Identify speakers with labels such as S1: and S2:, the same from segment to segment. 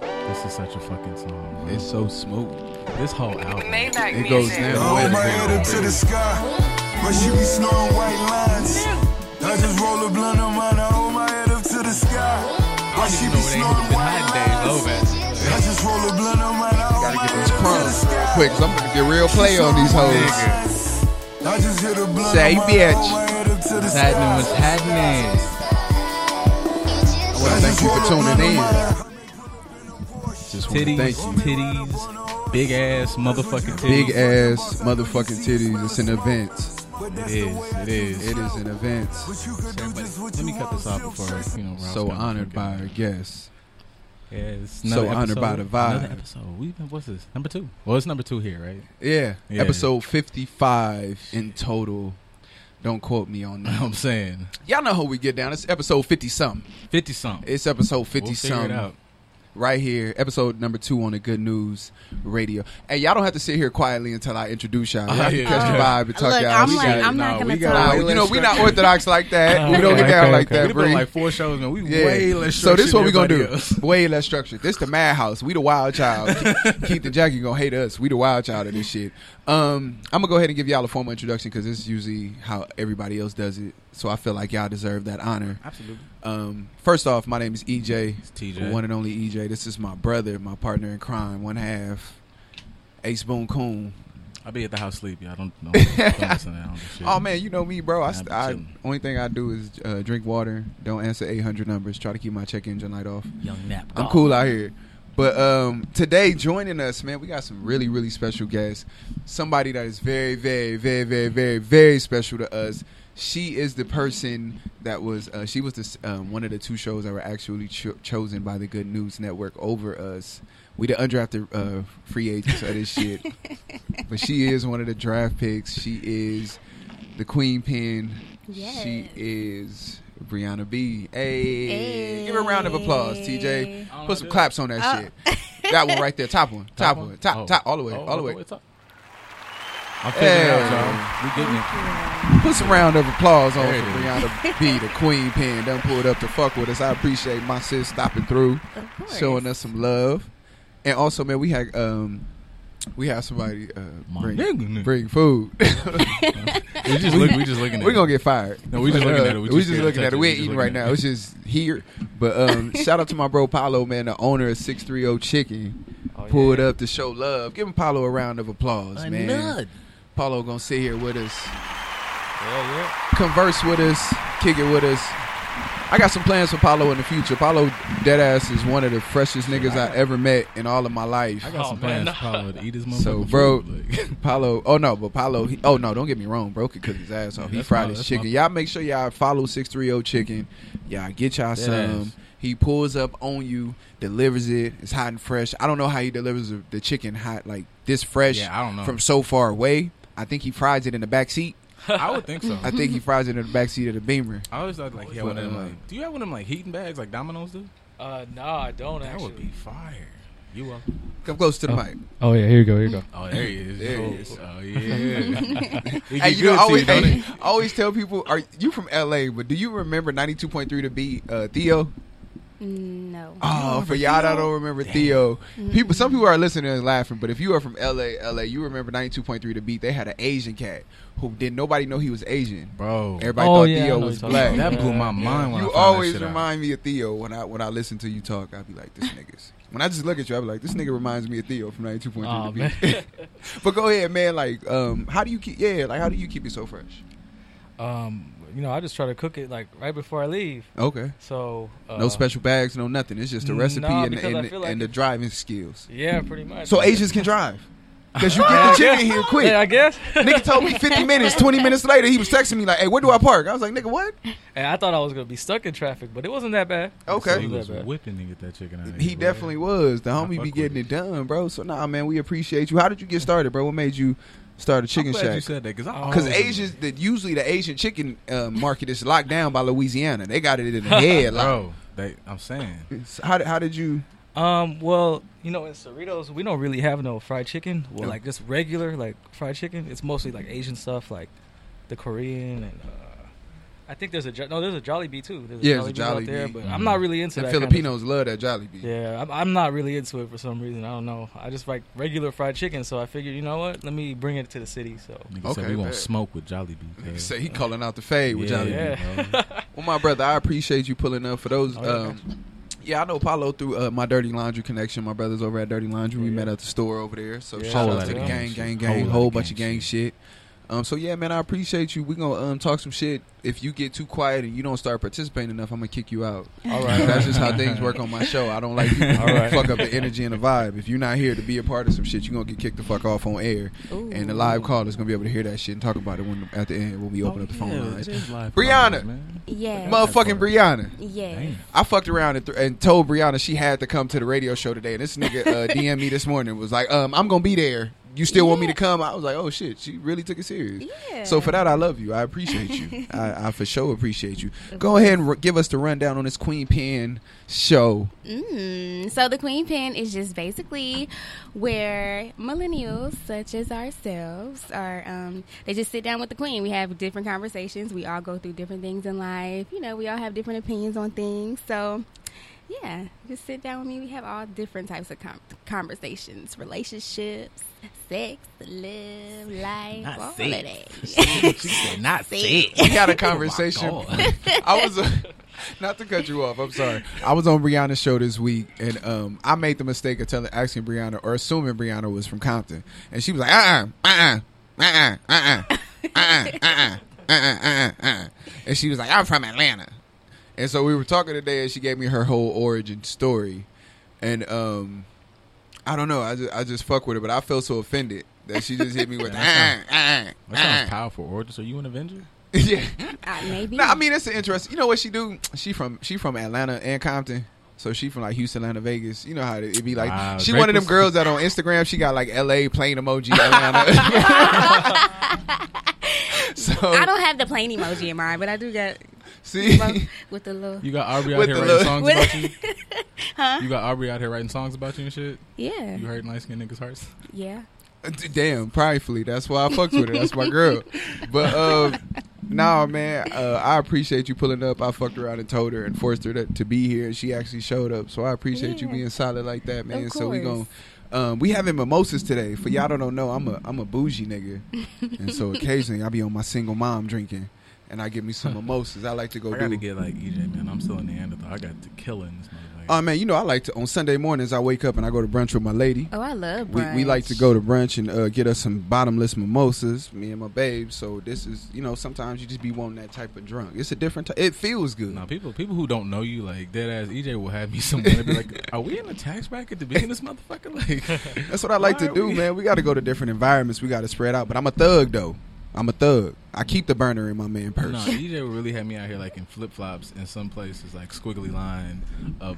S1: This is such a fucking song.
S2: It's so smooth.
S1: This whole album.
S3: Maybach
S2: It
S3: music.
S2: goes down.
S4: Hold my head up to the sky, but she be snoring white lines. I just roll a blunt on mine, I hold my head up to the sky. Why she be snoring white lines? I just roll a blunt on mine, I hold
S2: Gotta
S4: my
S2: get
S4: head
S2: these
S4: up to the
S2: crumbs real
S4: sky.
S2: quick, i I'm gonna get real play on these hoes.
S4: I just hit a blunt
S2: Say,
S4: on mine, I
S2: bitch.
S4: hold my head up to the
S5: What's
S4: sky.
S5: happening? What's happening?
S2: I wanna thank you for tuning in. Just wanna
S1: Titties,
S2: thank you.
S1: titties, big ass motherfucking titties.
S2: Big ass motherfucking titties. It's an event.
S1: It is. It is.
S2: It is an event.
S1: But let me cut this off before you know. Ralph's
S2: so
S1: coming.
S2: honored by our guest.
S1: Yeah, it's
S2: so
S1: another
S2: honored by
S1: episode.
S2: the vibe.
S1: Another episode. We've been. What's this? Number two. Well, it's number two here, right?
S2: Yeah,
S1: Yeah.
S2: episode 55 in total. Don't quote me on that.
S1: I'm saying
S2: Y'all know how we get down. It's episode 50 something.
S1: fifty something.
S2: It's episode 50
S1: we'll figure
S2: something.
S1: it out.
S2: Right here, episode number two on the Good News Radio. Hey, y'all don't have to sit here quietly until I introduce y'all. Y'all
S1: yeah.
S2: can catch the vibe and talk
S6: Look,
S2: y'all.
S6: I'm
S2: We
S6: like,
S2: got it.
S6: I'm
S1: Nah,
S6: not
S1: we
S6: gonna
S1: got
S2: Nah,
S6: talk.
S2: you know, we're not orthodox like that. we don't
S1: Okay,
S2: get down
S1: okay,
S2: like
S1: okay.
S2: that,
S1: We've been
S2: bro.
S1: like four shows and we
S2: Yeah.
S1: way less.
S2: so this is what we're gonna do.
S1: Else.
S2: Way less structured. This the madhouse. We the wild child. Ke- Keith and Jackie gonna hate us. We the wild child of this shit. Um, I'm gonna go ahead and give y'all a formal introduction because this is usually how everybody else does it. So I feel like y'all deserve that honor.
S1: Absolutely.
S2: Um, first off, my name is EJ,
S1: It's TJ.
S2: one and only EJ. This is my brother, my partner in crime, one half. Ace Boone Coon.
S1: I'll be at the house sleep, y'all. Don't don't, don't listen to that. shit.
S2: Oh man, you know me, bro.
S1: Nah,
S2: I, I-
S1: chillin'.
S2: only thing I do is uh, drink water. Don't answer 800 numbers. Try to keep my check engine light off.
S5: Young Nap.
S2: I'm cool out here. But um, today, joining us, man, we got some really, really special guests. Somebody that is very, very, very, very, very, very special to us. She is the person that was. Uh, she was this, um, one of the two shows that were actually cho- chosen by the Good News Network over us. We the undrafted uh, free agents of this shit, but she is one of the draft picks. She is the queen pin. She
S6: Yes.
S2: is Brianna B. Hey. Give her a round of applause, TJ.
S1: I don't
S2: Put some
S1: do it.
S2: claps on that
S6: Oh.
S2: shit. That one right there, top one, top, one, top,
S1: Oh.
S2: top, all the way,
S1: Oh,
S2: all the way.
S1: top. I'm figuring it
S2: Hey.
S1: out, y'all. We getting it.
S2: Put some round of applause on
S1: There
S2: for
S1: it
S2: Brianna B, the queen pin. Done pulled up to fuck with us. I appreciate my sis stopping through,
S6: Of course.
S2: showing us some love, and also, man, we had um, we had somebody uh,
S1: My
S2: bring,
S1: nigga.
S2: bring food.
S1: We just look. We just looking. At
S2: We're gonna
S1: it.
S2: get fired.
S1: No, we just looking at it.
S2: We
S1: We
S2: just,
S1: just scared to
S2: looking at
S1: touch
S2: it.
S1: it.
S2: We
S1: We
S2: ain't
S1: just
S2: eating right
S1: looking at
S2: now.
S1: it.
S2: It's just here. But um, shout out to my bro Paulo, man, the owner of Six Three O Chicken. Pulled up to show love. Give him Paulo a round of applause, man. Paulo gonna sit here with us,
S7: Oh,
S5: Yeah,
S2: converse with us, kick it with us. I got some plans for Paulo in the future. Paulo Deadass is one of the freshest niggas I ever met in all of my life.
S1: I got
S5: Oh,
S1: some
S5: man,
S1: plans.
S5: nah.
S1: Probably to eat his motherfucking
S2: So, bro,
S1: food, like-
S2: Paulo. Oh no, but Paulo. He, oh no, don't get me wrong. Bro could cook his ass off. he
S1: That's
S2: fried
S1: my-
S2: his
S1: that's
S2: chicken.
S1: my-
S2: Y'all make sure y'all follow six three zero chicken. Y'all get y'all some.
S1: ass.
S2: He pulls up on you, delivers it. It's hot and fresh. I don't know how he delivers the- the chicken hot like this fresh
S1: Yeah, I don't know.
S2: from so far away. I think he fries it in the back seat.
S1: I would think so.
S2: I think he fries it in the back seat of the Beamer.
S1: I always thought like he had one of them. Like, do you have one of them like heating bags like Domino's do?
S5: Uh, nah, I don't
S1: That
S5: actually.
S1: would be fire. You welcome.
S2: Come close to the mic.
S7: Oh yeah, here you go, here you go.
S1: Oh, there he is.
S2: There he
S1: oh,
S2: is.
S1: oh, yeah. It
S2: Hey,
S1: get
S2: you know,
S1: good
S2: I
S1: to
S2: always,
S1: don't
S2: hey,
S1: it?
S2: I always tell people, are you from LA? But do you remember ninety two point three to be uh, Theo?
S6: No.
S2: Oh, for y'all that don't remember Theo, people. Some people are listening and laughing, but if you are from LA, LA, you remember ninety two point three to beat. They had an Asian cat who did nobody know he was Asian.
S1: bro.
S2: Everybody
S7: Oh,
S2: thought
S7: yeah, I
S2: Theo
S7: know
S2: was
S7: what you're talking
S2: black.
S7: about.
S1: That blew my mind. When I
S2: You
S1: found
S2: always
S1: that shit out.
S2: remind me of Theo when I when I listen to you talk. I'll be like, this niggas. When I just look at you, I'll be like, this nigga reminds me of Theo from ninety two point three
S7: Aw,
S2: to beat. but go ahead, man. Like, um, how do you keep? Yeah, like how do you keep it so fresh?
S7: Um, you know, I just try to cook it like right before I leave.
S2: Okay.
S7: So uh,
S2: No special bags, no nothing. It's just the
S7: nah,
S2: recipe and,
S7: because I
S2: and,
S7: feel like
S2: and the
S7: if-
S2: driving skills.
S7: Yeah, pretty much.
S2: So Asians can drive. Because you get the chicken here quick.
S7: Yeah, I guess.
S2: Nigga told me 50 minutes, 20 minutes later, he was texting me like, hey, where do I park? I was like, nigga, what?
S7: and I thought I was gonna be stuck in traffic, but it wasn't that bad.
S1: So he
S2: Okay.
S1: was whipping to get that chicken out. of
S2: He
S1: here, bro.
S2: definitely was. The homie
S1: fuck
S2: be
S1: with
S2: getting
S1: it.
S2: it done, bro. So, nah, man, we appreciate you. How did you get started, bro? What made you start a
S1: I'm
S2: chicken
S1: glad you
S2: shack?
S1: said that because
S2: Because Asians, that usually the Asian chicken uh, market is locked down by Louisiana. They got it in the head. Like,
S1: bro. They, I'm saying.
S2: So how, did- how did you?
S7: Um, well, you know, in Cerritos, we don't really have no fried chicken. Well,
S2: No.
S7: like just regular like fried chicken. It's mostly like Asian stuff, like the Korean and uh, I think there's a jo- no, there's a Jolly Bee too. There's a
S2: Yeah,
S7: Jolly
S2: there's a
S7: out there,
S2: Jollibee.
S7: but I'm not really into
S2: And
S7: that.
S2: Filipinos love that Jollibee.
S7: Kind of, yeah, I'm, I'm not really into it for some reason. I don't know. I just like regular fried chicken, so I figured, you know what? Let me bring it to the city. So
S1: Nigga
S2: Okay,
S1: said we gonna
S2: bet.
S1: smoke with Jollibee.
S2: Nigga
S1: cuz.
S2: say he calling out the fade with Jollibee.
S1: Yeah, bro.
S2: Well, my brother, I appreciate you pulling up for those.
S7: Oh, yeah.
S2: um, yeah, I know Paulo through uh, my Dirty Laundry connection. My brother's over at Dirty Laundry. We met at the store over there. So
S7: Yeah.
S2: shout
S7: Whole
S2: out
S7: lot
S2: to
S7: of
S2: the
S7: gang
S2: gang,
S1: shit.
S2: gang,
S1: Whole
S2: gang,
S1: lot
S2: whole
S1: of
S2: bunch of
S1: gang
S2: gang shit. Um, so yeah, man, I appreciate you. We gonna um, talk some shit. If you get too quiet and you don't start participating enough, I'm gonna kick you out.
S7: all right,
S2: That's just how things work on my show. I don't like people
S7: All right.
S2: fuck up the energy and the vibe. If you're not here to be a part of some shit, you're gonna get kicked the fuck off on air.
S6: Ooh.
S2: And the live call is gonna be able to hear that shit and talk about it when at the end when we open up the phone
S1: Yeah,
S2: lines.
S1: it is live
S2: Brianna.
S1: calls, man.
S6: Yeah.
S2: Motherfucking Brianna.
S6: yeah.
S1: Damn.
S2: I fucked around and, th- and told Brianna she had to come to the radio show today. And this nigga uh, DM me this morning was like, um, "I'm gonna be there. You still want me to
S6: Yeah.
S2: come?" I was like, "Oh shit, she really took it serious."
S6: Yeah.
S2: So for that, I love you. I appreciate you. I, I for sure appreciate you. Go ahead and r- give us the rundown on this Queen Pen show.
S6: Mm. So the queen pen is just basically where millennials, such as ourselves, are. Um, they just sit down with the queen. We have different conversations. We all go through different things in life. You know, we all have different opinions on things. So, yeah, just sit down with me. We have all different types of com- conversations: relationships, sex, love, life, all of that.
S1: she said not
S6: See?
S1: sick.
S2: We had a conversation. I was not to cut you off. I'm sorry. I was on Brianna's show this week, and um, I made the mistake of telling asking Brianna or assuming Brianna was from Compton, and she was like, uh uh-uh, uh uh uh uh uh uh uh uh uh uh uh uh, and she was like, I'm from Atlanta, and so we were talking today, and she gave me her whole origin story, and um, I don't know, I just I just fuck with her, but I felt so offended that she just hit me with, uh uh
S1: That sounds powerful. Or just are you an Avenger?
S2: yeah.
S6: Uh, maybe.
S2: No, I mean it's an interesting. You know what she do? She from she from Atlanta and Compton. So she from like Houston, Atlanta, Vegas. You know how it, it be like.
S1: Wow,
S2: she
S1: Drake
S2: one of them
S1: was-
S2: girls that on Instagram she got like L.A. plain emoji Atlanta. so
S6: I don't have the plain emoji in mind, but I do got
S2: see,
S6: with the little.
S1: You got Aubrey out
S2: With
S1: here
S2: the
S1: writing
S2: look.
S1: songs
S6: With-
S1: about you. You got Aubrey out here writing songs about you and shit.
S6: Yeah.
S1: You hurting light skinned niggas' hearts.
S6: Yeah.
S2: D- damn, pridefully. That's why I fucked with her. That's my girl. But uh, nah, man, uh, I appreciate you pulling up. I fucked around and told her and forced her to, to be here, and she actually showed up. So I appreciate you
S6: Yeah.
S2: being solid like that, man.
S6: Of
S2: So we
S6: course.
S2: going um, we having mimosas today. For y'all don't know, I'm a I'm a bougie nigga, and so occasionally I be on my single mom drinking, and I get me some mimosas. I like to go
S1: I gotta
S2: do.
S1: get like EJ, man. I'm still in Neanderthal. I got to killing this motherfucker.
S2: Oh man, you know I like to on Sunday mornings I wake up and I go to brunch with my lady.
S6: Oh, I love
S2: we,
S6: brunch.
S2: we like to go to brunch and uh, get us some bottomless mimosas, me and my babe. So this is, you know, sometimes you just be wanting that type of drunk. It's a different. T- it feels good.
S1: now people, people who don't know you, like dead ass EJ, will have me somewhere and be like, "Are we in a tax bracket to be in this motherfucker?" Like,
S2: That's what I like
S1: why
S2: to
S1: are
S2: do,
S1: we-
S2: man. We got to go to different environments. We got to spread out. But I'm a thug though. I'm a thug. I keep the burner in my man purse.
S1: No, EJ would really had me out here like in flip flops in some places, like squiggly line, uh,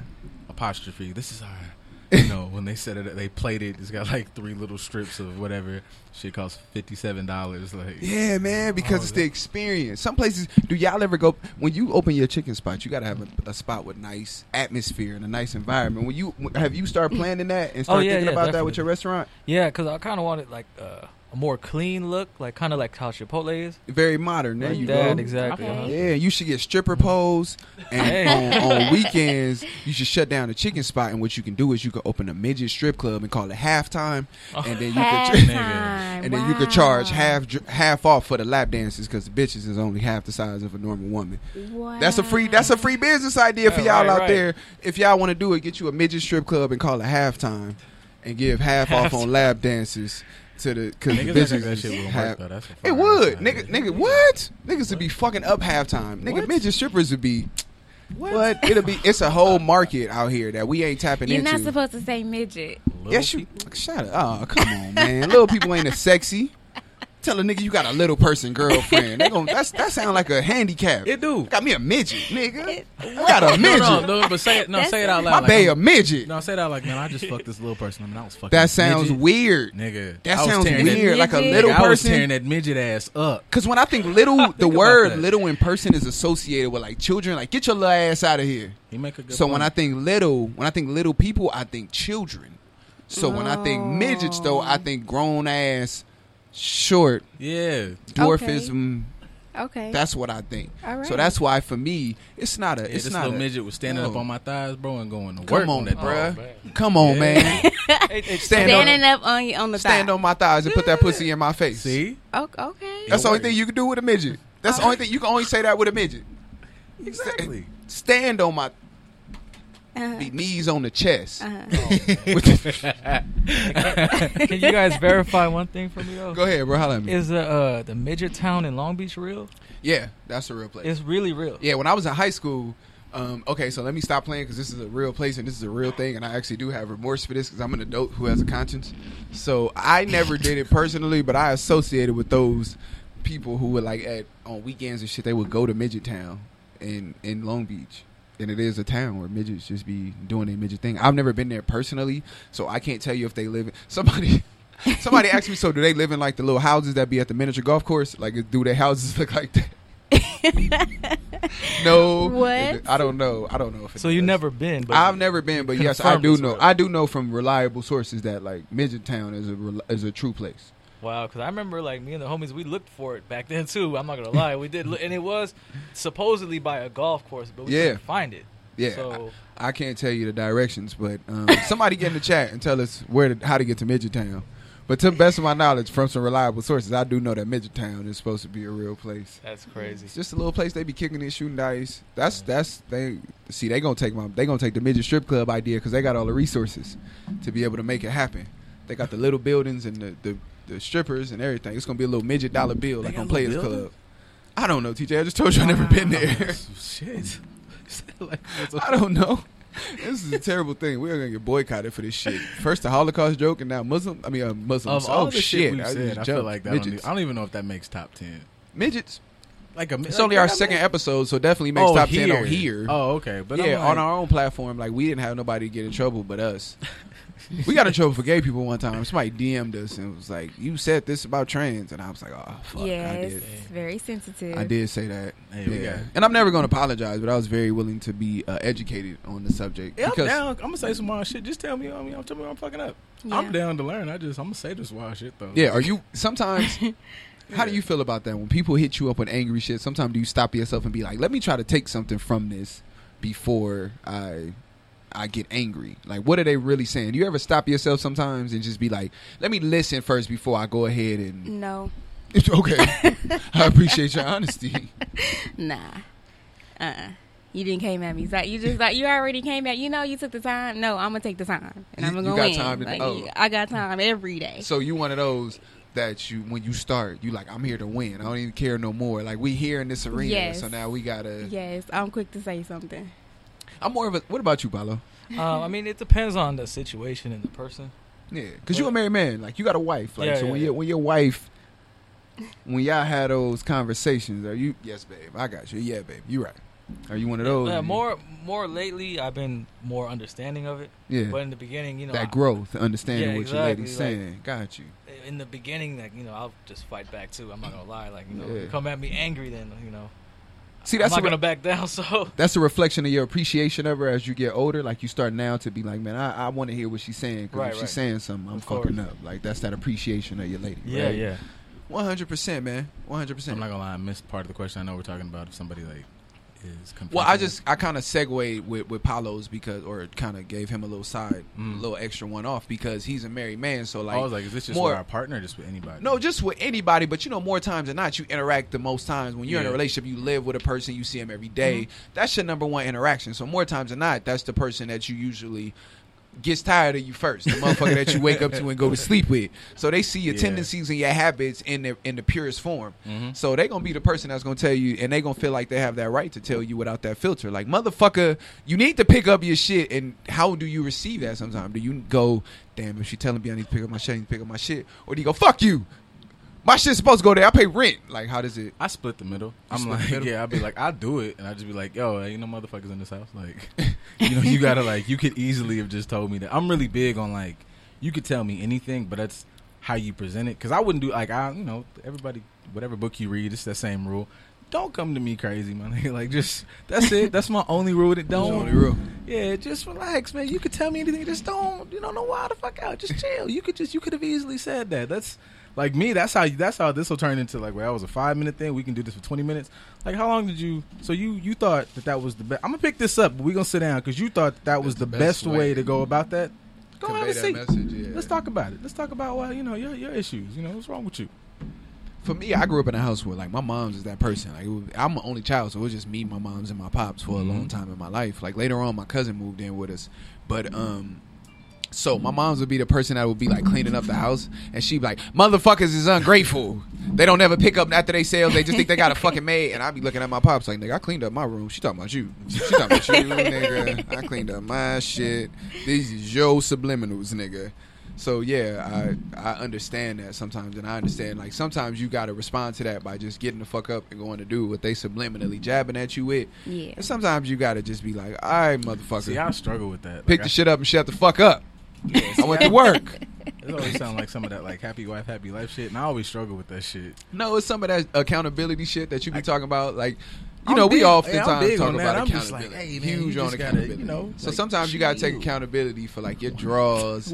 S1: apostrophe. This is our, you know, when they said it, they played it. It's got like three little strips of whatever. Shit costs fifty seven dollars. Like,
S2: Yeah, man, because
S1: Oh,
S2: it's the experience. Some places, do y'all ever go when you open your chicken spot? You gotta have a, a spot with nice atmosphere and a nice environment. When you have you start planning that and start
S7: Oh, yeah,
S2: thinking
S7: yeah,
S2: about that with
S7: definitely.
S2: your restaurant,
S7: yeah, because I kind of wanted like uh, a more clean look, like kind of like how Chipotle is.
S2: very modern. There
S7: Like
S2: you
S7: that,
S2: go.
S7: exactly.
S6: Okay.
S7: uh-huh.
S2: Yeah, you should get stripper poles,
S7: Hey.
S2: and on, on weekends you should shut down the chicken spot. And what you can do is you can open a midget strip club and call it halftime, and then you
S6: Halftime.
S2: could and then you could charge half dr- half off for the lap dances because the bitches is only half the size of a normal woman.
S6: Wow.
S2: That's a free that's a free business idea for y'all
S7: Yeah,
S2: all
S7: right,
S2: out
S7: right.
S2: there. If y'all want to do it, get you a midget strip club and call it halftime, and give half off on lap dances. To the, cause the
S1: Niggas act
S2: bitches
S1: like that
S2: is
S1: shit wouldn't work
S2: half-
S1: though. That's a
S2: it
S1: fire
S2: would,
S1: ass
S2: nigga.
S1: idea.
S2: Nigga, what? Niggas would be fucking up halftime. Nigga,
S1: What?
S2: midget strippers would be. What? It'll be. It's a whole market out here that we ain't tapping
S6: You're
S2: into.
S6: not supposed to say midget.
S1: Little
S2: Yes, you.
S1: people.
S2: Shut up. Oh, come on, man. little people ain't as sexy. Tell a nigga you got a little person girlfriend. They gon' that's that sound like a handicap.
S1: It do.
S2: Got me a midget, nigga. I got a midget.
S1: No, no, no, but say it. No,
S6: That's-
S1: say it out loud.
S2: My
S1: like,
S2: babe a
S1: I'm-
S2: midget.
S1: No, say it out like, man. I just fucked this little person. I mean, I was fucking.
S2: That
S1: this
S2: sounds
S1: midget.
S2: weird.
S1: nigga.
S2: That
S1: I was
S2: sounds
S1: tearing
S2: weird. Like a
S6: Midget.
S2: little
S1: nigga, I was tearing
S2: person.
S1: that midget ass up.
S2: Cause when I think little, the
S1: about
S2: word
S1: that.
S2: little in person is associated with like children. Like get your little ass out of here.
S1: You make a good.
S2: So when I
S1: point.
S2: think little, when I think little people, I think children. So when I think midgets,
S1: Oh.
S2: though, I think grown ass, short
S1: yeah,
S2: dwarfism.
S6: Okay.
S2: That's what I think.
S6: All right.
S2: So that's why for me, it's not a.
S1: Yeah,
S2: it's
S1: this
S2: not
S1: little
S2: a,
S1: midget was standing
S2: no.
S1: up on my thighs, bro, and going to work
S2: Come
S1: on
S2: on,
S1: that, bro.
S2: bruh.
S7: man.
S2: Come on,
S1: Yeah.
S2: man.
S7: It- it's-
S2: Stand on-
S6: Standing up on y- on the
S2: Stand
S6: thigh.
S2: on my thighs and put that pussy in my face.
S1: See,
S6: Oh, okay.
S2: That's the only
S1: works.
S2: thing you can do with a midget. That's the only thing you can only say that with a midget.
S1: exactly.
S2: Stand on my
S6: Uh-huh.
S2: knees on the chest.
S6: Uh-huh.
S7: Can you guys verify one thing for me
S2: Go
S7: though?
S2: ahead, bro. Holla at me.
S7: Is the uh, the midget town in Long Beach real?
S2: yeah, that's a real place.
S7: It's really real.
S2: Yeah, when I was in high school, um, okay, so let me stop playing because this is a real place and this is a real thing, and I actually do have remorse for this because I'm an adult who has a conscience. So I never did it personally, but I associated with those people who would like at on weekends and shit. They would go to Midget Town in in Long Beach. And it is a town where midgets just be doing their midget thing. I've never been there personally, so I can't tell you if they live. In, somebody, somebody asked me, so do they live in like the little houses that be at the miniature golf course? Like, do their houses look like that? No,
S6: What?
S2: I don't know. I don't know if it
S7: So you
S2: does.
S7: never been? But
S2: I've never been, but yes, I
S7: confirmed
S2: do
S7: it's
S2: know.
S7: real.
S2: I do know from reliable sources that like Midget Town is a rel- is a true place.
S7: Wow, because I remember like me and the homies, we looked for it back then too. I'm not gonna lie, we did, look, and it was supposedly by a golf course, but we
S2: Yeah.
S7: couldn't find it.
S2: Yeah,
S7: So
S2: I, I can't tell you the directions, but um, somebody get in the chat and tell us where to, how to get to Midget Town. But to the best of my knowledge, from some reliable sources, I do know that Midget Town is supposed to be a real place.
S7: that's crazy.
S2: It's just a little place they be kicking and shooting dice. That's that's they see they gonna take my they gonna take the midget strip club idea because they got all the resources to be able to make it happen. They got the little buildings and the the, the strippers and everything. It's gonna be a little midget dollar bill like
S1: got
S2: on
S1: little
S2: Players Club.
S1: buildings?
S2: I don't know, TJ. I just told you I never been there.
S1: Shit. Like, it's
S2: I don't know. This is a terrible thing. We are gonna get boycotted for this shit. First the Holocaust joke, and now Muslim. I mean, uh, Muslims.
S1: Of all
S2: oh
S1: the shit,
S2: shit!
S1: we've
S2: I just
S1: said, I feel
S2: jumped.
S1: like that. I don't,
S2: midgets.
S1: even, I don't even know if that makes top ten.
S2: midgets.
S1: Like a,
S2: It's only our second episode, so definitely makes top ten on here.
S1: Oh, okay, but
S2: yeah,
S1: I'm
S2: on
S1: like-
S2: our own platform, like we didn't have nobody get in trouble but us. we got in trouble for gay people one time. Somebody DM'd us and was like, "You said this about trans," and I was like, "Oh fuck, I
S6: yes,
S2: did."
S6: very sensitive.
S2: I did say that.
S1: Hey, we
S2: yeah.
S1: got-
S2: And I'm never going to apologize, but I was very willing to be uh, educated on the subject
S1: Yeah, I'm
S2: because
S1: down. I'm gonna say some wild shit. Just tell me. I mean, tell me I'm fucking up.
S6: Yeah.
S1: I'm down to learn. I just I'm gonna say this wild shit though.
S2: yeah, are you sometimes How do you feel about that when people hit you up with angry shit? Sometimes do you stop yourself and be like, "Let me try to take something from this before I I get angry." Like, what are they really saying? Do you ever stop yourself sometimes and just be like, "Let me listen first before I go ahead and
S6: No,
S2: Okay. I appreciate your honesty.
S6: nah. Uh-uh. You didn't came at me. So you just like you already came at. You know, you took the time. No, I'm gonna take the time, and
S2: You-
S6: I'm gonna
S2: you
S6: go
S2: got
S6: in.
S2: time to-
S6: like,
S2: oh.
S6: I got time every day.
S2: So you one of those that you when you start, you like, "I'm here to win. I don't even care no more." Like we here in this arena,
S6: Yes.
S2: so now we got to
S6: yes, I'm quick to say something.
S2: I'm more of a What about you, Balo?
S7: Um, I mean, it depends on the situation and the person.
S2: Yeah, because you a married man. Like you got a wife. Like
S7: Yeah,
S2: so
S7: yeah,
S2: when
S7: yeah.
S2: your when your wife, when y'all had those conversations, are you? Yes, babe. I got you. Yeah, babe. You right. Are you one of those?
S7: Uh, more, more lately, I've been more understanding of it.
S2: Yeah.
S7: But in the beginning, you know,
S2: that
S7: I-
S2: growth, understanding
S7: Yeah,
S2: what your lady's
S7: exactly,
S2: saying. Got you.
S7: in the beginning, like you know, I'll just fight back too. I'm not gonna lie. Like you know,
S2: Yeah.
S7: you come at me angry, then you know,
S2: See,
S7: I'm
S2: that's
S7: not
S2: a re-
S7: gonna back down. So
S2: that's a reflection of your appreciation of her as you get older. Like you start now to be like, man, I, I want to hear what she's saying because
S7: Right,
S2: if
S7: right.
S2: she's saying something, I'm
S7: Of
S2: fucking
S7: course.
S2: up. Like that's that appreciation of your lady. right? One hundred percent, man. One hundred percent.
S1: I'm not gonna lie. I missed part of the question. I know we're talking about if somebody like is.
S2: Well, I
S1: confronting
S2: just I kind of segued with with Palos because, or kind of gave him a little side,
S1: Mm.
S2: a little extra one off because he's a married man. So
S1: them.
S2: like,
S1: I was like, is this just
S2: more-
S1: with our partner, or just with anybody?
S2: no, just with anybody, but you know, more times than not, you interact the most times when you're in a
S1: Yeah. Mm-hmm.
S2: relationship. You live with a person, you see him every day. That's your number one interaction. So more times than not, that's the person that you usually gets tired of you first, the motherfucker that you wake up to and go to sleep with. So they see your
S1: Yeah.
S2: tendencies and your habits in the in the purest form.
S1: Mhm.
S2: So they gonna be the person that's gonna tell you, and they gonna feel like they have that right to tell you without that filter. Like motherfucker, you need to pick up your shit. And how do you receive that? Sometimes do you go, damn, if she telling me I need to pick up my shit, I need to pick up my shit, or do you go, fuck you, my shit's supposed to go there. I pay rent. Like how does it?
S1: I split the middle. I'm
S2: split
S1: like,
S2: the middle?
S1: yeah, I'll be like, I'll do it, and I just be like, yo, ain't no motherfuckers in this house. Like, you know, you gotta like, you could easily have just told me that. I'm really big on like, you could tell me anything, but that's how you present it. Because I wouldn't do like, I, you know, everybody, whatever book you read, it's that same rule. Don't come to me crazy, my nigga. Like, just that's it. That's my only rule. That don't.
S2: only rule.
S1: Yeah, just relax, man. You could tell me anything. Just don't. You don't know why the fuck out. Just chill. You could just. You could have easily said that. That's Like me, that's how that's how this will turn into like well, that was a five minute thing. We can do this for twenty minutes. Like how long did you? So you you thought that that was the best? I'm gonna pick this up. but We gonna sit down because you thought that, that was the, best, way, to go about that. Go
S2: Convey
S1: have a
S2: that
S1: seat.
S2: message, yeah.
S1: Let's talk about it. Let's talk about well, you know your your issues. You know what's wrong with you?
S2: For me, I grew up in a house where like my mom's is that person. Like it was, I'm an only child, so it was just me, my mom's, and my pops for
S1: Mm-hmm.
S2: a long time in my life. Like later on, my cousin moved in with us, but um. So my mom's would be the person that would be like cleaning up the house, and she'd be like, "Motherfuckers is ungrateful. They don't ever pick up after they sales. They just think they got a fucking maid." And I'd be looking at my pops like, "Nigga, I cleaned up my room. She talking about you. She talking about you, nigga. I cleaned up my shit. These is your subliminals, nigga." So yeah, I I understand that sometimes, and I understand like sometimes you gotta respond to that by just getting the fuck up and going to do what they subliminally jabbing at you with.
S6: Yeah.
S2: And sometimes you gotta just be like, "All right, motherfucker,
S1: See, I struggle with that.
S2: pick
S1: Like,
S2: the shit up and shut the fuck up." I went to work.
S1: I, it always sounds like some of that like happy wife, happy life shit, and I always struggle with that shit.
S2: No, it's some of that accountability shit that you be talking about. Like, you
S1: I'm
S2: know, we
S1: big-
S2: oftentimes
S1: yeah, I'm big
S2: talk
S1: on that.
S2: about
S1: I'm just
S2: accountability.
S1: like, hey, man,
S2: Huge
S1: you
S2: on
S1: just gotta,
S2: accountability.
S1: you know,
S2: so
S1: like,
S2: sometimes you gotta take
S1: chill.
S2: accountability for like your draws.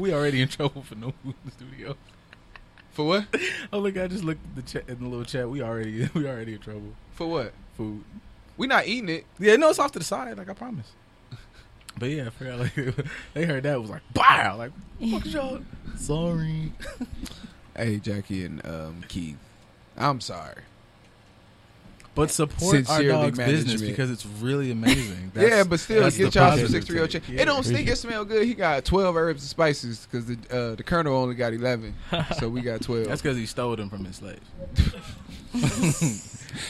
S1: We already in trouble for no food in the studio.
S2: for what?
S1: Oh look, I just looked at the chat in the little chat. We already we already in trouble.
S2: For what?
S1: Food.
S2: We not eating it.
S1: Yeah, no, it's off to the side, like I promise. But yeah, I forgot like they heard that it was like wow, like fuck y'all. Sorry.
S2: Hey, Jackie and um, Keith, I'm sorry.
S1: But support our
S2: Sincerely
S1: dog's
S2: management.
S1: business because it's really amazing.
S2: yeah, but still,
S1: that's
S2: get
S1: the
S2: y'all some
S1: positive
S2: six three zero
S1: take.
S2: check. It don't stink. It smell good. He got twelve herbs and spices because the uh, the colonel only got eleven, so we got twelve.
S1: That's because he stole them from his slaves.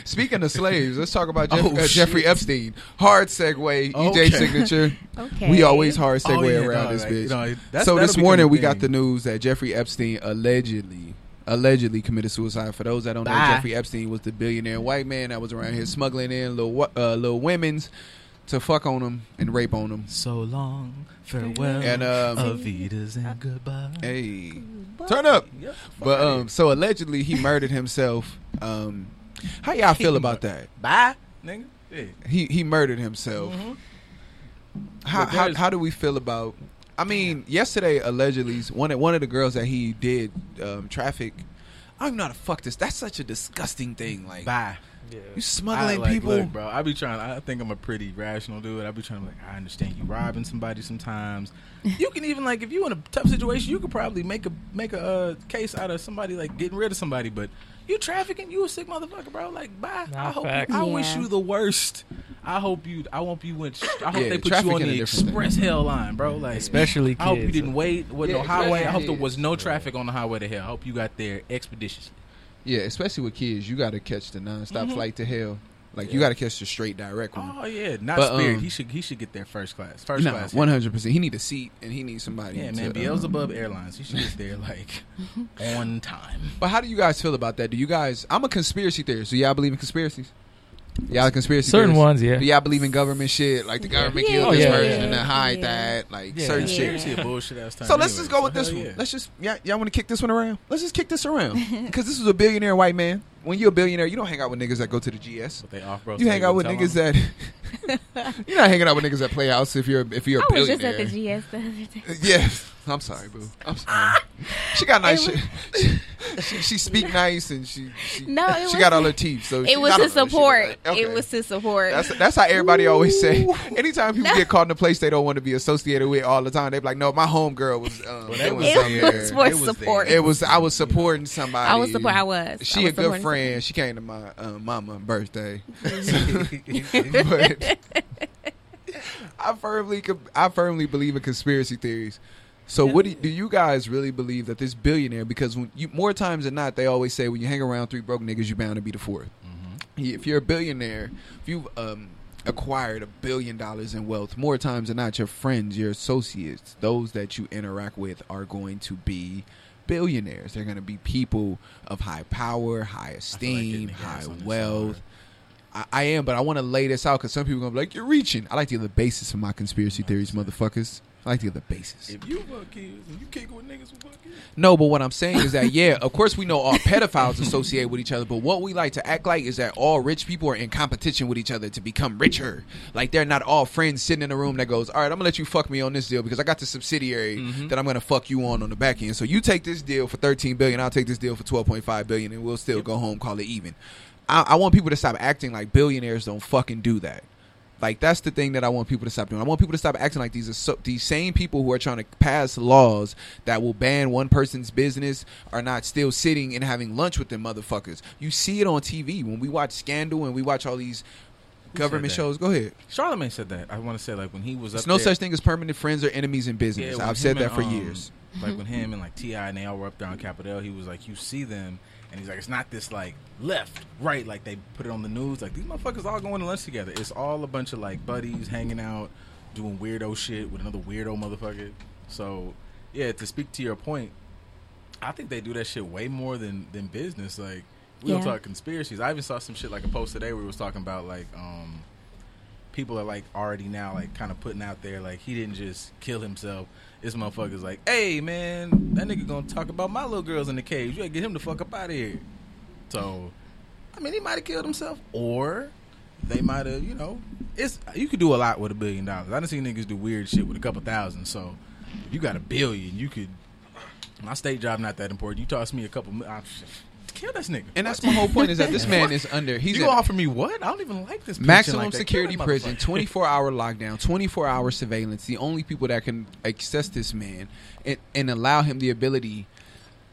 S2: Speaking of slaves, let's talk about Jeff-
S1: Oh,
S2: uh, Jeffrey
S1: shit.
S2: Epstein. Hard segue, EJ
S1: Okay.
S2: signature.
S6: Okay.
S2: We always hard segue
S1: Oh, yeah,
S2: around
S1: no,
S2: this
S1: like,
S2: bitch.
S1: you know, that's-
S2: so
S1: that'll
S2: this
S1: become
S2: morning
S1: a
S2: we got
S1: thing.
S2: the news that Jeffrey Epstein allegedly allegedly committed suicide. For those that don't know,
S7: Bye.
S2: Jeffrey Epstein was the billionaire white man that was around here smuggling in little wa- uh, little women's to fuck on them and rape on them.
S1: So long, farewell,
S2: And, um,
S1: Avitas and goodbye.
S2: Hey, turn up.
S1: Yep.
S2: But um, so allegedly he murdered himself. Um, how y'all feel about that?
S1: Bye, nigga. Yeah.
S2: he he murdered himself. How,
S1: But
S2: how
S1: there's-
S2: how do we feel about? I mean, yesterday allegedly one of, one of the girls that he did um, traffic. I'm not a fuck this. That's such a disgusting thing. Like
S1: Bye.
S2: you
S7: Yeah.
S2: smuggling
S1: I, like,
S2: people.
S1: look, bro. I be trying. I think I'm a pretty rational dude. I be trying to like. I understand you robbing somebody sometimes. you can even like if you in a tough situation, you could probably make a make a uh, case out of somebody like getting rid of somebody. But you trafficking, you a sick motherfucker, bro. Like, bye.
S7: Nah,
S1: I hope.
S7: facts.
S1: You, I wish
S6: Yeah.
S1: you the worst. I hope you. I hope you went. I hope
S2: Yeah,
S1: they put you
S2: trafficking
S1: on
S2: a
S1: the
S2: different thing.
S1: express hell line, bro. Like,
S7: Especially
S1: I hope you
S7: kids.
S1: didn't wait with
S2: Yeah,
S1: no highway. I
S2: especially
S1: hope there
S2: kids.
S1: was no traffic on the highway to hell. I hope you got there expeditiously.
S2: Yeah, especially with kids, you got to catch the nonstop flight to hell. Like you
S1: Yeah.
S2: got to catch the straight direct one.
S1: Oh yeah, not
S2: But,
S1: spirit.
S2: um,
S1: he should. He should get there first class. First
S2: no,
S1: class.
S2: one hundred percent. He need a seat and he needs somebody.
S1: Yeah,
S2: to,
S1: man.
S2: um,
S1: Beelzebub Airlines. You should get there like on time.
S2: But how do you guys feel about that? Do you guys? I'm a conspiracy theorist. Do y'all believe in conspiracies? Y'all a conspiracy
S7: Certain
S2: theorists?
S7: ones, yeah.
S2: Do y'all believe in government shit? Like the government
S6: Yeah.
S2: killed
S7: Oh,
S2: this
S7: yeah.
S2: person and
S6: Yeah.
S2: hide
S6: Yeah.
S2: that, like
S7: Yeah.
S2: certain
S1: It's
S2: shit.
S1: seriously a bullshit ass time.
S2: So let's
S1: anyway,
S2: just go with
S1: so
S2: this
S1: hell
S2: one.
S1: yeah.
S2: Let's just y'all, y'all want to kick this one around? Let's just kick this around because this is a billionaire white man. When you're a billionaire, you don't hang out with niggas that go to the GS.
S1: But they off, bro.
S2: You hang out with niggas that you're not hanging out with niggas that play house if you're if you're a
S6: I was just at
S2: billionaire.
S6: the GS the other day.
S2: Yes. I'm sorry, boo. I'm sorry. she got nice.
S6: It
S2: shit. she, she, she speak nice and she she,
S6: No, it
S2: she got
S6: wasn't-
S2: all her teeth. So she-
S6: It was
S2: I
S6: to
S2: don't know, she
S6: support.
S2: like- okay.
S6: It was to support.
S2: That's that's how everybody always say. Anytime people get caught in a place they don't want to be associated with all the time, they be like, "No, my homegirl was." Um,
S1: Well, that
S2: it was,
S1: was
S2: out
S6: it
S2: there.
S6: was for
S1: It was there.
S6: support.
S2: It was. I was supporting somebody.
S6: I was support. I was. I
S2: She
S6: was
S2: a good
S6: supporting
S2: friend. She came to my uh, mama birthday.
S1: that.
S2: but I firmly, co- I firmly believe in conspiracy theories. So, what do you, do you guys really believe that this billionaire? Because when you more times than not, they always say when you hang around three broke niggas, you bound to be the 4th
S1: Mm-hmm.
S2: Yeah, If you're a billionaire, if you've um, acquired a billion dollars in wealth, more times than not, your friends, your associates, those that you interact with, are going to be billionaires. They're going to be people of high power, high
S1: getting
S2: esteem,
S1: the gas
S2: high
S1: on this
S2: wealth. I, I am, but I want to lay this out because some people are gonna be like, "You're reaching." I like to get the basis of my conspiracy theories, motherfuckers. I like to get the basis.
S1: If you fuck kids and you kick with niggas who fuck kids,
S2: No, but what I'm saying is that yeah, of course we know all pedophiles associate with each other, but what we like to act like is that all rich people are in competition with each other to become richer. Like they're not all friends sitting in a room that goes, "All right, I'm gonna let you fuck me on this deal because I got the subsidiary that I'm gonna fuck you on on the back end. So you take this deal for 13 billion, I'll take this deal for 12.5 billion, and we'll still go home call it even." I, I want people to stop acting like billionaires don't fucking do that. Like that's the thing that I want people to stop doing. I want people to stop acting like these are so, these same people who are trying to pass laws that will ban one person's business are not still sitting and having lunch with them motherfuckers. You see it on TV when we watch Scandal and we watch all these government
S1: that?
S2: shows. Go ahead.
S1: Charlemagne said that. I want to say like when he was
S2: There's
S1: up
S2: no
S1: there-
S2: such thing as permanent friends or enemies in
S1: Yeah,
S2: business.
S1: when
S2: I've said
S1: him
S2: that for
S1: and, um,
S2: years.
S1: Like when him and like Ti and they all were up there on Capitol, Hill, he was like, "You see them," and he's like, "It's not this like left, right, like they put it on the news. Like these motherfuckers all going to lunch together. It's all a bunch of like buddies hanging out, doing weirdo shit with another weirdo motherfucker. So yeah, to speak to your point, I think they do that shit way more than than business. Like we don't
S6: Yeah.
S1: talk conspiracies. I even saw some shit like a post today where it was talking about like um people are like already now like kind of putting out there like he didn't just kill himself. This motherfucker's like, hey man, that nigga gonna talk about my little girls in the cage. You gotta get him the fuck up out of here. So, I mean, he might have killed himself, or they might have, you know, it's you could do a lot with a billion dollars. I done seen niggas do weird shit with a couple thousand. So, if you got a billion, you could. My state job not that important. You toss me a couple, mi- I'm, kill this nigga.
S2: And that's my whole point is that this man is under. He's
S1: you
S2: at-
S1: gonna offer me what? I don't even like this. pension
S2: Maximum
S1: like that. Kill
S2: security
S1: that
S2: prison,
S1: motherfucker.
S2: 24 hour lockdown, 24 hour surveillance. The only people that can access this man and, and allow him the ability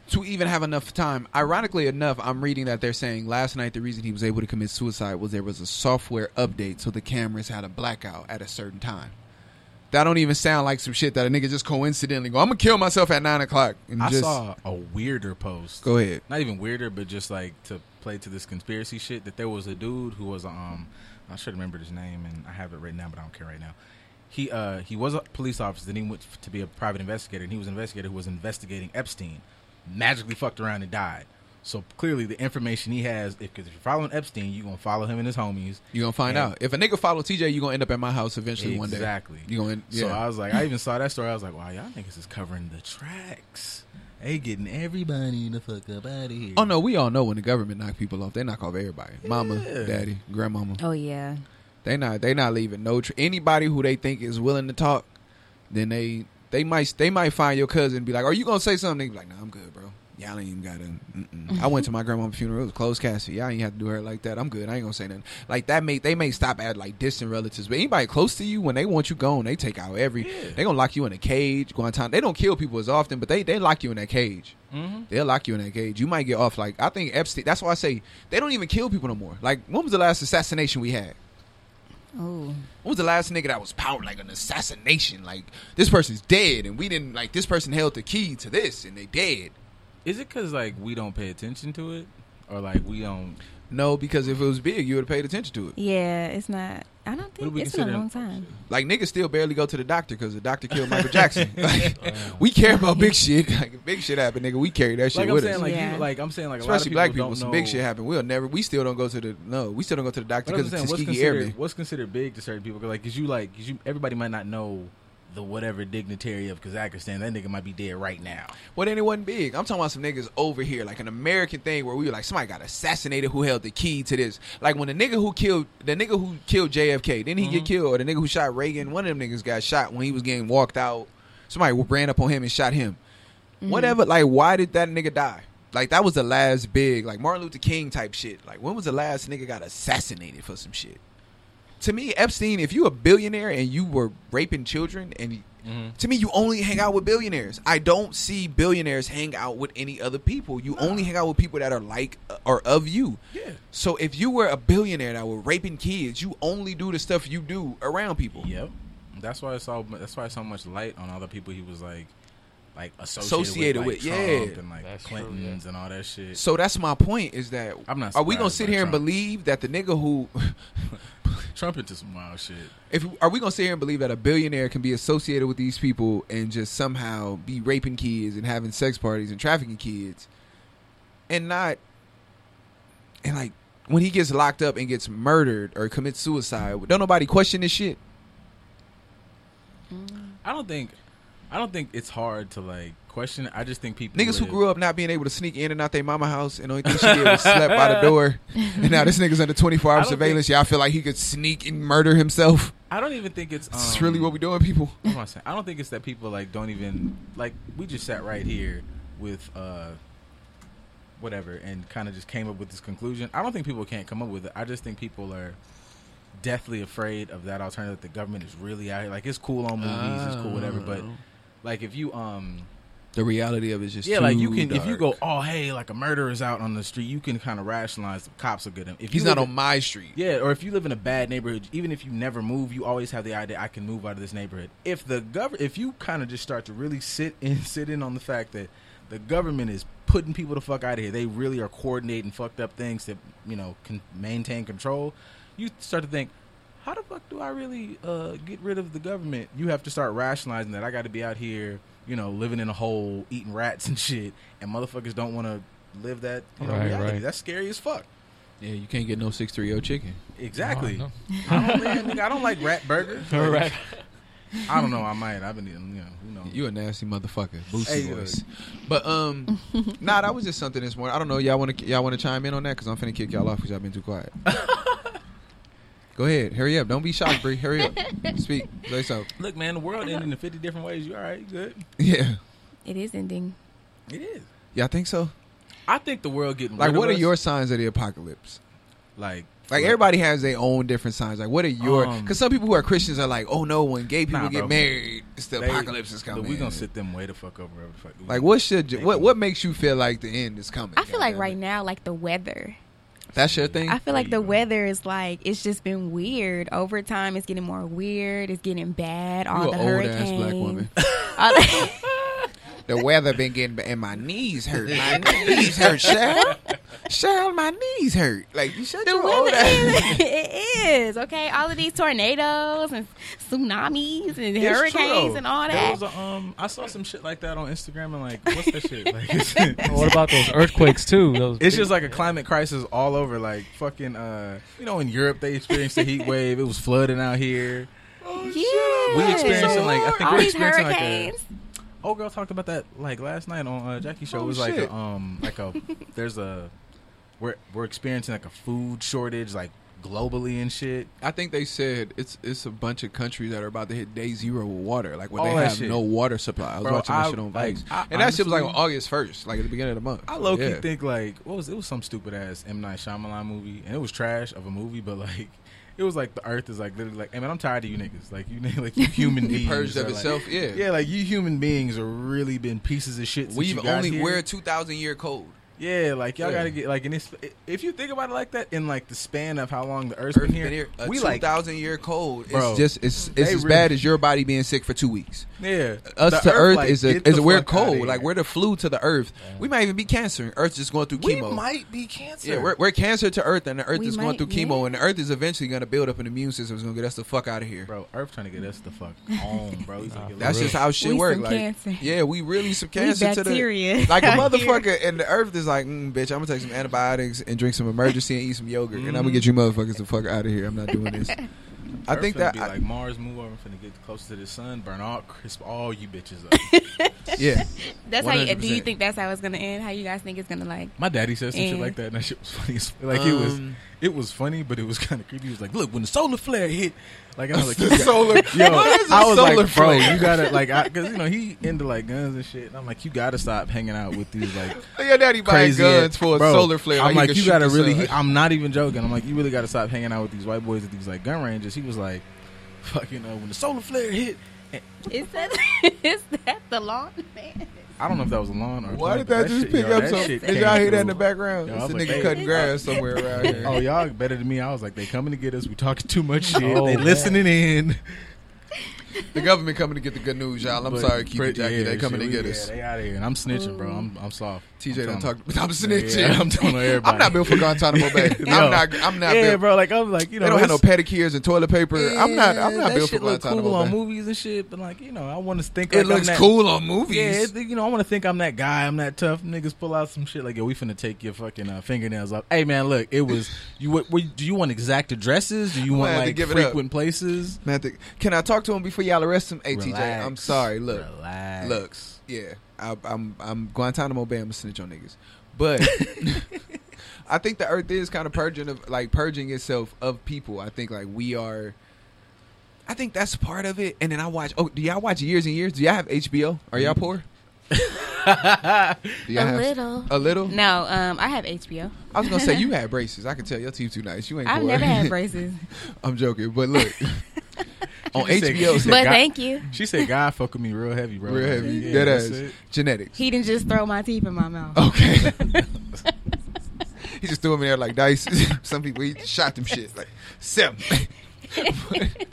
S2: to even have enough time. Ironically enough, I'm reading that they're saying last night the reason he was able to commit suicide was there was a software update, so the cameras had a blackout at a certain time. That don't even sound like some shit that a nigga just coincidentally go. I'm gonna kill myself at nine o'clock. And
S1: I
S2: just,
S1: saw a weirder post.
S2: Go ahead.
S1: Not even weirder, but just like to play to this conspiracy shit that there was a dude who was um I should remember his name and I have it written down, but I don't care right now. He uh he was a police officer, then he went f- to be a private investigator, and he was an investigator who was investigating Epstein. Magically fucked around and died. So clearly, the information he has, because if you're following Epstein, you're gonna follow him and his homies.
S2: You gonna find
S1: Yeah.
S2: out if a nigga follow TJ, you gonna end up at my house eventually one day.
S1: Exactly.
S2: You gonna end,
S1: So
S2: yeah.
S1: I was like, I even saw that story. I was like, wow, y'all niggas is covering the tracks. They getting everybody the fuck up out of here.
S2: Oh no, we all know when the government knock people off, they knock off everybody. Mama,
S1: Yeah.
S2: daddy, grandmama.
S6: Oh yeah.
S2: They not they not leaving no tr- anybody who they think is willing to talk. Then they they might they might find your cousin and be like, "Are you gonna say something?" They be like, "Nah, I'm good, bro. Y'all ain't even gotta." Mm-mm. I went to my grandma's funeral. It was closed casket. Y'all ain't have to do her like that. I'm good. I ain't gonna say nothing. Like that may they may stop at like distant relatives, but anybody close to you when they want you gone, they take out every. They gonna lock you in a cage, Guantanamo. They don't kill people as often, but they they lock you in that cage. They'll lock you in that cage. You might get off. Like I think Epstein. That's why I say they don't even kill people no more. Like when was the last assassination we had?
S6: Oh.
S2: When was the last nigga that was powered like an assassination? Like this person's dead, and we didn't like this person held the key to this, and they dead.
S1: Is it because like we don't pay attention to it, or like we don't?
S2: No, because if it was big, you would have paid attention to it.
S6: Yeah, it's not. I don't
S1: do
S6: think
S1: we
S6: it's been a
S1: consider-
S6: long time.
S2: Like niggas still barely go to the doctor because the doctor killed Michael Jackson. Like, we care about big shit. Like if big shit happened, nigga, we carry that shit
S1: Like I'm
S2: with
S1: saying,
S2: us.
S1: like
S6: Yeah.
S1: you, like I'm saying, like
S2: Especially
S1: a lot
S2: black
S1: of
S2: people,
S1: people,
S2: some
S1: don't
S2: big
S1: know-
S2: shit happened. We'll never. We still don't go to the no. We still don't go to the doctor
S1: But I'm
S2: because of
S1: saying, what's
S2: Tuskegee Airmen.
S1: considered what's considered big to certain people? 'Cause, Like, cause you like, cause you everybody might not know the whatever dignitary of Kazakhstan. That nigga might be dead right now.
S2: Well, then it wasn't big. I'm talking about some niggas over here, like an American thing where we were like, somebody got assassinated who held the key to this. Like when the nigga who killed the nigga who killed JFK, didn't he get killed? Or the nigga who shot Reagan, one of them niggas got shot when he was getting walked out. Somebody ran up on him and shot him. Whatever. Like, why did that nigga die? Like that was the last big, like Martin Luther King type shit. Like when was the last nigga got assassinated for some shit? To me, Epstein, if you a billionaire and you were raping children and to me, you only hang out with billionaires. I don't see billionaires hang out with any other people. You only hang out with people that are like uh, or of you.
S1: Yeah.
S2: So if you were a billionaire that were raping kids, you only do the stuff you do around people.
S1: Yep. That's why I saw. That's why I saw much light on all the people he was like, like
S2: Associated
S1: associated, with,
S2: with,
S1: like,
S2: yeah.
S1: Trump and like
S7: That's true,
S1: Clintons and all that shit.
S2: So that's my point is that
S1: I'm not
S2: are we gonna
S1: surprised
S2: sit
S1: by
S2: here and
S1: Trump.
S2: believe that the nigga who
S1: Trump into some wild shit.
S2: if are we gonna sit here and believe that a billionaire can be associated with these people and just somehow be raping kids and having sex parties and trafficking kids and not and like when he gets locked up and gets murdered or commits suicide, don't nobody question this shit.
S6: Mm.
S1: I don't think, I don't think it's hard to like question. it. I just think people
S2: Niggas who
S1: live-
S2: grew up not being able to sneak in and out their mama house and only thing she did was slap by the door. And now this nigga's under 24
S1: I
S2: hour
S1: don't
S2: surveillance. yeah, I feel like he could sneak and murder himself.
S1: I don't even think it's. Um,
S2: This is really what we doing, people.
S1: what am I saying? I don't think it's that people like don't even like. We just sat right here with uh, whatever, and kind of just came up with this conclusion. I don't think people can't come up with it. I just think people are deathly afraid of that alternative. That the government is really out here. Like it's cool on movies, it's cool whatever, but
S2: Oh.
S1: like if you um
S2: The reality of it is just
S1: yeah, like you can if you go oh hey like a murderer's out on the street, you can kind of rationalize the cops will get him. If
S2: He's
S1: you
S2: not
S1: live
S2: on my street.
S1: yeah, or if you live in a bad neighborhood, even if you never move, you always have the idea I can move out of this neighborhood. If the gov, if you kind of just start to really sit in sit in on the fact that the government is putting people the fuck out of here, they really are coordinating fucked up things that you know can maintain control. You start to think, how the fuck do I really uh, get rid of the government? You have to start rationalizing that I got to be out here, you know, living in a hole, eating rats and shit, and motherfuckers don't want to live that you know,
S3: Right,
S1: reality.
S3: right.
S1: That's scary as fuck.
S3: Yeah, you can't get no six three zero chicken.
S1: Exactly.
S3: No,
S1: I don't, man, nigga, I don't like rat burgers.
S7: All right.
S1: I don't know. I might. I've been eating. You know. Who knows?
S2: You a nasty motherfucker, Boosie
S1: Hey,
S2: voice. But um, nah, that was just something this morning. I don't know. Y'all want to y'all want to chime in on that because I'm finna kick y'all off because y'all been too quiet. go ahead, hurry up. Don't be shocked, Bree. Hurry up. Speak. Say something.
S1: Look, man, the world ended in fifty different ways. You all right? You good?
S2: Yeah,
S6: It is ending.
S1: It is.
S2: y'all think so?
S1: I think the world getting
S2: Like,
S1: rid
S2: what
S1: of
S2: are
S1: us,
S2: your signs of the apocalypse?
S1: like
S2: Like everybody has their own different signs. Like, what are your?
S1: Um,
S2: Because some people who are Christians are like, "Oh no, when gay people
S1: Nah,
S2: get
S1: bro.
S2: married, it's the
S1: they-
S2: apocalypse is coming."
S1: Look, we gonna sit them way the fuck over. wherever the fuck we-
S2: Like, what should you,
S1: Thank
S2: what
S1: you.
S2: what makes you feel like the end is coming?
S6: I feel like
S2: goddammit?
S6: right now, like the weather.
S2: that's your thing.
S6: I feel like
S1: There you
S6: the
S1: go.
S6: weather is like it's just been weird over time. It's getting more weird. It's getting bad. All
S2: You
S6: the
S2: an old
S6: hurricanes.
S2: ass black woman.
S6: All the-
S2: The weather been getting, ba- and my knees hurt. My knees hurt, Cheryl. Cheryl, my knees hurt. Like you shut
S6: the
S2: your old
S6: weather
S2: ass.
S6: is, it is okay. All of these tornadoes and tsunamis and
S1: It's
S6: hurricanes
S1: true.
S6: and all
S1: There
S6: that.
S1: was a, um, I saw some shit like that on Instagram and like, what's that shit? Like, it's,
S7: What about those earthquakes too? Those
S1: it's just like a climate crisis all over. Like fucking, uh, you know, in Europe they experienced a heat wave. It was flooding out here.
S6: yeah,
S1: We experiencing, like, I think
S6: all
S1: we're
S6: these
S1: experiencing, like, a-
S6: hurricanes.
S1: old girl talked about that like last night on uh, Jackie's show.
S2: Oh,
S1: it was like
S2: shit.
S1: a, um like a there's a we're we're experiencing like a food shortage like globally and shit.
S2: I think they said it's it's a bunch of countries that are about to hit day zero with water, like where
S1: All
S2: they
S1: that
S2: have
S1: shit.
S2: no water supply. I was
S1: Bro,
S2: watching that
S1: I-
S2: shit on
S1: like,
S2: Vice,
S1: I
S2: and that shit was like on
S1: honestly-
S2: August first, like at the beginning of the month.
S1: I low key
S2: Yeah.
S1: think like what was it was some stupid ass M Night Shyamalan movie and it was trash of a movie, but like it was like the Earth is like literally like I man I'm tired of you niggas like you like you human beings
S2: purged
S1: are,
S2: of
S1: like-
S2: itself. yeah,
S1: yeah, like you human beings are really been pieces of shit. Since
S2: We've
S1: you got
S2: only
S1: here.
S2: we're a two thousand year cold.
S1: Yeah, like y'all
S2: Yeah.
S1: gotta get like in this. If you think about it like that, in like the span of how long the Earth's
S2: Earth
S1: been here, uh,
S2: been here a
S1: we
S2: two
S1: like
S2: thousand year cold.
S1: Bro,
S2: it's just it's it's
S1: they
S2: as
S1: really-
S2: bad as your body being sick for two weeks.
S1: Yeah,
S2: Us
S1: The
S2: to Earth,
S1: like,
S2: is a
S1: get
S2: is
S1: the
S2: a we're
S1: fuck outta
S2: cold.
S1: here.
S2: Like we're the flu to the Earth. We might even be cancer. Earth's just going through
S1: we
S2: chemo.
S1: might be cancer.
S2: yeah, we're, we're cancer to Earth, and the Earth
S6: We
S2: is going
S6: might,
S2: through chemo,
S6: yeah.
S2: and the Earth is eventually going to build up an immune system. It's going to get us the fuck out of here.
S1: bro. Earth trying to get us the fuck home, bro. He's like,
S2: That's
S1: look,
S2: just how shit
S6: We
S2: work.
S6: some
S2: Like,
S6: cancer.
S2: yeah, we really some cancer to
S6: bacteria.
S2: the like a
S6: out here.
S2: motherfucker, and the Earth is like, mm, bitch, I'm gonna take some antibiotics and drink some emergency and eat some yogurt, and
S1: Mm-hmm.
S2: I'm gonna get you motherfuckers the fuck out of here. I'm not doing this. I
S1: Earth
S2: think
S1: finna
S2: that
S1: be
S2: I-
S1: like Mars move over, I'm finna get closer to the sun, burn all crisp all you bitches up.
S2: yeah.
S6: That's how. You, do you
S2: 100%.
S6: think that's how it's gonna end? How you guys think it's gonna like?
S1: My daddy said some shit
S6: Yeah.
S1: like that, and that shit was funny. as- Like it was,
S2: Um,
S1: it was funny, but it was kind of creepy. He was like, "Look, when the solar flare hit, like I was like,
S2: The solar-
S1: yo,
S2: What is a
S1: I was
S2: solar
S1: like, bro,
S2: flare?
S1: you gotta like, I because you know he into like guns and shit, and I'm like, you gotta stop hanging out with these like."
S2: Oh, Your daddy buying
S1: crazy
S2: guns
S1: ass-
S2: for a
S1: bro,
S2: solar flare.
S1: I'm like,
S2: can
S1: you
S2: shoot
S1: gotta
S2: the
S1: really.
S2: sun."
S1: He, I'm not even joking. I'm like, you really gotta stop hanging out with these white boys at these like gun ranges. He was like, fucking uh, when the solar flare hit.
S6: Is that is that the lawn man?
S1: I don't know if that was a lawn or. a
S2: Why
S1: plant, but
S2: did that just
S1: shit-
S2: pick
S1: yo,
S2: up
S1: that
S2: something?
S1: shit
S2: Did
S1: came
S2: y'all hear that in the
S1: through.
S2: background?
S1: Yo, I
S2: It's
S1: was
S2: a
S1: like,
S2: nigga
S1: hey.
S2: cutting grass somewhere around here.
S1: Oh, y'all better than me. I was like, they coming to get us. We talking too much shit.
S7: Oh,
S1: they
S7: man.
S1: listening in.
S2: The government coming to get the good news, y'all. I'm
S1: But
S2: sorry, keep
S1: pre-
S2: it, Jackie.
S1: yeah,
S2: they coming
S1: shit,
S2: to get
S1: we-
S2: us.
S1: Yeah, they out of here, and I'm snitching, bro. I'm I'm soft.
S2: TJ
S1: I'm
S2: don't
S1: telling
S2: talk. I'm
S1: them.
S2: snitching.
S1: Yeah, I'm telling everybody.
S2: I'm not built for Guantanamo Bay.
S1: Yo.
S2: I'm not. I'm not
S1: yeah,
S2: built.
S1: bro. Like I'm like you know.
S2: They don't have no
S1: it's-
S2: pedicures and toilet paper. I'm not. I'm
S1: Yeah,
S2: not
S1: that
S2: built for
S1: shit look
S2: Guantanamo
S1: cool on
S2: Bay.
S1: movies and shit, but like you know, I want to think.
S2: It
S1: like I'm
S2: looks
S1: that-
S2: cool on movies.
S1: Yeah, it, you know, I want to think I'm that guy. I'm that tough. Niggas pull out some shit like, yo, we finna take your fucking uh, fingernails off. Hey, man, look, it was you. What, what, do you want exact addresses? Do you want
S2: have to
S1: like
S2: give it up.
S1: frequent places?
S2: Man, th- can I talk to him before y'all arrest him? Hey, TJ,
S1: Relax.
S2: I'm sorry. Look,
S1: Relax.
S2: look, yeah, I, I'm I'm Guantanamo Bay. I'm a snitch on niggas, but I think the Earth is kind of purging of like purging itself of people. I think like we are. I think that's part of it. And then I watch. Oh, do y'all watch Years and Years? Do y'all have HBO? Are
S1: Mm-hmm.
S2: y'all poor? do y'all
S6: a
S2: have
S6: little.
S2: a little?
S6: No, um, I have HBO.
S2: I was gonna say you had braces. I can tell your teeth too nice. You ain't.
S6: I've
S2: poor.
S6: never had braces,
S2: I'm joking, but look. On
S1: She said-
S2: HBO,
S1: she said
S6: but
S1: God-
S6: thank you.
S1: She said, "God fuck with me real heavy, bro.
S2: real heavy,
S1: Yeah,
S2: dead
S1: that's
S2: ass,
S1: it.
S2: genetics.
S6: He didn't just throw my teeth in my mouth.
S2: Okay. he just threw him in there like dice. Some people he shot them shit like seven.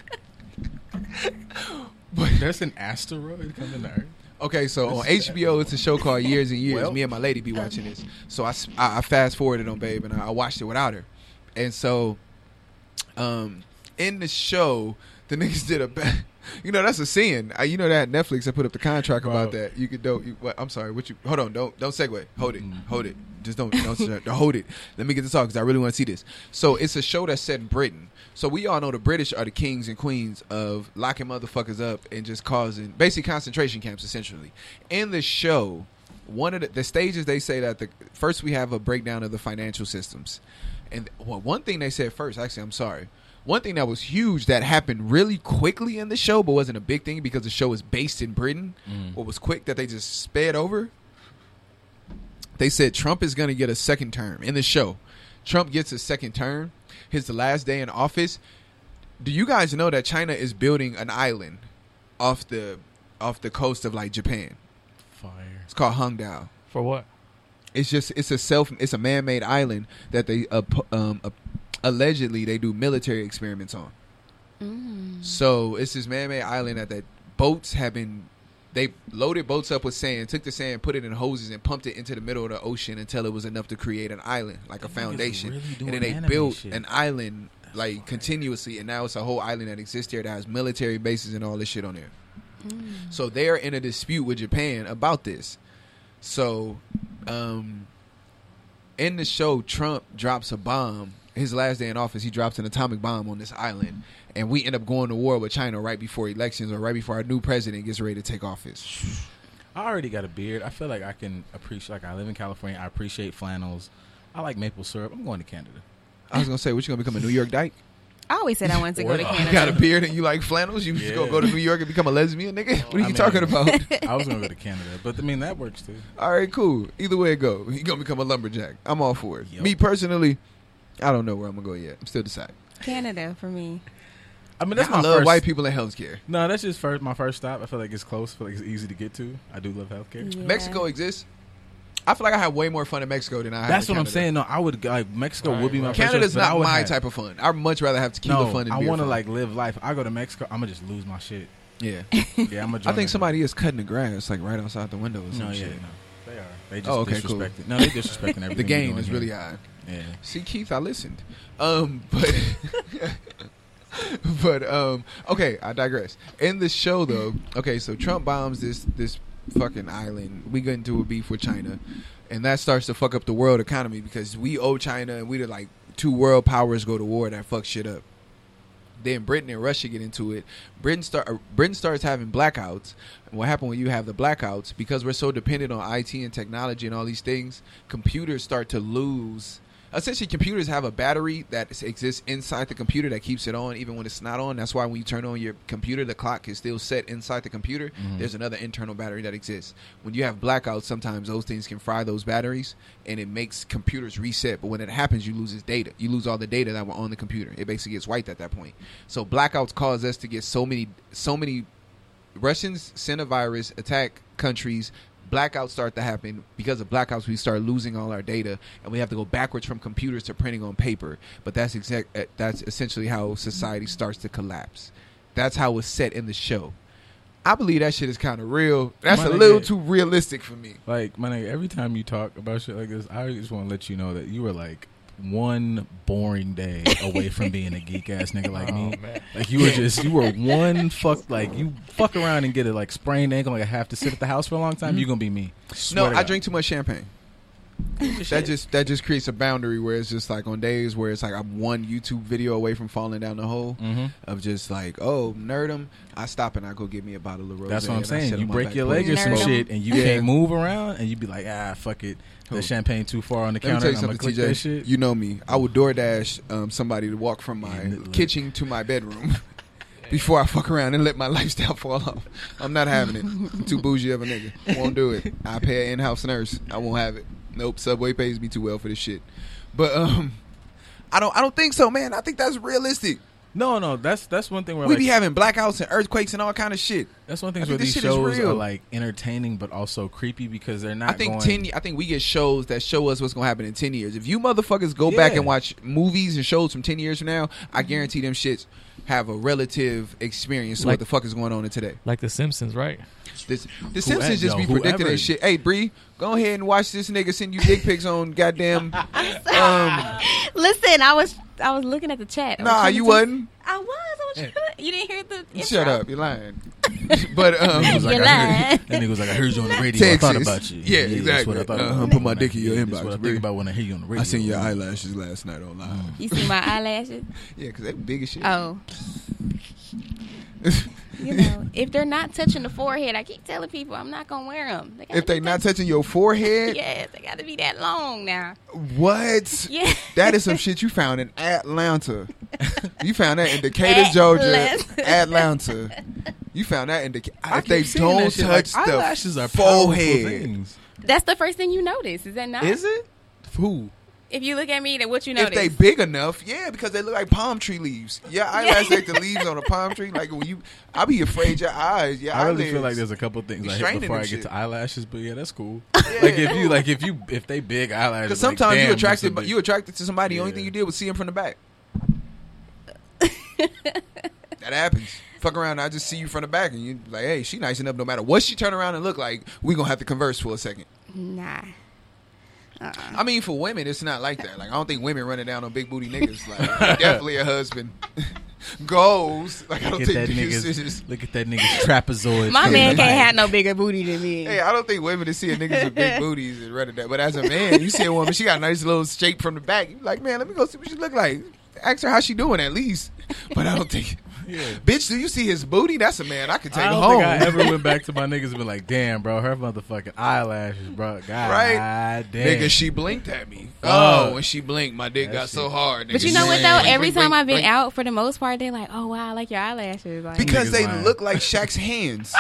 S1: That's an asteroid coming to Earth.
S2: okay, so on HBO it's a show called Years and Years.
S1: Well.
S2: Me and my lady be watching this, so I s- I, fast forwarded on Babe and I, I watched it without her, and so, um, in the show the niggas did a. Ba- you know that's a sin. I, you know that Netflix. I put up the contract
S1: Bro.
S2: about that. You could don't. You, what, I'm sorry. What you? Hold on. Don't don't segue. Hold it. Hold it. Just don't don't se- don't hold it. Let me get this off because I really want to see this. So it's a show that's set in Britain. So we all know the British are the kings and queens of locking motherfuckers up and just causing basically concentration camps essentially. In the show, one of the, the stages they say that the first we have a breakdown of the financial systems, and well, one thing they said first. Actually, I'm sorry. One thing that was huge that happened really quickly in the show, but wasn't a big thing because the show is based in Britain. What was quick that they just sped over. They said Trump is going to get a second term in the show. Trump gets a second term. His last day in office. Do you guys know that China is building an island off the off the coast of like Japan?
S1: Fire.
S2: It's called Hongdao.
S7: For what?
S2: It's just it's a self it's a man made island that they uh, pu- um, uh, allegedly they do military experiments on. So it's this man made island that that boats have been they loaded boats up with sand, took the sand, put it in hoses, and pumped it into the middle of the ocean until it was enough to create an island like a foundation.
S1: really
S2: and
S1: doing
S2: then they
S1: anime
S2: built
S1: shit.
S2: an island like continuously, and now it's a whole island that exists there that has military bases and all this shit on there.
S1: Mm.
S2: So they are in a dispute with Japan about this. So, um, in the show, Trump drops a bomb. His last day in office, he drops an atomic bomb on this island, and we end up going to war with China right before elections or right before our new president gets ready to take office.
S1: I already got a beard. I feel like I can appreciate. Like I live in California. I appreciate flannels. I like maple syrup. I'm going to Canada.
S2: I was gonna say, what you gonna become a New York dyke?
S6: I always said I wanted to go to
S2: You got a
S6: Canada.
S2: beard and you like flannels? You just
S1: Yeah.
S2: gonna go to New York and become a lesbian, nigga? What are you
S1: I mean-
S2: talking about?
S1: I was going to go to Canada, but I mean that works too.
S2: All right, cool. Either way it go, you gonna become a lumberjack. I'm all for it.
S1: Yep.
S2: Me personally, I don't know where I'm gonna go yet. I'm still deciding.
S6: Canada for me.
S1: I mean that's
S2: I
S1: my
S2: love
S1: first.
S2: white people in healthcare.
S1: no, that's just first my first stop. I feel like it's close. I feel like it's easy to get to. I do love healthcare.
S6: Yeah.
S2: Mexico exists. I feel like I have way more fun in Mexico than I. have
S1: That's
S2: in
S1: what I'm
S2: Canada.
S1: saying. No, I would go- like Mexico
S7: Right,
S1: would be my
S7: right.
S1: first
S2: Canada's
S1: choice, but I
S2: not
S1: would
S2: my
S1: have-
S2: type of fun. I'd much rather have tequila
S1: no,
S2: fun than
S1: I
S2: beer
S1: want to
S2: fun.
S1: like live life. I go to Mexico. I'm gonna just lose my shit.
S2: yeah.
S1: Yeah, I'm gonna.
S2: I
S1: join
S2: think
S1: it.
S2: somebody is cutting the grass like right outside the window or some
S1: No, yeah,
S2: shit.
S1: no. They are. They just
S2: Oh, okay, cool.
S1: disrespecting. No, they disrespecting everything.
S2: The game
S1: we
S2: is
S1: doing
S2: really
S1: here.
S2: high.
S1: Yeah.
S2: See, Keith, I listened. Um, but but um, okay, I digress. In the show, though, okay, so Trump bombs this this fucking island. We get into a beef with China, and that starts to fuck up the world economy because we owe China, and we the like two world powers go to war that fuck shit up. Then Britain and Russia get into it. Britain start uh, Britain starts having blackouts. And what happened when you have the blackouts? Because we're so dependent on IT and technology and all these things, computers start to lose. Essentially, computers have a battery that s- exists inside the computer that keeps it on even when it's not on. That's why when you turn on your computer, the clock is still set inside the computer. There's another internal battery that exists. When you have blackouts, sometimes those things can fry those batteries, and it makes computers reset. But when it happens, you lose its data. You lose all the data that were on the computer. It basically gets wiped at that point. So blackouts cause us to get so many, so many Russians send a virus, attack countries, blackouts start to happen. Because of blackouts, we start losing all our data, and we have to go backwards from computers to printing on paper. But that's exact. uh, That's essentially how society starts to collapse. That's how it's set in the show. I believe that shit is kind of real. That's
S1: My
S2: a little
S1: nigga.
S2: too realistic for me.
S1: Like, my nigga, every time you talk about shit like this, I just want to let you know that you were like one boring day away from being a geek ass nigga
S7: Oh,
S1: like me. Like you were just you were one fuck like you fuck around and get a like sprained ankle like I have to sit at the house for a long time. You gonna be me. Swear
S2: No,
S1: to
S2: I
S1: God.
S2: drink too much champagne. That
S7: Shit.
S2: just that just creates a boundary where it's just like on days where it's like I'm one YouTube video away from falling down the hole
S1: Mhm.
S2: of just like oh nerdum. I stop and I go get me a bottle of rose.
S1: That's what I'm
S2: and I sit
S1: saying.
S2: on
S1: You
S2: my
S1: break
S2: back
S1: your
S2: porch
S1: leg or
S2: and
S1: some
S6: Nerd
S2: smoke.
S6: him.
S1: shit, and you
S2: Yeah.
S1: can't move around, and you be like, ah, fuck it.
S2: Who?
S1: The champagne too far on the
S2: Let me
S1: counter.
S2: tell you
S1: I'm gonna
S2: something,
S1: click that
S2: TJ.
S1: shit.
S2: You know me. I would DoorDash um, somebody to walk from my
S1: And it look-
S2: kitchen to my bedroom before I fuck around and let my lifestyle fall off. I'm not having it. I'm too bougie of a nigga. Won't do it. I pay an in-house nurse. I won't have it. Nope. Subway pays me too well for this shit. But um, I don't. I don't think so, man. I think that's realistic.
S1: No, no, that's that's one thing where
S2: we
S1: like,
S2: be having blackouts and earthquakes and all kind of shit.
S1: that's one
S2: I
S1: thing
S2: think
S1: where
S2: this
S1: these
S2: shit is
S1: shows
S2: real.
S1: are like entertaining but also creepy because they're not.
S2: I think
S1: going,
S2: ten. I think we get shows that show us what's gonna happen in ten years. If you motherfuckers go back
S1: Yeah.
S2: and watch movies and shows from ten years from now, I guarantee them shits have a relative experience to what
S7: Like-
S2: the fuck is going on in today.
S7: Like The Simpsons, right?
S2: This, the Simpsons
S1: yo,
S2: just be
S1: whoever-
S2: predicting that shit. Hey, Bree, go ahead and watch this nigga send you dick pics on goddamn. um,
S6: Listen, I was I was looking at the chat. I was
S2: nah,
S6: trying
S2: you
S6: to-
S2: wasn't.
S6: I was. I was. Trying to, you didn't hear the. intro?
S2: Shut up, you're lying. But um,
S1: He was like,
S6: You're
S1: I heard-
S6: lying.
S1: That nigga was like, I heard you on the radio. I thought
S2: Texas.
S1: about you.
S2: Yeah,
S1: That's what
S2: exactly.
S1: I thought
S2: Uh-huh,
S1: about
S2: put my
S1: when I
S2: dick in
S1: hear
S2: your
S1: you. That's
S2: inbox,
S1: what I
S2: baby.
S1: think about when I hear you on the radio.
S2: I seen your eyelashes last night on live.
S6: You see my eyelashes?
S2: Mm. Yeah, because they big as shit.
S6: Oh, you know, if they're not touching the forehead, I keep telling people I'm not gonna wear them.
S2: if they not touching your forehead,
S6: yes, they got to be that long now.
S2: what?
S6: Yeah,
S2: That is some shit you found in Atlanta. You found that in Decatur,
S6: Atlas.
S2: Georgia, Atlanta. You found that in Decatur. If they don't touch
S1: like,
S2: the
S1: eyelashes are powerful
S2: forehead,
S1: things.
S6: That's the first thing you notice, is that not?
S1: it? Who?
S6: If you look at me, then what you
S2: if
S6: notice?
S2: they big enough, yeah, because they look like palm tree leaves. Yeah, eyelashes like the leaves on a palm tree. Like when you, I be afraid your eyes. Yeah,
S1: I really feel like there's a couple things
S2: You
S1: I hit
S2: straining
S1: before
S2: them
S1: I get
S2: shit.
S1: to eyelashes, but yeah, that's cool. Like if you like if you if they big eyelashes,
S2: because
S1: like,
S2: sometimes
S1: damn,
S2: you
S1: that's
S2: attracted,
S1: a
S2: but
S1: big-
S2: you attracted to somebody. The only
S1: Yeah.
S2: thing you did was see them from the back. that happens. Fuck around. I just see you from the back, and you like, hey, she nice enough. No matter what she turn around and look like, we gonna have to converse for a second.
S6: nah. Uh-uh.
S2: I mean, for women, it's not like that. Like, I don't think women running down on big booty niggas. Like, definitely a husband goes. Like, I don't
S1: Look at that
S2: think you
S1: nigga's look at that nigga's trapezoid.
S6: My
S1: from
S6: man
S1: the
S6: can't
S1: night.
S6: have no bigger booty than me.
S2: Hey, I don't think women is seeing niggas with big booties and running down. But as a man, you see a woman, she got a nice little shape from the back. You like, man, let me go see what she look like. Ask her how she doing at least. But I don't think, bitch, do you see his booty? That's a man I could take
S1: I don't
S2: home.
S1: think I ever went back to my niggas and been like, damn, bro, her motherfucking eyelashes, bro. God
S2: Right?
S1: damn.
S2: Nigga, she blinked at me.
S1: Fuck.
S2: Oh, when she blinked, my dick
S1: That
S2: got so
S1: shit.
S2: hard.
S6: But
S2: nigga.
S6: you know what though?
S2: Blink,
S6: Every
S2: blink,
S6: time
S2: blink,
S6: I've been
S2: blink.
S6: out, for the most part, they're like, "Oh wow, I like your eyelashes." Like,
S2: Because
S1: Niggas
S2: they
S1: lying.
S2: look like Shaq's hands.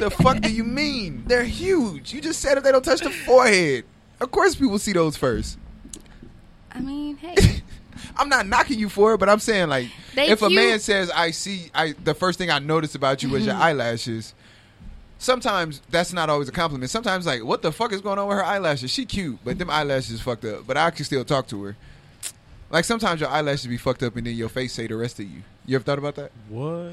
S2: the fuck do you mean? They're huge. You just said if they don't touch the forehead. Of course people see those first.
S6: I mean, hey,
S2: I'm not knocking you for it, but I'm saying like
S6: They
S2: if a
S6: cute.
S2: man says I see I the first thing I notice about you is your eyelashes. Sometimes that's not always a compliment. Sometimes like what the fuck is going on with her eyelashes? She cute, but them eyelashes fucked up. But I can still talk to her. Like sometimes your eyelashes be fucked up and then your face say the rest of you. You ever thought about that?
S1: What?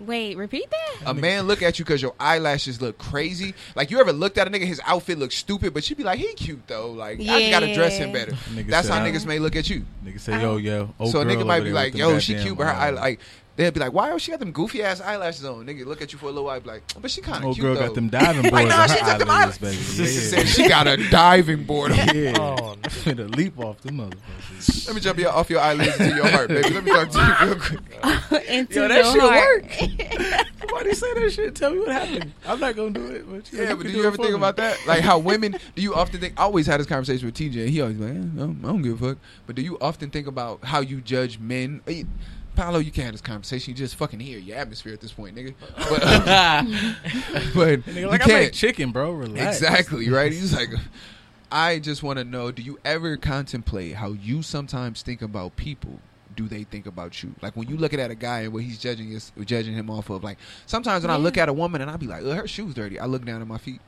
S6: wait, repeat that.
S2: A man look at you because your eyelashes look crazy. Like you ever looked at a nigga, his outfit looks stupid, but she be like, he cute though. Like I just gotta dress him
S6: Yeah.
S2: better.
S1: Nigga
S2: That's
S1: said,
S2: how
S1: I-
S2: niggas may look at you.
S1: Nigga say, yo, yo. Old
S2: so a
S1: girl
S2: nigga
S1: over
S2: might
S1: there
S2: be
S1: with
S2: like,
S1: them
S2: yo, she
S1: goddamn
S2: cute, but her eye
S1: eyelashes.
S2: like they'd be like, why oh she got them goofy ass eyelashes on? Nigga look at you for a little while, be like, but she kind of
S1: Old
S2: cute
S1: girl
S2: though.
S1: got them diving
S2: Like,
S1: boards.
S2: nah,
S1: on her
S2: she took them
S1: eyelashes,
S2: Said
S1: baby.
S2: she got a diving board. on.
S1: Yeah. yeah.
S7: Oh, no.
S1: Finna leap off the motherfuckers.
S2: Let me jump you off your eyelids to your heart, baby. Let me talk to you real quick.
S6: Into
S1: Yo, that
S6: your
S1: shit
S6: heart.
S1: Why do you say that shit? Tell me what happened. I'm not gonna do it. But
S2: Yeah, but do you ever think about that? Like how women do you often think I always had this conversation with TJ and he always like, eh, no, I don't give a fuck. But do you often think about how you judge men? Eh, Paolo, you can't have this conversation. You just fucking hear your atmosphere at this point, nigga. But, but you
S1: Like I make
S2: can't.
S1: chicken, bro. Relax.
S2: Exactly, right? He's like, I just want to know do you ever contemplate how you sometimes think about people? Do they think about you? Like when you looking at a guy and what he's judging is judging him off of. Like sometimes when I look at a woman and I be like, "Ugh, her shoes dirty. I look down at my feet.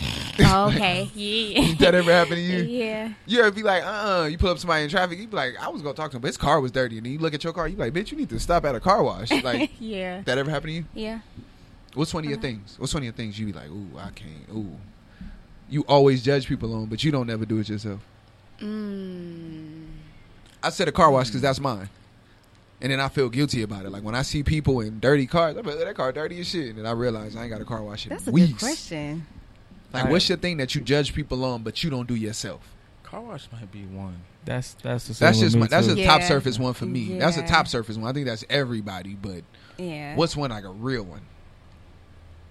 S6: Okay. Yeah.
S2: that ever happen to you?
S6: Yeah.
S2: You ever be like, uh, uh you pull up somebody in traffic, you be like, I was gonna talk to him, but his car was dirty, and then you look at your car, you be like, bitch, you need to stop at a car wash. Like,
S6: yeah.
S2: that ever happen to you?
S6: Yeah.
S2: What's one of your things? What's one of your things you be like, ooh, I can't, ooh. You always judge people on, but you don't ever do it yourself.
S6: Mm.
S2: I said a car wash because that's mine. And then I feel guilty about it. Like when I see people in dirty cars, I'm like, "Oh, that car dirty as shit. And then I realize I ain't got a car wash in
S6: That's a
S2: weeks.
S6: good question.
S2: Like, what's your thing that you judge people on, but you don't do yourself?
S1: Car wash might be one.
S3: That's that's the same
S2: That's
S3: with
S2: just
S3: me,
S2: my, that's
S3: too.
S2: a top
S6: Yeah.
S2: surface one for me. That's a
S6: Yeah.
S2: top surface one. I think that's everybody. But
S6: Yeah.
S2: what's one like a real one?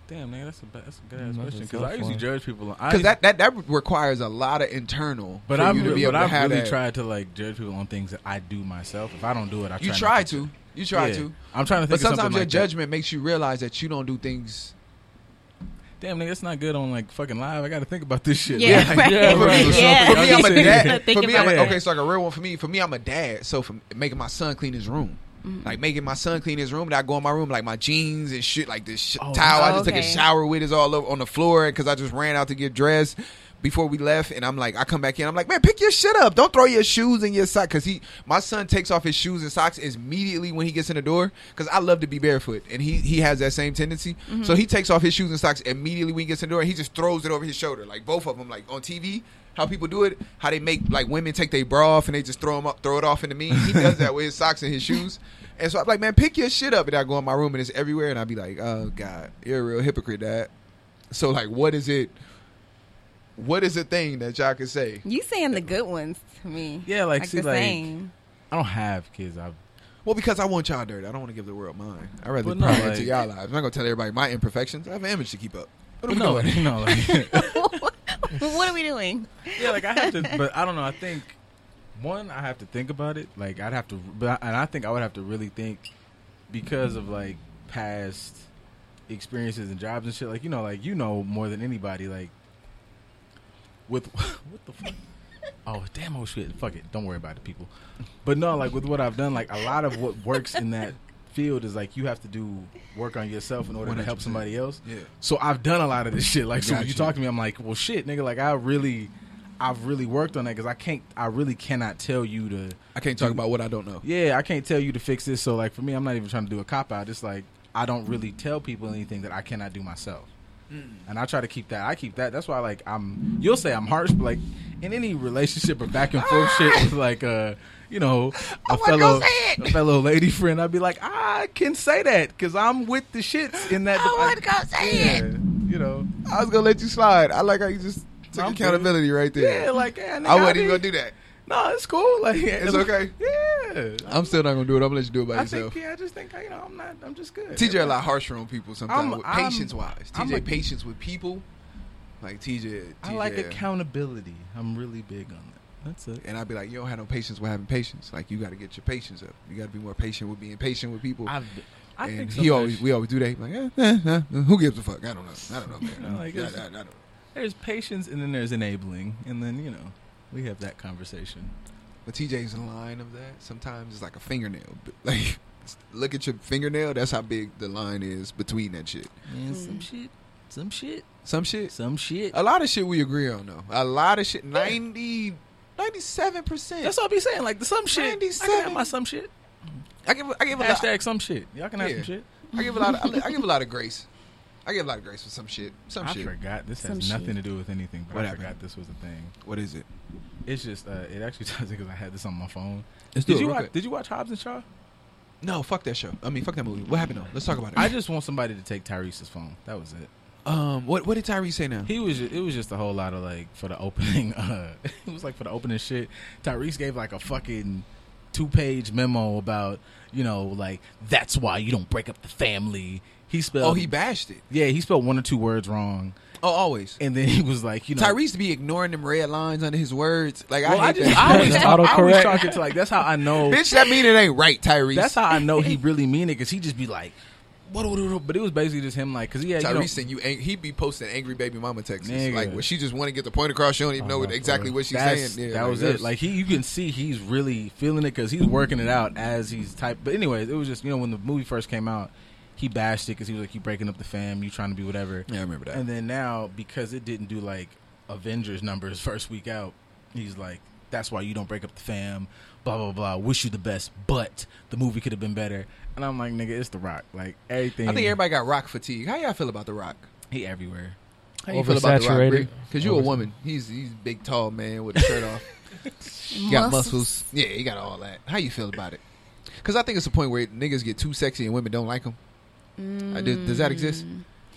S1: Damn, nigga, that's a ba- that's a good
S3: Mm,
S1: ass
S3: that's a
S1: question because
S3: tough
S1: I usually
S3: one.
S1: judge people. on- I
S2: Because that, that that requires a lot of internal.
S1: but
S2: for
S1: I've
S2: you to
S1: re-
S2: be
S1: but
S2: able to
S1: I've
S2: have
S1: really
S2: that.
S1: tried to like judge people on things that I do myself. If I don't do it, I try
S2: you
S1: not
S2: try to. You try
S1: Yeah.
S2: to.
S1: I'm trying to think.
S2: But
S1: of something
S2: sometimes your
S1: like that.
S2: judgment makes you realize that you don't do things.
S1: Damn, nigga, that's not good on like fucking live. I got to think about this shit.
S6: Yeah,
S1: Like,
S6: right.
S1: yeah, right.
S6: Yeah.
S1: Something
S2: For
S1: else
S2: me, I'm a
S1: you said.
S2: dad.
S6: Think
S2: For me, I'm a,
S1: about it.
S2: okay. So like a real one for me. For me, I'm a dad. So for making my son clean his room,
S6: Mm-hmm.
S2: like making my son clean his room, and I go in my room like my jeans and shit, like this sh- towel I just took a
S6: okay.
S2: shower with is all over on the floor because I just ran out to get dressed before we left, and I'm like, I come back in, I'm like, man, pick your shit up. Don't throw your shoes in your sock because he, my son takes off his shoes and socks immediately when he gets in the door because I love to be barefoot, and he he has that same tendency. So he takes off his shoes and socks immediately when he gets in the door, and he just throws it over his shoulder, like both of them, like on TV how people do it, how they make like women take their bra off and they just throw 'em up, throw it off into me. He does that with his socks and his shoes. And so I'm like, man, pick your shit up. And I go in my room and it's everywhere. And i be like, oh god, you're a real hypocrite, dad. So like, what is it? What is the thing that y'all can say?
S6: You saying the good ones to me.
S1: Yeah, like, see,
S6: the
S1: like-
S6: same.
S1: I don't have kids. I've
S2: Well, because I want y'all dirty. I don't want to give the world mine. I rather
S1: But
S2: put
S1: no,
S2: it
S1: like-
S2: into y'all lives. I'm not gonna tell everybody my imperfections. I have an image to keep up. What am I
S1: no,
S2: doing?
S1: like, no, like,
S6: what are we doing?
S1: yeah, like I have to, but I don't know. I think one, I have to think about it. Like I'd have to, but I, and I think I would have to really think because of like past experiences and jobs and shit. Like you know, like you know more than anybody. Like with what the fuck? Oh damn! Oh shit! Fuck it! Don't worry about it, people. But no, like with what I've done, like a lot of what works in that field is like you have to do work on yourself in order to help
S2: 100%.
S1: somebody else.
S2: Yeah.
S1: So I've done a lot of this shit. Like, so when you
S2: Gotcha.
S1: talk to me, I'm like, well, shit, nigga. Like, I really, I've really worked on that because I can't, I really cannot tell you to,
S2: I can't talk about what I don't know.
S1: yeah, I can't tell you to fix this. So, like, for me, I'm not even trying to do a cop out. It's like I don't really tell people anything that I cannot do myself. And I try to keep that. I keep that. That's why, like, I'm. You'll say I'm harsh, but like in any relationship or back and forth shit with like uh, you know, a fellow a fellow lady friend, I'd be like, I can say that because I'm with the shits in
S6: Oh
S1: that. I would go say it. You know,
S2: I was gonna let you slide. I like how you just took
S1: I'm good.
S2: accountability right there.
S1: yeah, like yeah, nigga,
S2: I wasn't even
S1: be-
S2: gonna do that.
S1: No, it's cool. Like
S2: It's okay.
S1: Yeah,
S2: I'm still not gonna do it. I'm gonna let you do it by
S1: I
S2: yourself.
S1: think yeah, I just think you know I'm not. I'm just good.
S2: TJ a lot harsher on people sometimes.
S1: I'm-
S2: with
S1: I'm-
S2: patience wise,
S1: I'm
S2: TJ
S1: a-
S2: patience with people. Like TJ,
S1: I like
S2: TJ,
S1: accountability. I'm really big on that. That's it.
S2: And I'd be like, you don't have no patience with having patience. Like you got to get your patience up. You got to be more patient with being patient with people.
S1: I've, I
S2: and
S1: think
S2: he always, we always do that. He Like, eh, eh, eh, who gives a fuck? I don't know. I don't know. Man.
S1: like,
S2: I, I, I
S1: it's-
S2: don't know.
S1: there's patience and then there's enabling and then you know we have that conversation.
S2: But TJ's in line of that. Sometimes it's like a fingernail. But, Like, look at your fingernail. That's how big the line is between that shit.
S1: And some shit, some shit,
S2: Some shit.
S1: some shit.
S2: A lot of shit we agree on though. A lot of shit. 90, 97 percent.
S1: That's all I be saying. Like the some shit. I can have
S2: 97.
S1: my some shit.
S2: I give. I give a lot.
S1: Hashtag some shit. Y'all can have
S2: Yeah.
S1: some shit.
S2: I give a lot. Of, I give a lot of grace. I give a lot of grace for some shit. Some
S1: I
S2: shit.
S1: forgot. This
S6: Some
S1: has
S6: shit.
S1: nothing to do with anything. But
S2: What
S1: I
S2: happened?
S1: forgot this was a thing.
S2: What is it?
S1: It's just uh, it actually does because I had this on my phone.
S2: Let's
S1: did you watch, did you watch Hobbs and Shaw?
S2: No, fuck that show. I mean, fuck that movie. What happened though? Let's talk about it.
S1: I just want somebody to take Tyrese's phone. That was it.
S2: um, what what did Tyree say now?
S1: He was. ju- It was just a whole lot of like for the opening. Uh, it was like for the opening shit. Tyrese gave like a fucking two page memo about you know like that's why you don't break up the family. He spelled.
S2: oh, he bashed it.
S1: Yeah, he spelled one or two words wrong,
S2: Oh, always.
S1: and then he was like, you know,
S2: Tyrese be ignoring them red lines under his words. Like
S1: Well,
S2: I,
S1: I
S2: hate
S1: just
S2: that.
S1: I always, talk, I always
S7: Autocorrect.
S1: talk it to like that's how I know.
S2: bitch. That mean it ain't right, Tyrese.
S1: That's how I know he really mean it because he just be like, what, what, what, what, but it was basically just him like because he had you know,
S2: Tyrese and you, ang- he be posting angry baby mama texts.
S1: Nigga.
S2: Like, where she just want to get the point across. She don't even know
S1: Oh,
S2: what-
S1: my
S2: exactly
S1: God.
S2: what she's
S1: That's-
S2: saying. Yeah,
S1: that was
S2: that's-
S1: it. Like he, you can see he's really feeling it because he's working it out as he's type. But anyways, it was just you know when the movie first came out, he bashed it because he was like, "You breaking up the fam, you trying to be whatever."
S3: Yeah, I remember that.
S1: And then now because it didn't do like Avengers numbers first week out, he's like, "That's why you don't break up the fam." Blah blah blah. Wish you the best, but the movie could have been better. And I'm like, nigga, it's The Rock. Like everything.
S2: I think everybody got rock fatigue. How y'all feel about The Rock?
S1: he everywhere.
S2: How you feel about The Rock,
S5: Oversaturated.
S2: Because you a woman. He's he's a big, tall man with a shirt off. You got muscles. Yeah, he got all that. How you feel about it? Because I think it's a point where niggas get too sexy and women don't like them. does, does that exist?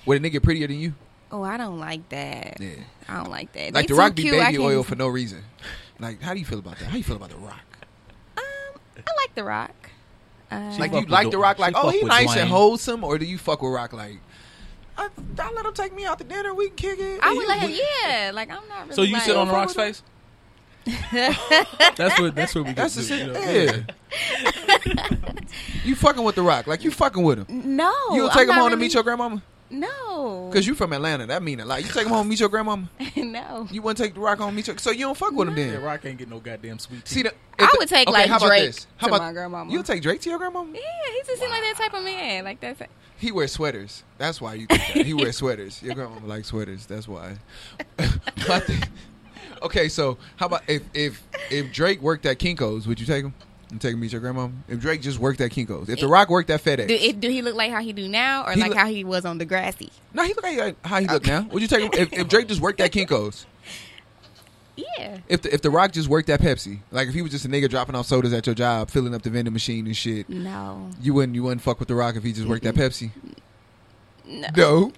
S2: Where a nigga prettier than you?
S6: Oh, I don't like that.
S2: Yeah.
S6: I don't like that.
S2: Like The
S6: They
S2: Rock
S6: too
S2: be
S6: cute, I Um,
S2: baby
S6: can't-
S2: oil for no reason. Like, how do you feel about that? How you feel about The Rock?
S6: Um, I like The Rock. Uh,
S2: Like,
S1: fuck
S2: you
S1: with
S2: like
S1: Dw-
S2: The Rock
S1: she
S2: like, oh,
S1: fuck
S2: he
S1: with
S2: nice and
S1: Dwayne.
S2: wholesome? Or do you fuck with Rock like, I, I let him take me out to dinner. We can kick it.
S6: I would let him. Yeah, like I'm not. Really
S1: So you
S6: like,
S1: sit on The Rock's face. that's what. That's what we.
S2: That's
S1: get
S2: the
S1: to,
S2: shit.
S1: you know?
S2: Yeah. you fucking with The Rock. Like, you fucking with him.
S6: No,
S2: You'll
S6: I'm
S2: take him
S6: not
S2: home to
S6: really-
S2: meet your grandmama?
S6: No,
S2: Because you from Atlanta. That mean a lot. You take him home to meet your grandmama?
S6: no.
S2: You want to take The Rock home to meet your... So you don't fuck with him
S1: Yeah,
S2: then?
S1: Rock ain't get no goddamn sweet tea.
S2: See, the, if
S6: I
S2: the-
S6: would take
S2: okay,
S6: like
S2: how about
S6: Drake
S2: this? How
S6: to
S2: about
S6: my grandmama.
S2: You'll take Drake to your grandmama?
S6: yeah, he just seemed like that type of man. Like that's.
S2: He wears sweaters. That's why you think that. He wears sweaters. Your grandmama likes sweaters. That's why. My thing- okay, so how about if if if Drake worked at Kinko's, would you take him? And take him to meet your grandmama? If Drake just worked at Kinko's. If The Rock worked at FedEx.
S6: Do, it, do he look like how he do now, or
S2: He
S6: like
S2: look-
S6: how he was on the grassy?
S2: no, he look like how he look now. Would you take him if, if Drake just worked at Kinko's?
S6: Yeah,
S2: If the, if The Rock just worked at Pepsi, like if he was just a nigga dropping off sodas at your job, filling up the vending machine and shit,
S6: no,
S2: you wouldn't you wouldn't fuck with The Rock if he just worked at Pepsi.
S6: no.
S2: No,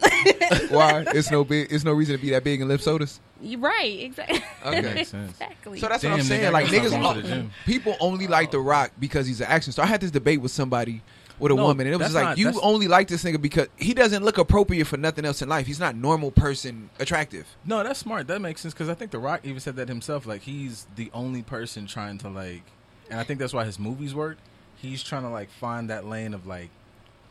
S2: why? It's no big. It's no reason to be that big and lift sodas.
S6: You're right, exactly.
S2: Okay.
S1: Makes sense.
S6: exactly.
S2: So that's
S1: Damn,
S2: what I'm
S1: nigga,
S2: saying.
S1: I
S2: like
S1: gotta stop
S2: niggas,
S1: going to the gym. Oh.
S2: people only like The Rock because he's an action star. I had this debate with somebody, with a
S1: No,
S2: woman, and it
S1: that's
S2: was just like
S1: not-
S2: you
S1: that's-
S2: only like this nigga because he doesn't look appropriate for nothing else in life. He's not normal person attractive.
S1: No, that's smart. That makes sense because I think The Rock even said that himself. Like he's the only person trying to like, and I think that's why his movies work. He's trying to like find that lane of like,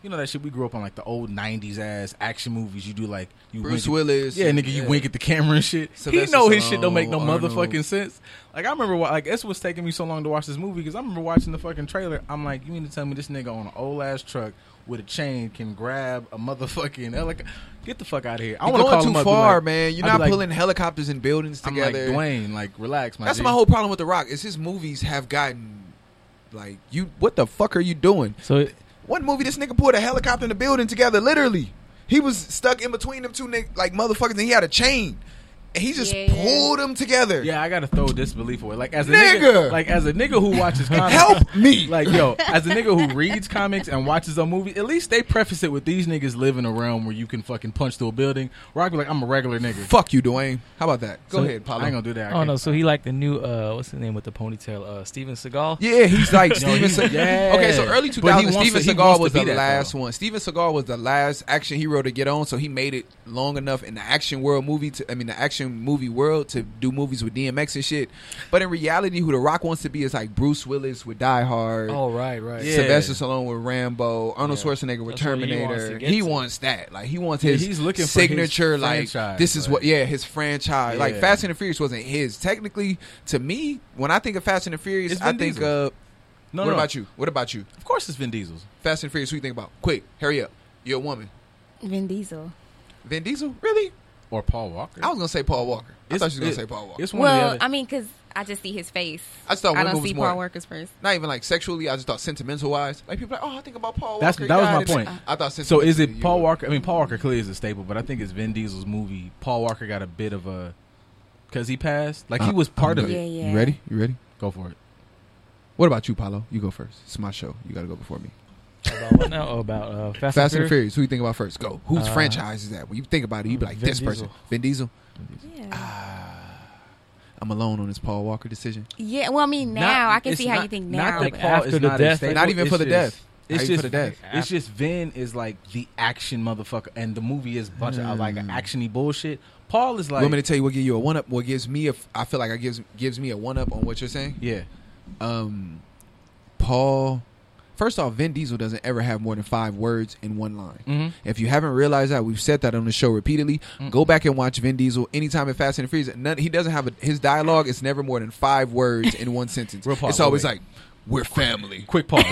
S1: you know that shit we grew up on like the old '90s ass action movies. You do like you
S2: Bruce
S1: wink
S2: Willis,
S1: at, yeah, nigga, you wink at the camera and shit.
S2: Sylvester
S1: he know his shit don't
S2: Stallone,
S1: make no
S2: Arnold.
S1: motherfucking sense. Like I remember, wa- like that's what's taking me so long to watch this movie because I remember watching the fucking trailer. I'm like, you mean to tell me this nigga on an old ass truck with a chain can grab a motherfucking like, get the fuck out of here. I
S2: You're
S1: want to call
S2: going too
S1: him up, be
S2: far,
S1: like-
S2: man. You're
S1: I'd be
S2: not
S1: like,
S2: pulling helicopters and buildings together.
S1: I'm like Dwayne, like relax, my
S2: That's
S1: G.
S2: my whole problem with The Rock is his movies have gotten like you. What the fuck are you doing?
S5: So
S2: One movie, this nigga pulled a helicopter and a building together. Literally, he was stuck in between them two nigg- like motherfuckers, and he had a chain, and he just
S6: Yeah.
S2: pulled them together.
S1: Yeah, I gotta throw disbelief away. Like as a
S2: Nigga!
S1: nigga, like as a nigga who watches comics,
S2: Help me.
S1: Like yo, as a nigga who reads comics and watches a movie, at least they preface it with these niggas live in a realm where you can fucking punch through a building. Rock be like, I'm a regular nigga.
S2: Fuck you, Dwayne. How about that? Go
S5: So-
S2: ahead,
S1: I
S2: Paulo.
S1: ain't gonna do that.
S5: oh
S1: I can't-
S5: no, so he like the new uh what's his name with the ponytail? Uh Steven Seagal.
S2: Yeah, he's like
S1: Yo, he-
S2: Steven. Se-
S1: yeah.
S2: Okay, so early
S1: But
S2: 2000s,
S1: he wants
S2: Steven
S1: to- he
S2: Seagal
S1: wants to
S2: was
S1: be
S2: the
S1: that,
S2: last
S1: though.
S2: one. Steven Seagal was the last action hero to get on, so he made it long enough in the action world movie. To, I mean, the action movie world to do movies with DMX and shit. But in reality, who The Rock wants to be is like Bruce Willis with Die Hard.
S5: Oh right, right.
S1: Yeah.
S2: Sylvester Stallone with Rambo, Arnold Schwarzenegger with
S5: That's what he wants to
S2: Terminator.
S5: get to.
S2: He wants that. Like he wants
S1: Yeah,
S2: his
S1: he's looking for his
S2: signature. like
S1: franchise,
S2: this is
S1: like-
S2: what. Yeah, his franchise. Like
S1: Yeah.
S2: Fast and the Furious wasn't his. Technically, to me, when I think of Fast and the Furious,
S1: It's
S2: I
S1: Vin
S2: think
S1: Diesel.
S2: of.
S1: no,
S2: what
S1: no.
S2: about you? What about you?
S1: Of course, it's Vin Diesel's.
S2: Fast and Furious. Who you think about? Quick, hurry up. You're a woman.
S6: Vin Diesel.
S2: Vin Diesel. Really?
S1: Or Paul Walker.
S2: I was gonna say Paul Walker. I thought you were gonna say Paul Walker.
S1: It's one
S6: Well,
S1: of the
S6: I
S1: other.
S6: mean, because I just see his face.
S2: I just thought
S6: I
S2: one
S6: don't
S2: movie
S6: see
S2: was more.
S6: Paul Walker's first.
S2: Not even like sexually. I just thought sentimental wise. Like people are like, oh, I think about Paul
S1: That's-
S2: Walker.
S1: that was
S2: God,
S1: my
S2: and-
S1: point.
S2: I thought.
S1: So is
S2: sentimental,
S1: it
S2: you
S1: Paul
S2: were-
S1: Walker? I mean, Paul Walker clearly is a staple, but I think it's Vin Diesel's movie. Paul Walker got a bit of a because he passed. Like
S5: Uh,
S1: he was part of
S6: Yeah,
S1: it.
S6: yeah.
S2: You ready? You ready?
S1: Go for it.
S2: What about you, Paolo? You go first. It's my show. You got to go before me.
S5: About what now? Oh, about uh, Fast,
S2: Fast
S5: and,
S2: and the Furious. Who you think about first? Go. Whose
S5: Uh,
S2: franchise is that? When you think about it,
S1: uh,
S2: you be like
S5: Vin
S2: this person,
S5: Diesel.
S2: Vin Diesel.
S6: Yeah.
S2: I'm alone on this Paul Walker decision.
S6: yeah. Well, I mean,
S1: Not-
S6: now I can
S1: it's
S6: see how
S1: not-
S6: you think
S1: Not
S6: now.
S1: that
S6: but-
S5: Like,
S1: Paul
S5: after
S1: is
S5: the
S1: not a
S5: death,
S1: staple,
S2: Not even
S1: it's
S2: for the
S1: just-
S2: death. Not
S1: It's
S2: even
S1: just
S2: for the death.
S1: It's just Vin is like the action motherfucker, and the movie is bunch of like actiony bullshit. Paul Hmm. is like,
S2: Want me to tell you what give you a one up? What gives me a? f- I feel like I gives gives me a one up on what you're saying.
S1: yeah,
S2: Um, Paul. First off, Vin Diesel doesn't ever have more than five words in one line.
S1: Mhm.
S2: If you haven't realized that, we've said that on the show repeatedly. Go back and watch Vin Diesel anytime in Fast and the Furious. None, he doesn't have a, his dialogue. It's never more than five words in one sentence.
S1: Real Paul,
S2: it's always
S1: wait.
S2: like, "We're family."
S1: quick pause,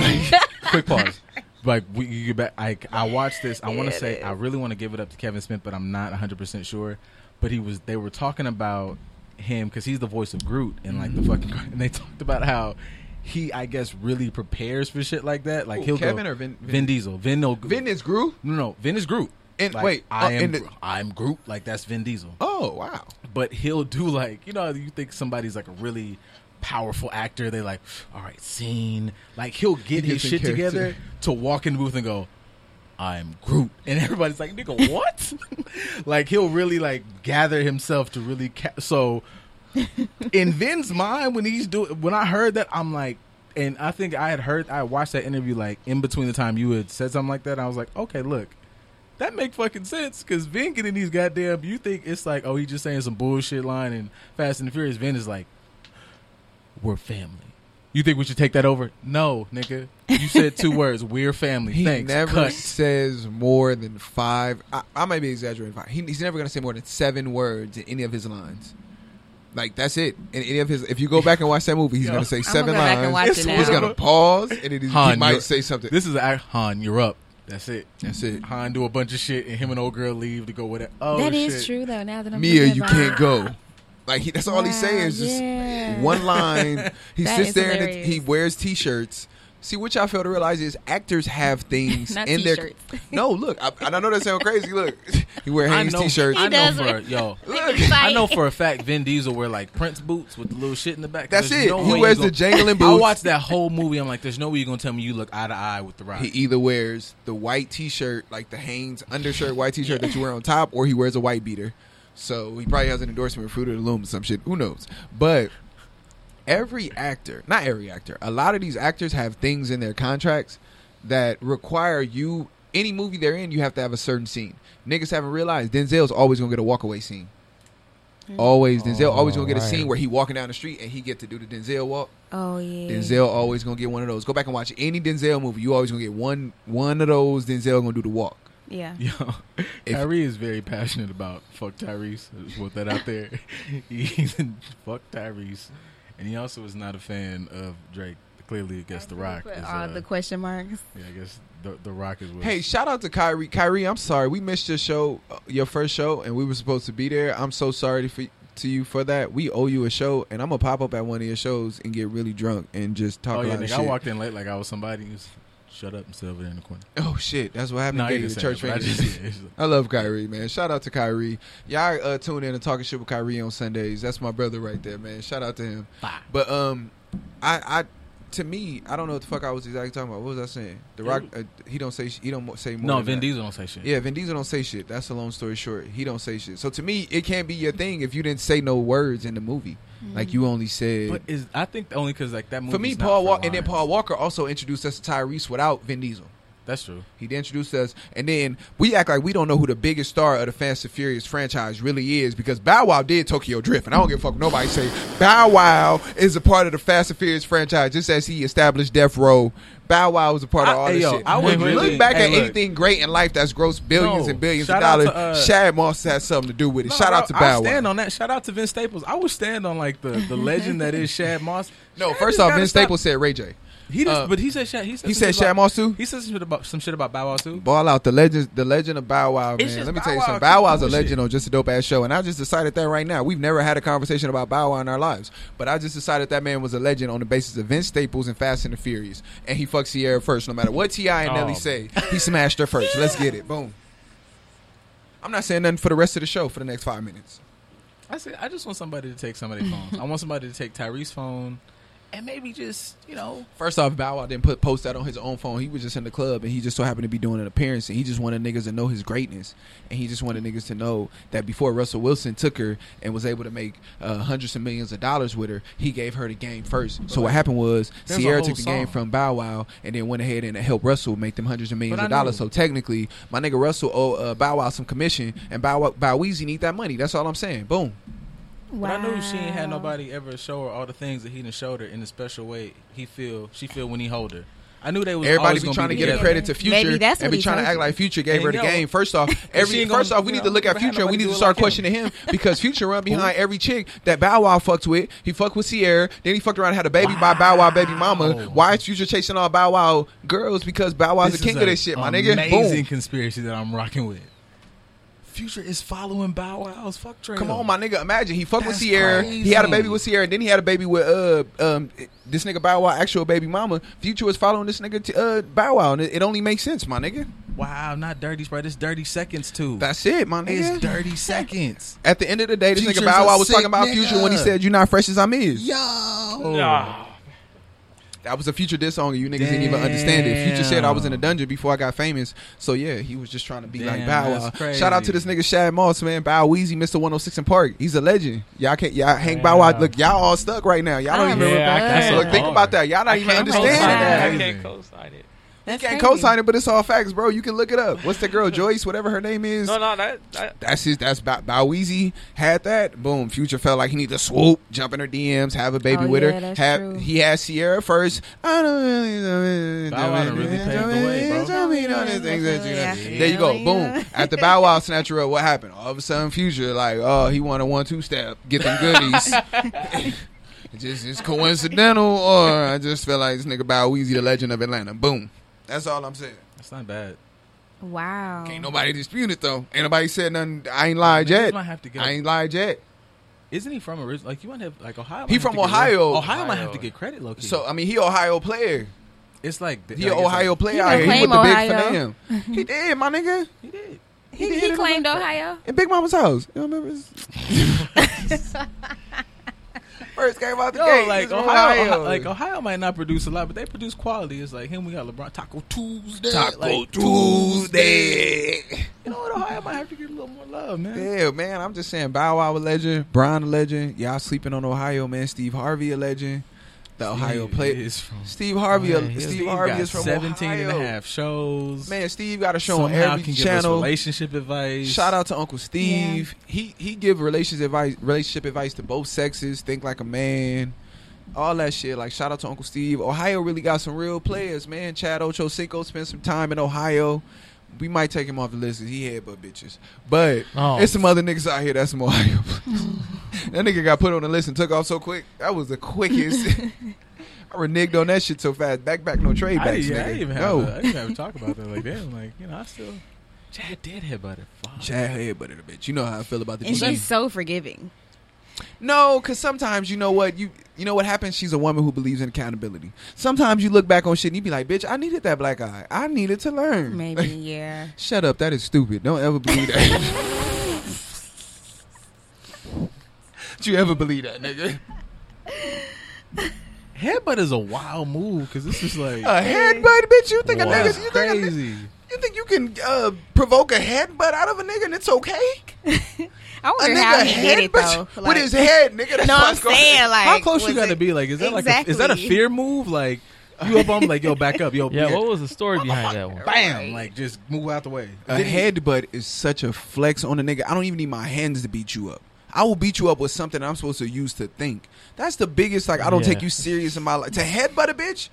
S1: quick pause. like we you get back. I I watched this. I want
S6: Yeah,
S1: to
S6: it
S1: say I
S6: is.
S1: really want to give it up to Kevin Smith, but I'm not 100 percent sure. But he was. They were talking about him because he's the voice of Groot and like the
S2: Mm-hmm.
S1: fucking. And they talked about how he, I guess, really prepares for shit like that. Like
S2: Who,
S1: he'll
S2: Kevin
S1: go,
S2: or Vin-
S1: Vin Diesel. Vin no
S2: Vin is Gru.
S1: no no Vin is Groot.
S2: And-
S1: Like,
S2: wait,
S1: I
S2: uh,
S1: am
S2: and the-
S1: Gro- I'm Groot. Like that's Vin Diesel
S2: Oh wow.
S1: but he'll do like you know how you think somebody's like a really powerful actor they like all right scene like he'll get
S2: He
S1: his
S2: gets in
S1: shit
S2: character.
S1: together to walk in the booth and go I'm Groot and everybody's like nigga what like he'll really like gather himself to really ca- so in Vin's mind when he's doing when I heard that I'm like and I think I had heard I watched that interview like in between the time you had said something like that I was like okay look that make fucking sense because Vin getting these goddamn. You think it's like, oh, he just saying some bullshit line and Fast and the Furious. Vin is like, we're family. You think we should take that over? No, nigga. You said two words. We're family.
S2: He
S1: Thanks.
S2: never
S1: Cut.
S2: says more than five. I, I might be exaggerating. Five. He, he's never going to say more than seven words in any of his lines. Like that's it. In any of his, if you go back and watch that movie, he's
S1: Yo.
S2: going to say
S6: gonna
S2: seven
S6: go back
S2: lines.
S6: and watch it now.
S2: He's going to pause, and it is, he
S1: Han,
S2: might
S1: you're-
S2: say something.
S1: This is a, Han. You're up. That's it.
S2: that's it.
S1: Han do a bunch of shit and him and old girl leave to go with it. Oh,
S6: That
S1: shit.
S6: is true though. Now that I'm
S2: Mia,
S6: thinking
S2: you
S6: about
S2: can't
S6: it.
S2: go. Like he, that's all he's
S6: Wow,
S2: saying is just
S6: yeah.
S2: one line. He
S6: That
S2: sits
S6: is
S2: there and
S6: hilarious.
S2: he wears t-shirts. See, what y'all fail to realize is actors have things
S6: Not
S2: in their.
S6: t-shirts.
S2: No, look, I, I know that sound crazy. Look, he wear
S1: I
S2: Hanes
S1: know.
S2: t-shirts.
S1: I
S6: He
S1: know
S6: does
S1: for
S6: wear-
S1: yo.
S6: Like,
S1: I know
S6: fight.
S1: for a fact Vin Diesel wear like Prince boots with the little shit in the back.
S2: That's
S1: There's
S2: it.
S1: no
S2: he
S1: way you
S2: wears
S1: gonna-
S2: the jangling boots.
S1: I watched that whole movie. I'm like, there's no way you're gonna tell me you look eye to eye with the rock.
S2: He either wears the white T-shirt, like the Hanes undershirt, white T-shirt that you wear on top, or he wears a white beater. So he probably has an endorsement with Fruit of the Loom, or some shit. Who knows? But every actor, not every actor, a lot of these actors have things in their contracts that require you. Any movie they're in, you have to have a certain scene. Niggas haven't realized Denzel's always gonna get a walkaway scene. Always, Denzel always gonna get a scene where he walking down the street and he get to do the Denzel walk.
S6: Oh yeah.
S2: Denzel always gonna get one of those. Go back and watch any Denzel movie. You always gonna get one one of those. Denzel gonna do the walk.
S6: Yeah.
S1: Yo,
S2: If-
S1: Kyrie is very passionate about fuck Tyrese. I just want that out there. He's in fuck Tyrese, and he also is not a fan of Drake. Clearly, I guess the Rock
S6: Put
S1: is.
S6: all
S1: Uh,
S6: the question marks.
S1: yeah, I guess the, the Rock is. What
S2: Hey, shout out to Kyrie. Kyrie, I'm sorry we missed your show, uh, your first show, and we were supposed to be there. I'm so sorry for, to you for that. We owe you a show, and I'm gonna pop up at one of your shows and get really drunk and just talk
S1: oh
S2: a
S1: yeah,
S2: lot of
S1: nigga,
S2: shit.
S1: I walked in late like I was somebody. He was, Shut up and sit over there in the corner.
S2: oh shit, that's what happened.
S1: No,
S2: to
S1: he
S2: Katie,
S1: didn't say
S2: the church
S1: that, but I
S2: fan.
S1: just- yeah, it's-
S2: I love Kyrie, man. Shout out to Kyrie. Y'all uh, tune in and talking shit with Kyrie on Sundays. That's my brother right there, man. Shout out to him.
S1: Fire.
S2: But um, I I to me, I don't know what the fuck I was exactly talking about. What was I saying? The Rock, uh, he don't say sh- he don't mo- say more.
S1: No,
S2: than
S1: Vin
S2: that.
S1: Diesel don't say shit.
S2: Yeah, Vin Diesel don't say shit. That's a long story short. He don't say shit. So to me, it can't be your thing if you didn't say no words in the movie. Like you only said.
S1: Mm. but is I think only because like that movie.
S2: for me, Paul Walker and then Paul Walker also introduced us to Tyrese without Vin Diesel.
S1: That's true.
S2: He introduced us, and then we act like we don't know who the biggest star of the Fast and Furious franchise really is because Bow Wow did Tokyo Drift, and I don't give a fuck what nobody say Bow Wow is a part of the Fast and Furious franchise, just as he established Death Row. Bow Wow was a part of
S1: I-
S2: all
S1: hey,
S2: this
S1: yo,
S2: shit.
S1: I
S2: When
S1: would
S2: you
S1: really-
S2: look back
S1: hey,
S2: at
S1: look.
S2: anything great in life that's gross billions
S1: No,
S2: and billions of
S1: shout out
S2: dollars.
S1: to, uh,
S2: Shad Moss has something to do with it.
S1: No,
S2: Shout out
S1: I-
S2: to
S1: I
S2: Bow
S1: stand
S2: Wow.
S1: on that. Shout out to Vince Staples. I would stand on like the, the legend that is Shad Moss.
S2: No,
S1: Shad
S2: first
S1: just
S2: off,
S1: gotta
S2: Vince
S1: stop-
S2: Staples said Ray J.
S1: He just,
S2: uh,
S1: but he said Shad. He said,
S2: He
S1: some
S2: said
S1: shit
S2: Shad
S1: about-
S2: Moss too.
S1: He said some shit about some shit about Bow Wow too.
S2: Ball out the legends, the legend of Bow Wow,
S1: It's
S2: man.
S1: just
S2: Let me
S1: Bow
S2: tell you
S1: Wow
S2: something. Bow
S1: keep
S2: Wow's a
S1: doing
S2: legend
S1: shit.
S2: on just a dope ass show, and I just decided that right now. We've never had a conversation about Bow Wow in our lives, but I just decided that man was a legend on the basis of Vince Staples and Fast and the Furious, and he fucked Sierra first. No matter what Ti and
S7: Oh.
S2: Nelly say, he smashed her first. Let's get it, boom. I'm not saying nothing for the rest of the show for the next five minutes.
S1: I said, I just want somebody to take somebody's phone. I want somebody to take Tyrese's phone, and maybe just you know.
S2: First off, Bow Wow didn't put post that on his own phone. He was just in the club and he just so happened to be doing an appearance and he just wanted niggas to know his greatness. And he just wanted niggas to know that before Russell Wilson took her and was able to make uh, hundreds of millions of dollars with her, he gave her the game first. So what happened was
S1: There's a
S2: Sierra
S1: whole
S2: took the game
S1: song.
S2: from Bow Wow and then went ahead and helped Russell make them hundreds of millions
S1: But I
S2: of dollars.
S1: know-
S2: So technically, my nigga Russell owe uh, Bow Wow some commission and Bow Wow, Bow Weezy need that money. That's all I'm saying. Boom.
S6: Wow.
S1: But I knew she ain't had nobody ever show her all the things that he done showed her in the special way he feel she feel when he hold her. I knew they was
S2: Everybody
S1: always
S2: be
S1: gonna
S2: trying to get a
S1: together.
S2: credit to Future
S6: Maybe that's
S2: and
S6: what
S2: be
S6: he
S2: trying to
S6: told
S2: act
S6: you.
S2: like Future gave her the
S7: And yo,
S2: game. First off, every
S7: ain't
S2: first
S7: gonna-
S2: off, we
S7: you
S2: need
S7: know,
S2: to look at
S7: never had
S2: Future. and We
S7: nobody
S2: need
S7: do
S2: to
S7: it
S2: start
S7: like him.
S2: questioning him because Future run behind every chick that Bow Wow fucked with. He fucked with Sierra, then he fucked around and had a baby by Bow Wow baby mama. Why is Future chasing all Bow Wow girls? Because Bow Wow's
S1: This
S2: the king
S1: is
S2: of
S1: a
S2: this shit, my nigga.
S1: Amazing
S2: Boom.
S1: conspiracy that I'm rocking with. Future is following Bow Wow's fuck trail.
S2: Come on, my nigga. Imagine he fucked with
S1: That's
S2: Sierra. He had a
S1: crazy.
S2: baby with Sierra. Then he had a baby with uh um this nigga Bow Wow actual baby mama. Future was following this nigga to uh Bow Wow, and it, it only makes sense, my nigga.
S1: Wow, not dirty sprite. It's dirty seconds too.
S2: That's it, my nigga.
S1: it's dirty seconds.
S2: At the end of the day, this
S1: Future's
S2: nigga Bow
S1: a
S2: Wow was
S1: sick
S2: talking about
S1: nigga.
S2: Future when he said, "You not fresh as I'm is."
S1: Yo.
S2: Oh. That was a Future diss song, and you niggas didn't even understand it. Future said I was in a dungeon before I got famous, so yeah, he was just trying to be like
S1: Damn,
S2: Bow
S1: that's
S2: Wow.
S1: crazy.
S2: Shout out to this nigga Shad Moss, man. Bow Weezy, Mister 106 in Park. He's a legend. Y'all can't, y'all hang Bow Wow.
S7: Damn.
S2: Look, y'all all stuck right now. Y'all don't
S6: I
S2: even.
S6: remember
S7: Yeah, I
S6: that.
S7: can't.
S2: So
S7: That's
S2: look, think
S1: hard.
S2: about that. Y'all not
S6: I
S2: even
S6: can't
S2: understanding
S6: co-sign
S2: that.
S7: I
S1: Everything.
S7: can't co-sign it.
S6: That's
S2: Can't
S6: crazy.
S2: co-sign it, but it's all facts, bro. You can look it up. What's that girl Joyce, whatever her name is?
S7: No, no, that, that
S2: That's his. That's Bow, Bow Weezy had that. Boom. Future felt like he needed to swoop, jump in her DMs, have a baby
S6: Oh,
S2: with
S6: yeah,
S2: her.
S6: that's
S2: have
S6: true.
S2: he had Sierra first. I don't really know.
S1: Bow Wow done really paved the way, bro.
S2: Tell me all the things that you know.
S6: Yeah.
S2: There you go.
S6: Yeah.
S2: Boom. At the Bow Wow snatcher up, what happened? All of a sudden, Future like, oh, he want a one-two step, get them goodies. just it's coincidental, or I just feel like this nigga Bow Weezy, the legend of Atlanta. Boom. That's all I'm saying.
S1: That's not bad.
S6: Wow.
S2: Ain't nobody dispute it though. Ain't nobody said nothing. I ain't lied yet.
S1: Niggas might have to get-
S2: I ain't lied yet.
S1: Isn't he from original? Like you might have like Ohio. might
S2: He
S1: have
S2: from
S1: to get-
S2: Ohio.
S1: Ohio might have to
S7: Ohio.
S1: get credit, Loki.
S2: So I mean, he Ohio player.
S1: it's like the,
S2: He
S1: like,
S2: an
S1: it's
S2: Ohio
S1: Like,
S2: player
S6: done
S2: out here. He
S6: claim
S2: with the big
S6: Ohio.
S2: for them. He did, my nigga.
S1: he did.
S6: He, he claimed Ohio.
S2: In Big Mama's house. You don't remember? his- First game out the
S1: Yo,
S2: gate.
S1: like
S2: it's
S1: Ohio,
S2: Ohio.
S1: Ohio- like Ohio might not produce a lot, but they produce quality. It's like him. We got LeBron Taco Tuesday.
S2: Taco
S1: like,
S2: Tuesday.
S1: You know what? Ohio might have to get a little more love, man.
S2: Yeah, man. I'm just saying, Bow Wow a legend, Brian a legend. Y'all sleeping on Ohio, man. Steve Harvey a legend. The Ohio
S1: Steve
S2: player.
S1: is from
S2: Steve Harvey.
S1: Man,
S2: Steve,
S1: Steve
S2: Harvey
S1: got
S2: is from
S1: 17
S2: Ohio.
S1: and a half shows.
S2: Man, Steve got a show on
S1: Somehow
S2: every
S1: can Give us
S2: channel.
S1: relationship advice.
S2: Shout out to Uncle Steve. He he give relations advice, relationship advice to both sexes. Think like a man. All that shit. Like shout out to Uncle Steve. Ohio really got some real players, man. Chad Ochocinco spent some time in Ohio. We might take him off the list. 'cause He had but bitches, but
S7: Oh.
S2: it's some other niggas out here that's from Ohio. that nigga got put on the list and took off so quick. That was the quickest. I reneged on that shit so fast. Back back no trade
S1: I
S2: backs,
S1: didn't,
S2: nigga.
S1: I didn't even have.
S2: no.
S1: a- I didn't have a talk about that. Like damn, like you know, I still. Chad did hit about it. Fuck.
S2: Chad headbutted a bitch. You know how I feel about the
S6: And
S2: G.
S6: she's so forgiving.
S2: No, because sometimes you know what you you know what happens. She's a woman who believes in accountability. Sometimes you look back on shit and you be like, "Bitch, I needed that black eye. I needed to learn."
S6: Maybe, yeah.
S2: Shut up. That is stupid. Don't ever believe that. Did you ever believe that, nigga?
S1: Headbutt is a wild move because this is like
S2: A headbutt, bitch. You Uh, think a
S1: wow,
S2: nigga? You think a ni-
S1: crazy.
S2: you think you can uh, provoke a headbutt out of a nigga and it's okay?
S6: I
S2: A
S6: wonder how
S2: nigga
S6: he did it
S2: headbutt
S6: though.
S2: you- with
S6: Like-
S2: his head, nigga. That's
S6: No, I'm
S2: what's going-
S6: saying like
S1: How close you
S6: was
S1: got to
S6: it-
S1: be? Like, is that like a, is that a
S6: Exactly.
S1: fear move? Like you up on like yo, back up, yo.
S7: yeah.
S1: yeah.
S7: What was the story behind that one?
S1: Bam! Like just move out the way.
S2: A headbutt is such a flex on a nigga. I don't even need my hands to beat you up. I will beat you up with something I'm supposed to use to think. That's the biggest. Like I don't
S7: Yeah.
S2: take you serious in my life. To headbutt a bitch,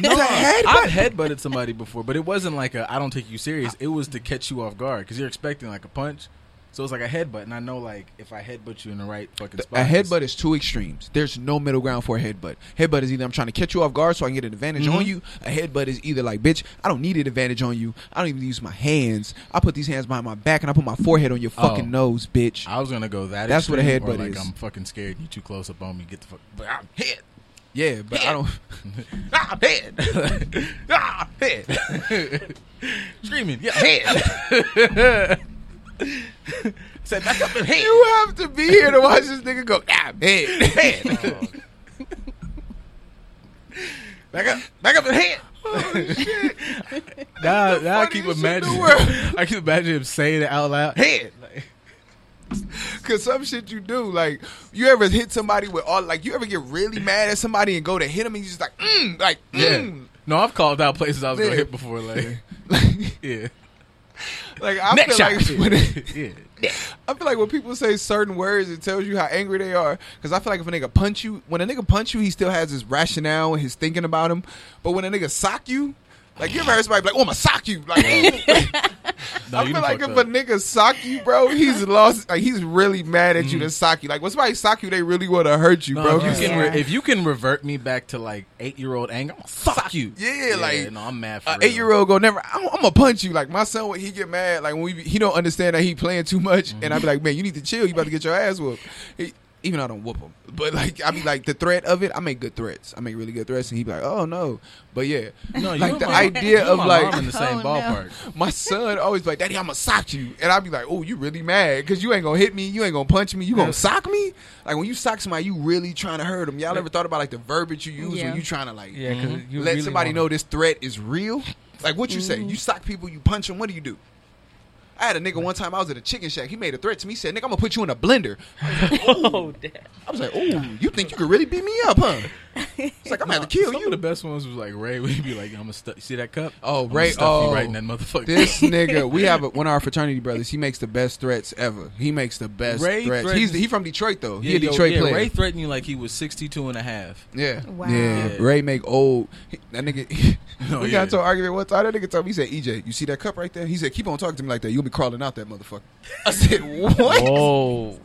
S1: No,
S2: to headbutt.
S1: I've headbutted somebody before, but it wasn't like a I don't take you serious. It was to catch you off guard because you're expecting like a punch. So it's like a headbutt, and I know like if I headbutt you in the right fucking spot,
S2: a headbutt is two extremes. There's no middle ground for a headbutt. Headbutt is either I'm trying to catch you off guard so I can get an advantage on
S1: Mm-hmm.
S2: you. A headbutt is either like, bitch, I don't need an advantage on you. I don't even use my hands. I put these hands behind my back and I put my forehead on your fucking
S1: Oh.
S2: nose, bitch.
S1: I was gonna go that.
S2: That's what a
S1: extreme, or,
S2: headbutt
S1: like,
S2: is.
S1: I'm fucking scared. You too close up on me. Get the fuck. But I'm hit.
S2: yeah, but I don't.
S1: ah, head. ah, head. Screaming. Yeah, head. Said back up and head.
S2: You have to be here to watch this nigga go. Ah, head, head.
S1: Back up. Back up and head. Now, now I keep
S2: funniest shit in
S1: imagining.
S2: the world.
S1: I keep imagining him saying it out loud. Head. Like,
S2: Cause some shit you do, like you ever hit somebody with all, like you ever get really mad at somebody and go to hit him and you just like, mm, like,
S1: yeah.
S2: mm.
S1: No, I've called out places I was gonna
S2: Yeah.
S1: hit before. Like, yeah.
S2: Like I
S1: Next
S2: feel
S1: shot.
S2: like when-
S1: yeah.
S2: I feel like when people say certain words, it tells you how angry they are. Because I feel like if a nigga punch you, when a nigga punch you, he still has his rationale and his thinking about him. But when a nigga sock you, like you ever heard somebody be like, "Oh, I'ma sock you." Like
S1: No,
S2: I
S1: you
S2: feel
S1: done
S2: like if
S1: fucked
S2: a
S1: up.
S2: nigga sock you, bro, he's lost. Like he's really mad at you to sock you. Like when somebody sock you, they really want to hurt you,
S1: No,
S2: bro.
S1: Mm-hmm. if, you
S6: Yeah.
S1: can re- if you can revert me back to like eight year old anger, I'm gonna fuck you.
S2: Yeah, like,
S1: no, I'm mad for
S2: An
S1: real.
S2: eight year old go never. I'm, I'm gonna punch you. Like my son, when he get mad, like when we, he don't understand that he playing too much, and I be like, man, you need to chill. You about to get your ass whooped. He- even though I don't whoop him, but like I be like the threat of it. I make good threats. I make really good threats, and he be like, oh no. But yeah,
S1: No, you
S2: like
S1: and
S2: the
S1: my-
S2: idea
S1: you and
S2: of
S1: my
S2: like
S1: mom in the same
S6: Oh, no.
S1: ballpark.
S2: my son always be like, daddy, I'm gonna sock you, and I be like, oh, you really mad? Cause you ain't gonna hit me. You ain't gonna punch me. You gonna sock me? Like when you sock somebody, you really trying to hurt them. Y'all ever thought about like the verbiage you use
S6: Yeah.
S2: when you trying to like
S7: Yeah, 'cause you
S2: let
S7: really
S2: somebody
S7: wanna- Mm-hmm.
S2: know this threat is real. Like what you say, you sock people, you punch them. What do you do? I had a nigga one time. I was at a chicken shack. He made a threat to me. He said, "Nigga, I'm gonna put you in a blender."
S7: oh, damn.
S2: I was like, "Oh, you think you could really beat me up, huh?" It's like I'm gonna have to kill
S1: Some of the
S2: you.
S1: best ones was like Ray. We'd be like, "I'm gonna stu- see that cup."
S2: Oh,
S1: I'm
S2: Ray-
S1: gonna stuff
S2: oh.
S1: you right in that motherfucker.
S2: This nigga, we have a, one of our fraternity brothers. He makes the best threats ever. He makes the best
S1: Ray
S2: threats.
S1: threatens-
S2: He's he from Detroit though.
S1: yeah,
S2: he a
S1: yo,
S2: Detroit
S1: yeah,
S2: player.
S1: Ray threatened you like he was 62 and a half.
S2: Yeah.
S6: Wow.
S2: Yeah.
S1: Yeah.
S2: Ray make old. he- that nigga.
S1: No,
S2: we
S1: yeah.
S2: got into an argument one time. That nigga told me, he said, EJ, you see that cup right there? He said, keep on talking to me like that. You'll be crawling out that motherfucker. I said, what?
S7: Whoa.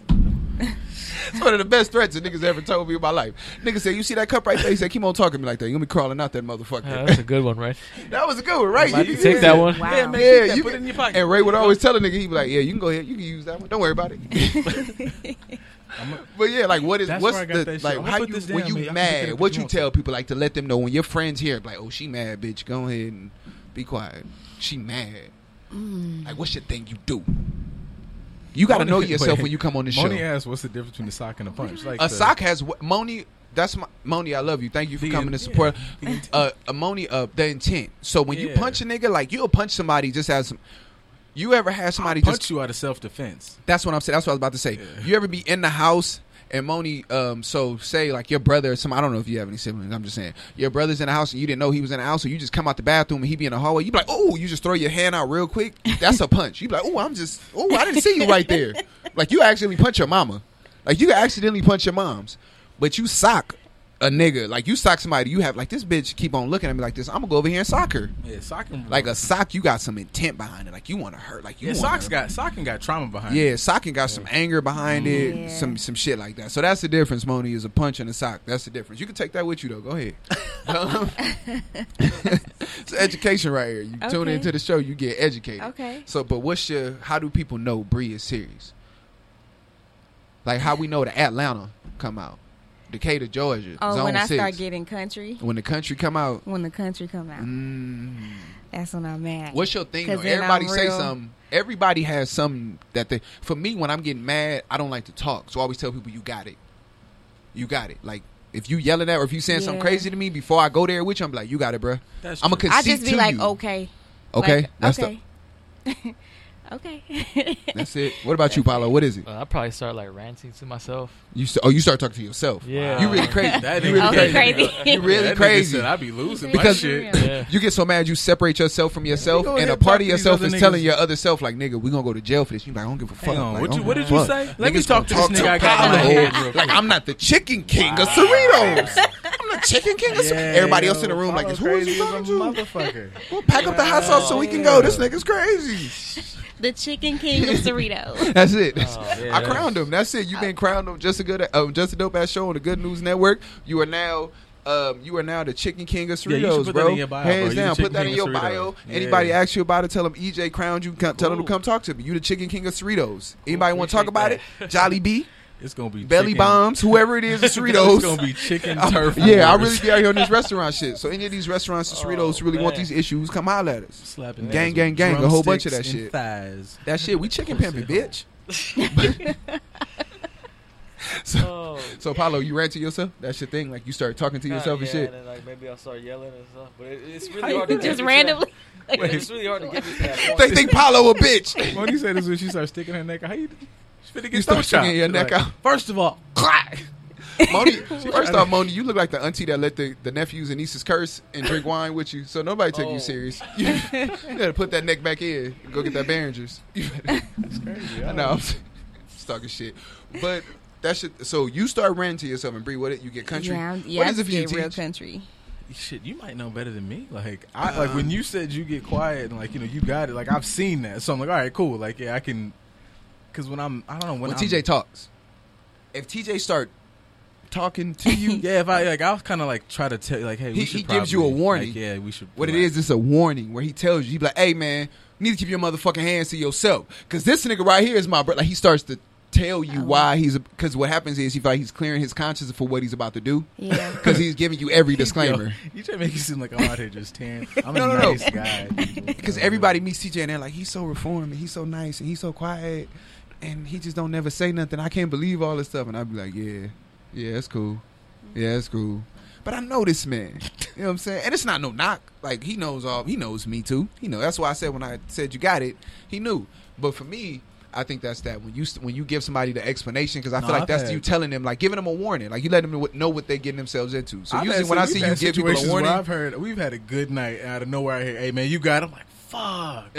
S2: It's one of the best threats that niggas ever told me in my life. Nigga said, you see that cup right there? He said, keep on talking to me like that. You'll be crawling out that
S7: Yeah,
S2: motherfucker.
S7: that's a good one, right?
S2: that was a good one, right?
S7: Might
S2: You-
S7: take that one.
S6: Wow.
S1: Yeah, man,
S2: Yeah,
S1: keep that,
S2: you
S1: put it
S2: can-
S1: in your pocket.
S2: And Ray would always tell a nigga, he'd be like, yeah, you can go ahead. You can use that one. Don't worry about it. but yeah, like, what is,
S1: That's
S2: what's
S1: where I got
S2: the,
S1: that shit.
S2: like,
S1: I'ma
S2: how
S1: put
S2: you,
S1: this
S2: when
S1: down,
S2: you
S1: man. I can pick it
S2: mad,
S1: up
S2: what
S1: if
S2: you
S1: you
S2: tell people, like, to let them know when your friends here, like, oh, she mad, bitch. Go ahead and be quiet. She mad.
S1: Mm.
S2: Like, what's your thing you do? You got to
S1: Moni-
S2: know yourself
S1: wait.
S2: when you come on the show.
S1: Moni asked, "What's the difference between a sock and a punch?" Like
S2: A
S1: the-
S2: sock has wh- Moni. That's my Moni. I love you. Thank you for
S1: The
S2: coming
S1: in-
S2: to support.
S1: yeah, the intent.
S2: Uh, a Moni, uh, the intent. So when you
S1: Yeah.
S2: punch a nigga, like you'll punch somebody just as you ever had somebody
S1: punch
S2: just.
S1: you out of self defense.
S2: That's what I'm saying. That's what I was about to say. You ever be in the house and Moni? Um, so say like your brother or some. I don't know if you have any siblings. I'm just saying your brother's in the house and you didn't know he was in the house. So you just come out the bathroom and he be in the hallway. You be like, oh, you just throw your hand out real quick. That's a punch. You be like, oh, I'm just, oh, I didn't see you right there. Like you accidentally punch your mama. Like you can accidentally punch your moms, but you sock. A nigga, like you sock somebody, you have like this bitch keep on looking at me like this. I'm gonna go over here and sock her.
S1: Yeah, sock and
S2: Like a sock, you got some intent behind it. Like you want to hurt. Like you
S1: yeah,
S2: want
S1: socks got sock and got trauma behind. it.
S2: yeah, sock and got some anger behind it,
S6: Mm. Yeah.
S2: some some shit like that. So that's the difference, Moni, is a punch and a sock. That's the difference. You can take that with you though. Go ahead. Um, it's education right here. You tune
S6: Okay.
S2: into the show, you get educated.
S6: Okay.
S2: So, but what's your? How do people know Bree is serious? Like how we know the Atlanta come out, Decatur, Georgia,
S6: Oh,
S2: Zone
S6: when I
S2: Six.
S6: start getting country,
S2: when the country come out,
S6: when the country come out,
S2: mm,
S6: that's when I'm mad.
S2: What's your thing?
S6: 'Cause
S2: Though?
S6: then
S2: Everybody
S6: I'm
S2: say
S6: real-
S2: something. Everybody has something that they. For me, when I'm getting mad, I don't like to talk, so I always tell people, "You got it, you got it." Like if you yelling at or if you saying something
S6: Yeah.
S2: crazy to me before I go there with you, I'm like, "You got it, bruh.
S1: That's
S2: I'm a
S1: true.
S2: concede
S6: I just be
S2: to
S6: like,
S2: you.
S6: okay,
S2: okay,
S6: Like,
S2: that's
S6: okay, okay.
S2: the, that's it. What about you, Paolo? What is it?
S7: Uh, I probably start like ranting to myself.
S2: You st- oh, you start talking to yourself.
S7: Yeah.
S2: you really crazy.
S1: That
S2: you
S1: nigga-
S2: really
S1: Okay,
S2: crazy.
S6: crazy.
S2: You really
S1: That nigga
S2: crazy.
S1: said, I be losing
S2: Because-
S1: my shit.
S7: Yeah.
S2: You get so mad, you separate yourself from yourself,
S1: go
S2: and
S1: ahead
S2: a
S1: and talk
S2: part of
S1: to these
S2: yourself
S1: other
S2: is
S1: niggas.
S2: telling your other self, like, "Nigga, we gonna go to jail for this." You be like, "I don't give a fuck."
S1: Hang on,
S2: Like,
S1: what
S2: I
S1: you-
S2: don't
S1: what
S2: give
S1: did
S2: a
S1: you
S2: fuck.
S1: say? Let me
S2: Niggas
S1: talk
S2: gonna
S1: to this nigga I got
S2: Paolo.
S1: in my head real
S2: Like I'm not the chicken king of Cerritos. I'm the chicken king of Cerritos. Everybody else in the room like, "Who is he talking to?"
S1: Motherfucker.
S2: We'll pack up the hot sauce so we can go. This nigga's crazy.
S6: the chicken king of Cerrito.
S2: That's it.
S7: Oh, yeah.
S2: I crowned him. That's it. You've been crowned on just a good, uh, just a dope ass show on the Good News Network. You are now. Um, you are now the Chicken King of
S1: Yeah, you should
S2: Cerritos,
S1: put that
S2: bro.
S1: in your bio, bro.
S2: Hands
S1: You the
S2: down,
S1: Chicken
S2: put that
S1: King
S2: in
S1: of
S2: your
S1: Cerritos.
S2: bio.
S1: Yeah.
S2: Anybody asks you about it, tell them EJ crowned you. Come, Tell them to
S7: Cool.
S2: come talk to me. You the Chicken King of Cerritos. Anybody want to talk
S7: appreciate
S2: about
S7: that.
S2: it? Jolly B,
S1: It's gonna be
S2: Belly
S1: chicken.
S2: Bombs, whoever it is, the Cerritos.
S1: It's gonna be chicken turf.
S2: yeah, I
S1: wars.
S2: really be out here on this restaurant shit. So any of these restaurants, the
S7: Oh,
S2: Cerritos really want
S7: man.
S2: these issues, come holler at us.
S1: slapping
S2: Gang,
S1: niggas
S2: gang,
S1: with
S2: gang, a whole bunch of that
S1: drumsticks and
S2: shit.
S1: Thighs.
S2: That shit, we chicken pimping, bitch.
S7: Oh,
S2: So Paulo, you ran to yourself. That's your thing. Like you start talking to
S7: nah,
S2: yourself
S7: yeah,
S2: and shit.
S7: then, like maybe I'll start yelling and stuff, but it, it's
S1: How
S7: really
S1: you
S7: hard to
S1: do
S7: get
S6: just
S7: me to that-
S6: randomly.
S7: Yeah, it's really hard to get me to that point.
S2: They think Paulo a bitch.
S1: Moni said this when she started sticking her neck out. How you? She's finna
S2: You
S1: get
S2: start
S1: toe chopped.
S2: sticking your neck
S1: Like,
S2: out.
S1: First of all,
S2: Clack. Moni, first off, Moni, you look like the auntie that let the, the nephews and nieces curse and drink wine with you. So nobody take
S7: Oh.
S2: you serious. You, you gotta put that neck back in. and Go get that Behringer's. You better- I know. I'm just talking shit, but that shit. So you start ranting to yourself and Bree, what it? You get country.
S6: Yeah, I'm- yeah,
S2: what
S6: I
S2: is it for you
S6: get real
S2: teach?
S6: country.
S1: Shit, you might know better than me. Like,
S2: Uh-uh.
S1: I like when you said you get quiet and like you know you got it. Like I've seen that, so I'm like, all right, cool. Like yeah, I can. Because when I'm, I don't know when,
S2: when
S1: I'm,
S2: TJ talks, if TJ start talking to you,
S1: yeah, if I like, I'll kind of like try to tell you, like, hey, we
S2: He-
S1: should
S2: he gives you a
S1: probably-
S2: warning.
S1: Like, yeah, we should.
S2: What it
S1: like-
S2: is, it's a warning where he tells you, he be like, hey man, you need to keep your motherfucking hands to yourself. Cause this nigga right here is my brother. Like he starts to tell you why he's, cause what happens is he feel like he's clearing his conscience for what he's about to do.
S6: Yeah.
S2: Cause he's giving you every
S1: Yo,
S2: disclaimer.
S1: you try to make it seem like I'm out here just tearing. I'm
S2: No,
S1: a
S2: no, no.
S1: nice guy.
S2: Cause everybody meets TJ and they're like, he's so reformed and he's so nice and he's so quiet and he just don't never say nothing. I can't believe all this stuff. And I'd be like, yeah, yeah, it's cool. Yeah, it's cool. But I know this man. You know what I'm saying? And it's not no knock. Like he knows all he knows me too. He know. That's why I said when I said you got it, he knew. But for me, I think that's that when you when you give somebody the explanation because I
S1: No,
S2: feel like
S1: I've
S2: that's
S1: had-
S2: you telling them like giving them a warning like you let them know what- know what they're getting themselves into. So
S1: I've
S2: usually
S1: had-
S2: when I
S1: we've
S2: see you
S1: had
S2: give people a
S1: situations where
S2: warning,
S1: I've heard we've had a good night and out of nowhere. I hear, hey man, you got. it." I'm like, fuck.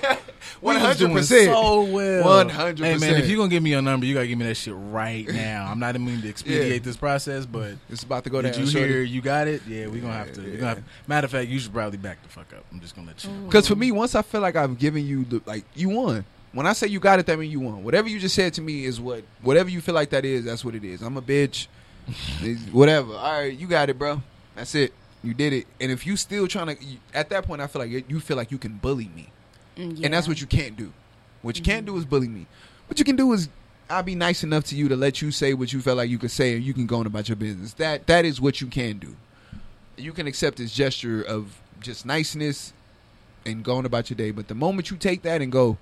S1: bro. We
S2: one
S1: was
S2: hundred
S1: doing
S2: percent,
S1: So well.
S2: one hundred
S1: Hey
S2: percent.
S1: man, if you gonna give me your number, you gotta give me that shit right now. I'm not meaning to expedite
S2: Yeah.
S1: this process, but
S2: It's about to go
S1: did
S2: down.
S1: you hear you got it? Yeah, we gonna have to. we
S2: Yeah.
S1: gonna have, matter of fact, you should probably back the fuck up. I'm just gonna let you. know.
S2: Because for me, once I feel like I've given you the like, you won. When I say you got it, that means you won. Whatever you just said to me is what. Whatever you feel like that is, that's what it is. I'm a bitch. It's whatever. All right, you got it, bro. That's it. You did it. And if you still trying to, you, at that point, I feel like you- you feel like you can bully me,
S6: Mm,
S2: and that's
S6: yeah.
S2: what you can't do. What you can't do is bully me. What you can do is. I'll be nice enough to you to let you say what you felt like you could say, and you can go on about your business. That that is what you can do. You can accept this gesture of just niceness and go on about your day. But the moment you take that and go,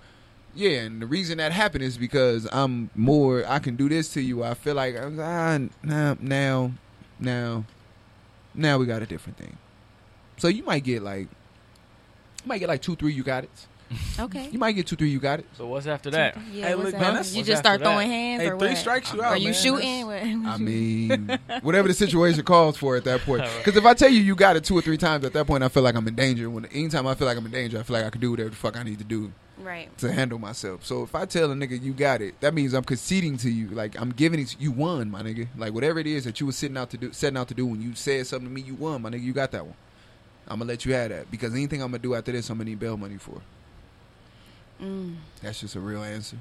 S2: yeah, and the reason that happened is because I'm more, I can do this to you. I feel like, ah, nah, now, now, now we got a different thing. So you might get like, you might get like two, three, you got it.
S6: Okay.
S2: You might get two, three, you got it.
S7: So what's after that?
S6: Yeah,
S1: Hey,
S6: what's
S1: look,
S6: up?
S1: man, that's-
S6: you
S7: what's
S6: just start
S7: after that?
S6: throwing hands
S1: Hey,
S6: or
S1: three
S6: Mm. what?
S1: strikes you
S2: Are
S1: out.
S6: Are you
S1: man.
S6: shooting? What-
S2: I mean, whatever the situation calls for at that point. Because if I tell you you got it two or three times at that point, I feel like I'm in danger. When anytime I feel like I'm in danger, I feel like I can do whatever the fuck I need to do.
S6: right.
S2: to handle myself. So if I tell a nigga you got it, that means I'm conceding to you. Like I'm giving it. To, you won, my nigga. Like whatever it is that you was sitting out to do, setting out to do when you said something to me, you won, my nigga. You got that one. I'm gonna let you have that because anything I'm gonna do after this, I'm gonna need bail money for.
S6: Mm.
S2: That's just a real answer.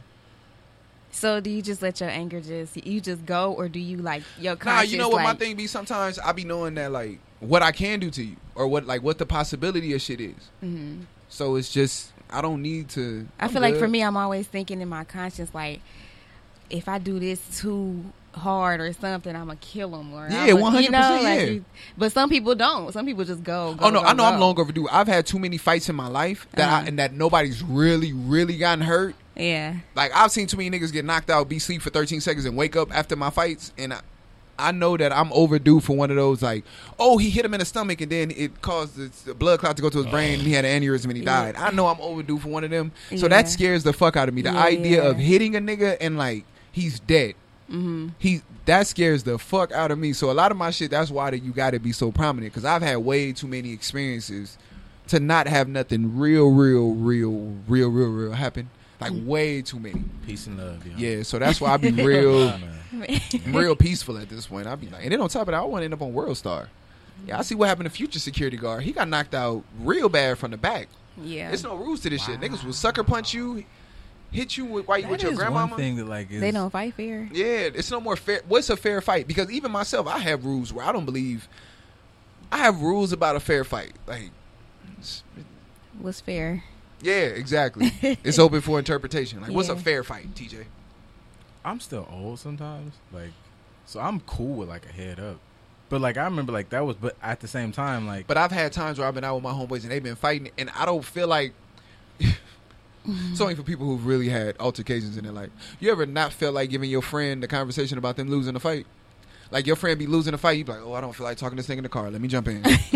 S6: So do you just let your anger just you just go, or do you like your
S2: Nah,
S6: conscience?
S2: you know what
S6: like,
S2: my thing be. Sometimes I be knowing that like what I can do to you or what like what the possibility of shit is.
S6: Mhm.
S2: So it's just I don't need to.
S6: I
S2: I'm
S6: feel like
S2: good.
S6: for me, I'm always thinking in my conscience like, if I do this too hard or something, I'm gonna kill him. Or
S2: Yeah,
S6: I'ma-
S2: 100%,
S6: You know, like
S2: yeah.
S6: you- but some people don't. Some people just go. go
S2: oh no,
S6: go,
S2: I know I'm
S6: go.
S2: long overdue. I've had too many fights in my life that I,
S6: Uh-huh.
S2: and that nobody's really, really gotten hurt.
S6: Yeah.
S2: Like I've seen too many niggas get knocked out, be sleep for 13 seconds, and wake up after my fights, and I, I know that I'm overdue for one of those. Like, oh, he hit him in the stomach, and then it caused the, the blood clot to go to his brain, and he had an aneurysm, and he
S6: Yeah.
S2: died. I know I'm overdue for one of them, so
S6: Yeah.
S2: that scares the fuck out of me. The idea
S6: Yeah.
S2: of hitting a nigga and like he's dead.
S6: Mm-hmm.
S2: He that scares the fuck out of me. So a lot of my shit, that's why that you got to be so prominent because I've had way too many experiences to not have nothing real, real, real, real, real, real happen. Like
S6: Mm.
S2: way too many.
S1: Peace and love. Yo.
S2: Yeah, so that's why I be real,
S1: Nah, man.
S2: real peaceful at this point. I be like, and then on top of that, I want to end up on World Star. Yeah, I see what happened to Future Security Guard. He got knocked out real bad from the back.
S6: Yeah.
S2: There's no rules to this shit. Niggas will sucker punch you, hit you with, while you
S1: That
S2: with your
S1: is
S2: grandmama.
S1: one thing that like is,
S6: they don't fight fair.
S2: Yeah, it's no more fair. What's a fair fight? Because even myself, I have rules where I don't believe. I have rules about a fair fight. Like,
S6: What's fair?
S2: yeah, exactly. it's open for interpretation. Like, what's a
S6: Yeah.
S2: fair fight, TJ?
S1: I'm still old sometimes. Like, so I'm cool with like a head up. But like I remember like that was, but at the same time like
S2: But I've had times where I've been out with my homeboys and they've been fighting, and I don't feel like. it's only for people who've really had altercations in their life. You ever not felt like giving your friend the conversation about them losing a fight? Like your friend be losing a fight, you be like, "Oh, I don't feel like talking to this nigga in the car. Let me jump in."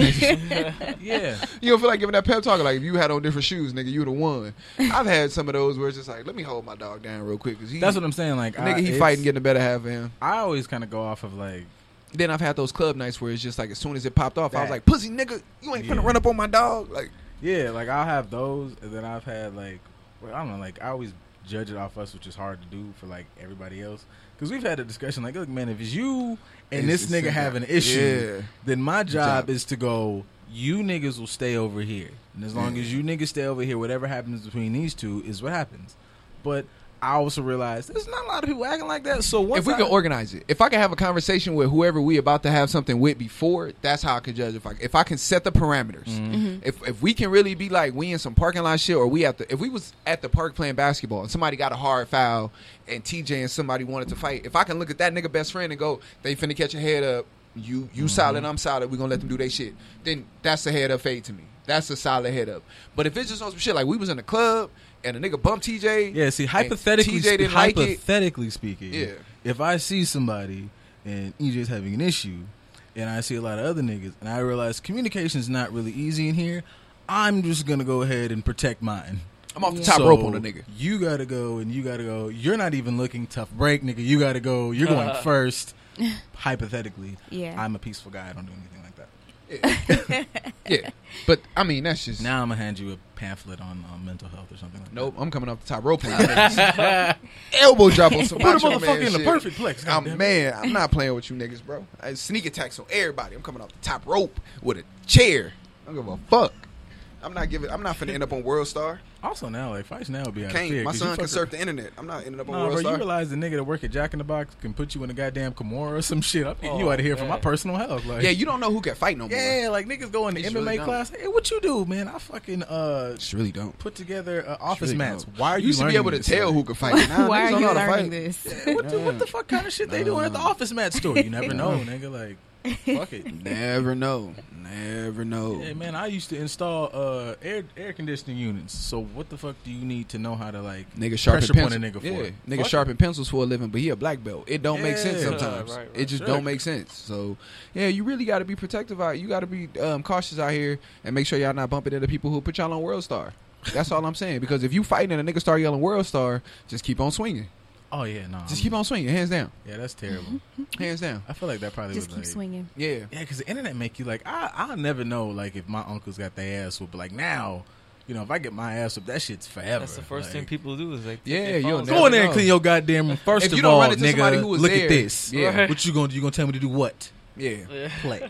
S1: yeah.
S2: you don't feel like giving that pep talk. Like if you had on different shoes, nigga, you'd have won. I've had some of those where it's just like, "Let me hold my dog down real quick," because
S1: That's what I'm saying. Like, I,
S2: nigga he
S1: it's-
S2: fighting getting the better half of him.
S1: I always kind of go off of like,
S2: Then I've had those club nights where it's just like as soon as it popped off, I was
S1: That.
S2: like, "Pussy nigga, you ain't
S1: Yeah.
S2: finna run up on my dog." Like,
S1: yeah, like I'll have those, and then I've had like, well, I don't know, like I always judge it off us, which is hard to do for like everybody else. Because we've had a discussion like, look, man, if it's you and
S2: It's-
S1: this
S2: it's
S1: nigga
S2: in
S1: have
S2: that-
S1: an issue,
S2: Yeah.
S1: then my
S2: Job.
S1: job is to go. You niggas will stay over here, and as long
S2: Yeah.
S1: as you niggas stay over here, whatever happens between these two is what happens. But I also realize there's not a lot of people acting like that. So once
S2: if we
S1: I-
S2: can organize it, if I can have a conversation with whoever we about to have something with before, that's how I could judge. If I if I can set the parameters,
S1: Mm-hmm.
S2: if if we can really be like we in some parking lot shit, or we at the if we was at the park playing basketball and somebody got a hard foul and TJ and somebody wanted to fight, if I can look at that nigga best friend and go, they finna catch a head up, you
S1: Mm-hmm.
S2: you solid, I'm solid, we gonna let them do their shit, then that's a head up fade to me. That's a solid head up. But if it's just on some shit like we was in the club and a nigga bumped TJ,
S1: Yeah, see,
S2: and
S1: hypothetically,
S2: TJ didn't like it.
S1: hypothetically speaking,
S2: Yeah.
S1: if I see somebody and EJ's having an issue, and I see a lot of other niggas, and I realize communication's not really easy in here, I'm just gonna go ahead and protect mine.
S2: I'm off the
S6: Yeah.
S2: top
S1: So,
S2: rope on the nigga.
S1: You gotta go, and you gotta go. You're not even looking tough break, nigga. You gotta go. You're going first. Hypothetically,
S6: Yeah.
S1: I'm a peaceful guy. I don't do anything like that.
S2: Yeah, but I mean that's just
S1: Now I'm gonna hand you a pamphlet on um, mental health or something like
S2: Nope, I'm coming off the top rope. on you niggas. Elbow drop on some
S1: that. Put a
S2: Macho Man
S1: motherfucker in the
S2: shit.
S1: perfect place.
S2: I'm,
S1: goddamn it.
S2: man, I'm not playing with you niggas, bro. I sneak attacks on everybody. I'm coming off the top rope with a chair. I don't give a fuck. I'm not giving. I'm not finna end up on World Star.
S1: Also now, like fights now would be out of
S2: Can't.
S1: fear.
S2: My
S1: 'cause you
S2: son can
S1: fuck-
S2: surf the internet. I'm not ending up on
S1: Nah,
S2: World
S1: bro,
S2: Star.
S1: you realize the nigga that work at Jack in the Box can put you in a goddamn Kimura or some shit. I'm getting you
S7: Oh,
S1: out of here for my
S7: man.
S1: personal health. Like,
S2: yeah, you don't know who can fight no more.
S1: yeah, like niggas go in the
S2: It's
S1: MMA
S2: really dumb.
S1: class. Hey, what you do, man? I fucking uh
S2: Just really don't.
S1: put together uh, office
S2: really
S1: mats.
S2: dumb.
S1: Why are
S2: You
S1: you?
S2: used to be
S1: learning
S2: able to
S1: this?
S2: tell
S1: Like,
S2: who can fight. Now
S6: Why
S2: niggas
S6: are
S2: don't
S6: you
S2: know how to
S6: learning
S2: fight.
S6: this?
S1: What the, what the fuck kind of shit they doing at the office mat store? You never know, nigga. Like, fuck it.
S2: Never know. Never know.
S1: Hey man, I used to install uh air air conditioning units. So what the fuck do you need to know how to like
S2: Nigga sharpen
S1: pressure point a
S2: pencils.
S1: nigga for?
S2: yeah,
S1: it?
S2: nigga
S1: Fuck it.
S2: sharpen pencils for a living, but he a black belt. It don't make sense
S1: Yeah.
S2: sometimes.
S7: Right, right.
S2: It just
S1: Sure.
S2: don't make sense. So yeah, you really got to be protective out. You got to be um, cautious out here and make sure y'all not bumping into people who put y'all on World Star. That's all I'm saying. Because if you fighting and a nigga start yelling World Star, just keep on swinging.
S1: Oh yeah, no.
S2: Just keep on swinging. Hands down.
S1: Yeah, that's terrible.
S2: Hands down.
S1: I feel like that probably
S6: Just
S1: was
S6: keep
S1: like,
S6: swinging.
S2: Yeah.
S1: Yeah, because the internet make you like I I never know like if my uncles got their ass whooped. but, Like now, you know, if I get my ass whooped, that shit's forever.
S7: That's the first
S1: Like,
S7: thing people do is like,
S2: Yeah,
S7: they
S2: you'll
S7: follow
S2: never
S1: Go in there and
S2: know.
S1: clean your goddamn room. First
S2: If
S1: of
S2: you don't
S1: all,
S2: run into somebody
S1: nigga,
S2: who was
S1: look
S2: there,
S1: at this.
S2: yeah.
S1: What you gonna do? You gonna tell me to do what?
S2: Yeah.
S7: Yeah.
S1: Play.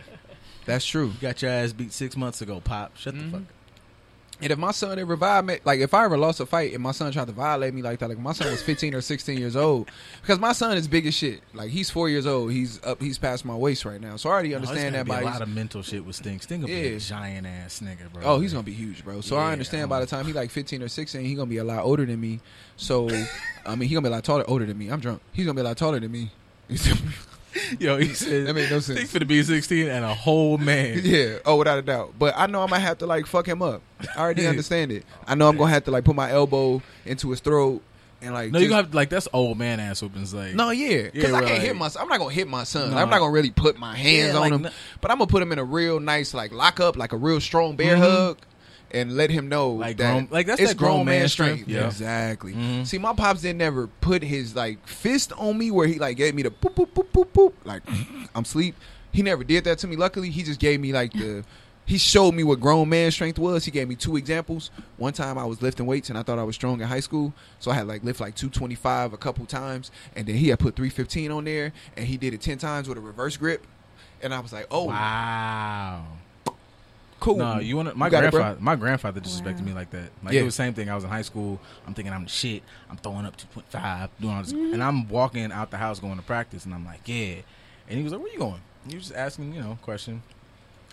S2: That's true.
S1: You got your ass beat six months ago, pop. Shut
S2: Mm-hmm.
S1: the fuck. up.
S2: And if my son ever violate, like if I ever lost a fight and my son tried to violate me like that, like my son was 15 or 16 years old, because my son is big as shit. Like he's four years old, he's up, he's past my waist right now, so I already
S1: No, it's
S2: understand
S1: gotta
S2: that.
S1: be
S2: By
S1: a lot of mental shit with Sting. Sting will be
S2: Yeah.
S1: a giant ass nigga, bro.
S2: oh, he's gonna be huge, bro. So I
S1: Yeah,
S2: understand
S1: I'm-
S2: by the time he like 15 or 16, he gonna be a lot older than me. So I mean, he gonna be a lot taller, older than me. I'm drunk. He's gonna be a lot taller than me.
S1: Yo, he said
S2: That made no
S1: Sting
S2: sense.
S1: for the B sixteen and a whole man.
S2: Yeah, oh, without a doubt. But I know I'm gonna have to like fuck him up. I already understand it. I know I'm gonna have to like put my elbow into his throat and like
S1: No, you
S2: just-
S1: gonna have like that's old man ass whoopings. Like
S2: No, yeah, because
S1: Yeah,
S2: I can't
S1: right.
S2: hit my. I'm not gonna hit my son.
S1: No.
S2: I'm not gonna really put my hands
S1: Yeah,
S2: on
S1: like,
S2: him,
S1: no-
S2: but I'm gonna put him in a real nice like lock up, like a real strong bear hug, and let him know
S1: Mm-hmm. Like
S2: that
S1: grown- like, that's
S2: it's
S1: that grown man strength. Yeah.
S2: Exactly.
S1: Mhm.
S2: See, my pops didn't ever put his like fist on me where he like gave me the boop boop boop boop boop like I'm sleep. He never did that to me. Luckily, he just gave me like the. He showed me what grown man strength was. He gave me two examples. One time I was lifting weights and I thought I was strong in high school, so I had like lift like 225 a couple times, and then he had put 315 on there, and he did it 10 times with a reverse grip, and I was like, oh,
S1: wow.
S2: cool.
S1: No, you want to my
S2: got it, bro?
S1: grandfather. my grandfather disrespected
S6: Wow.
S1: me like that. Like
S2: Yeah.
S1: it was the same thing. I was in high school. I'm thinking I'm the shit. I'm throwing up 2.5, doing all this, and I'm walking out the house going to practice, and I'm like, yeah. And he was like, where you going? And he was just asking, you know, question.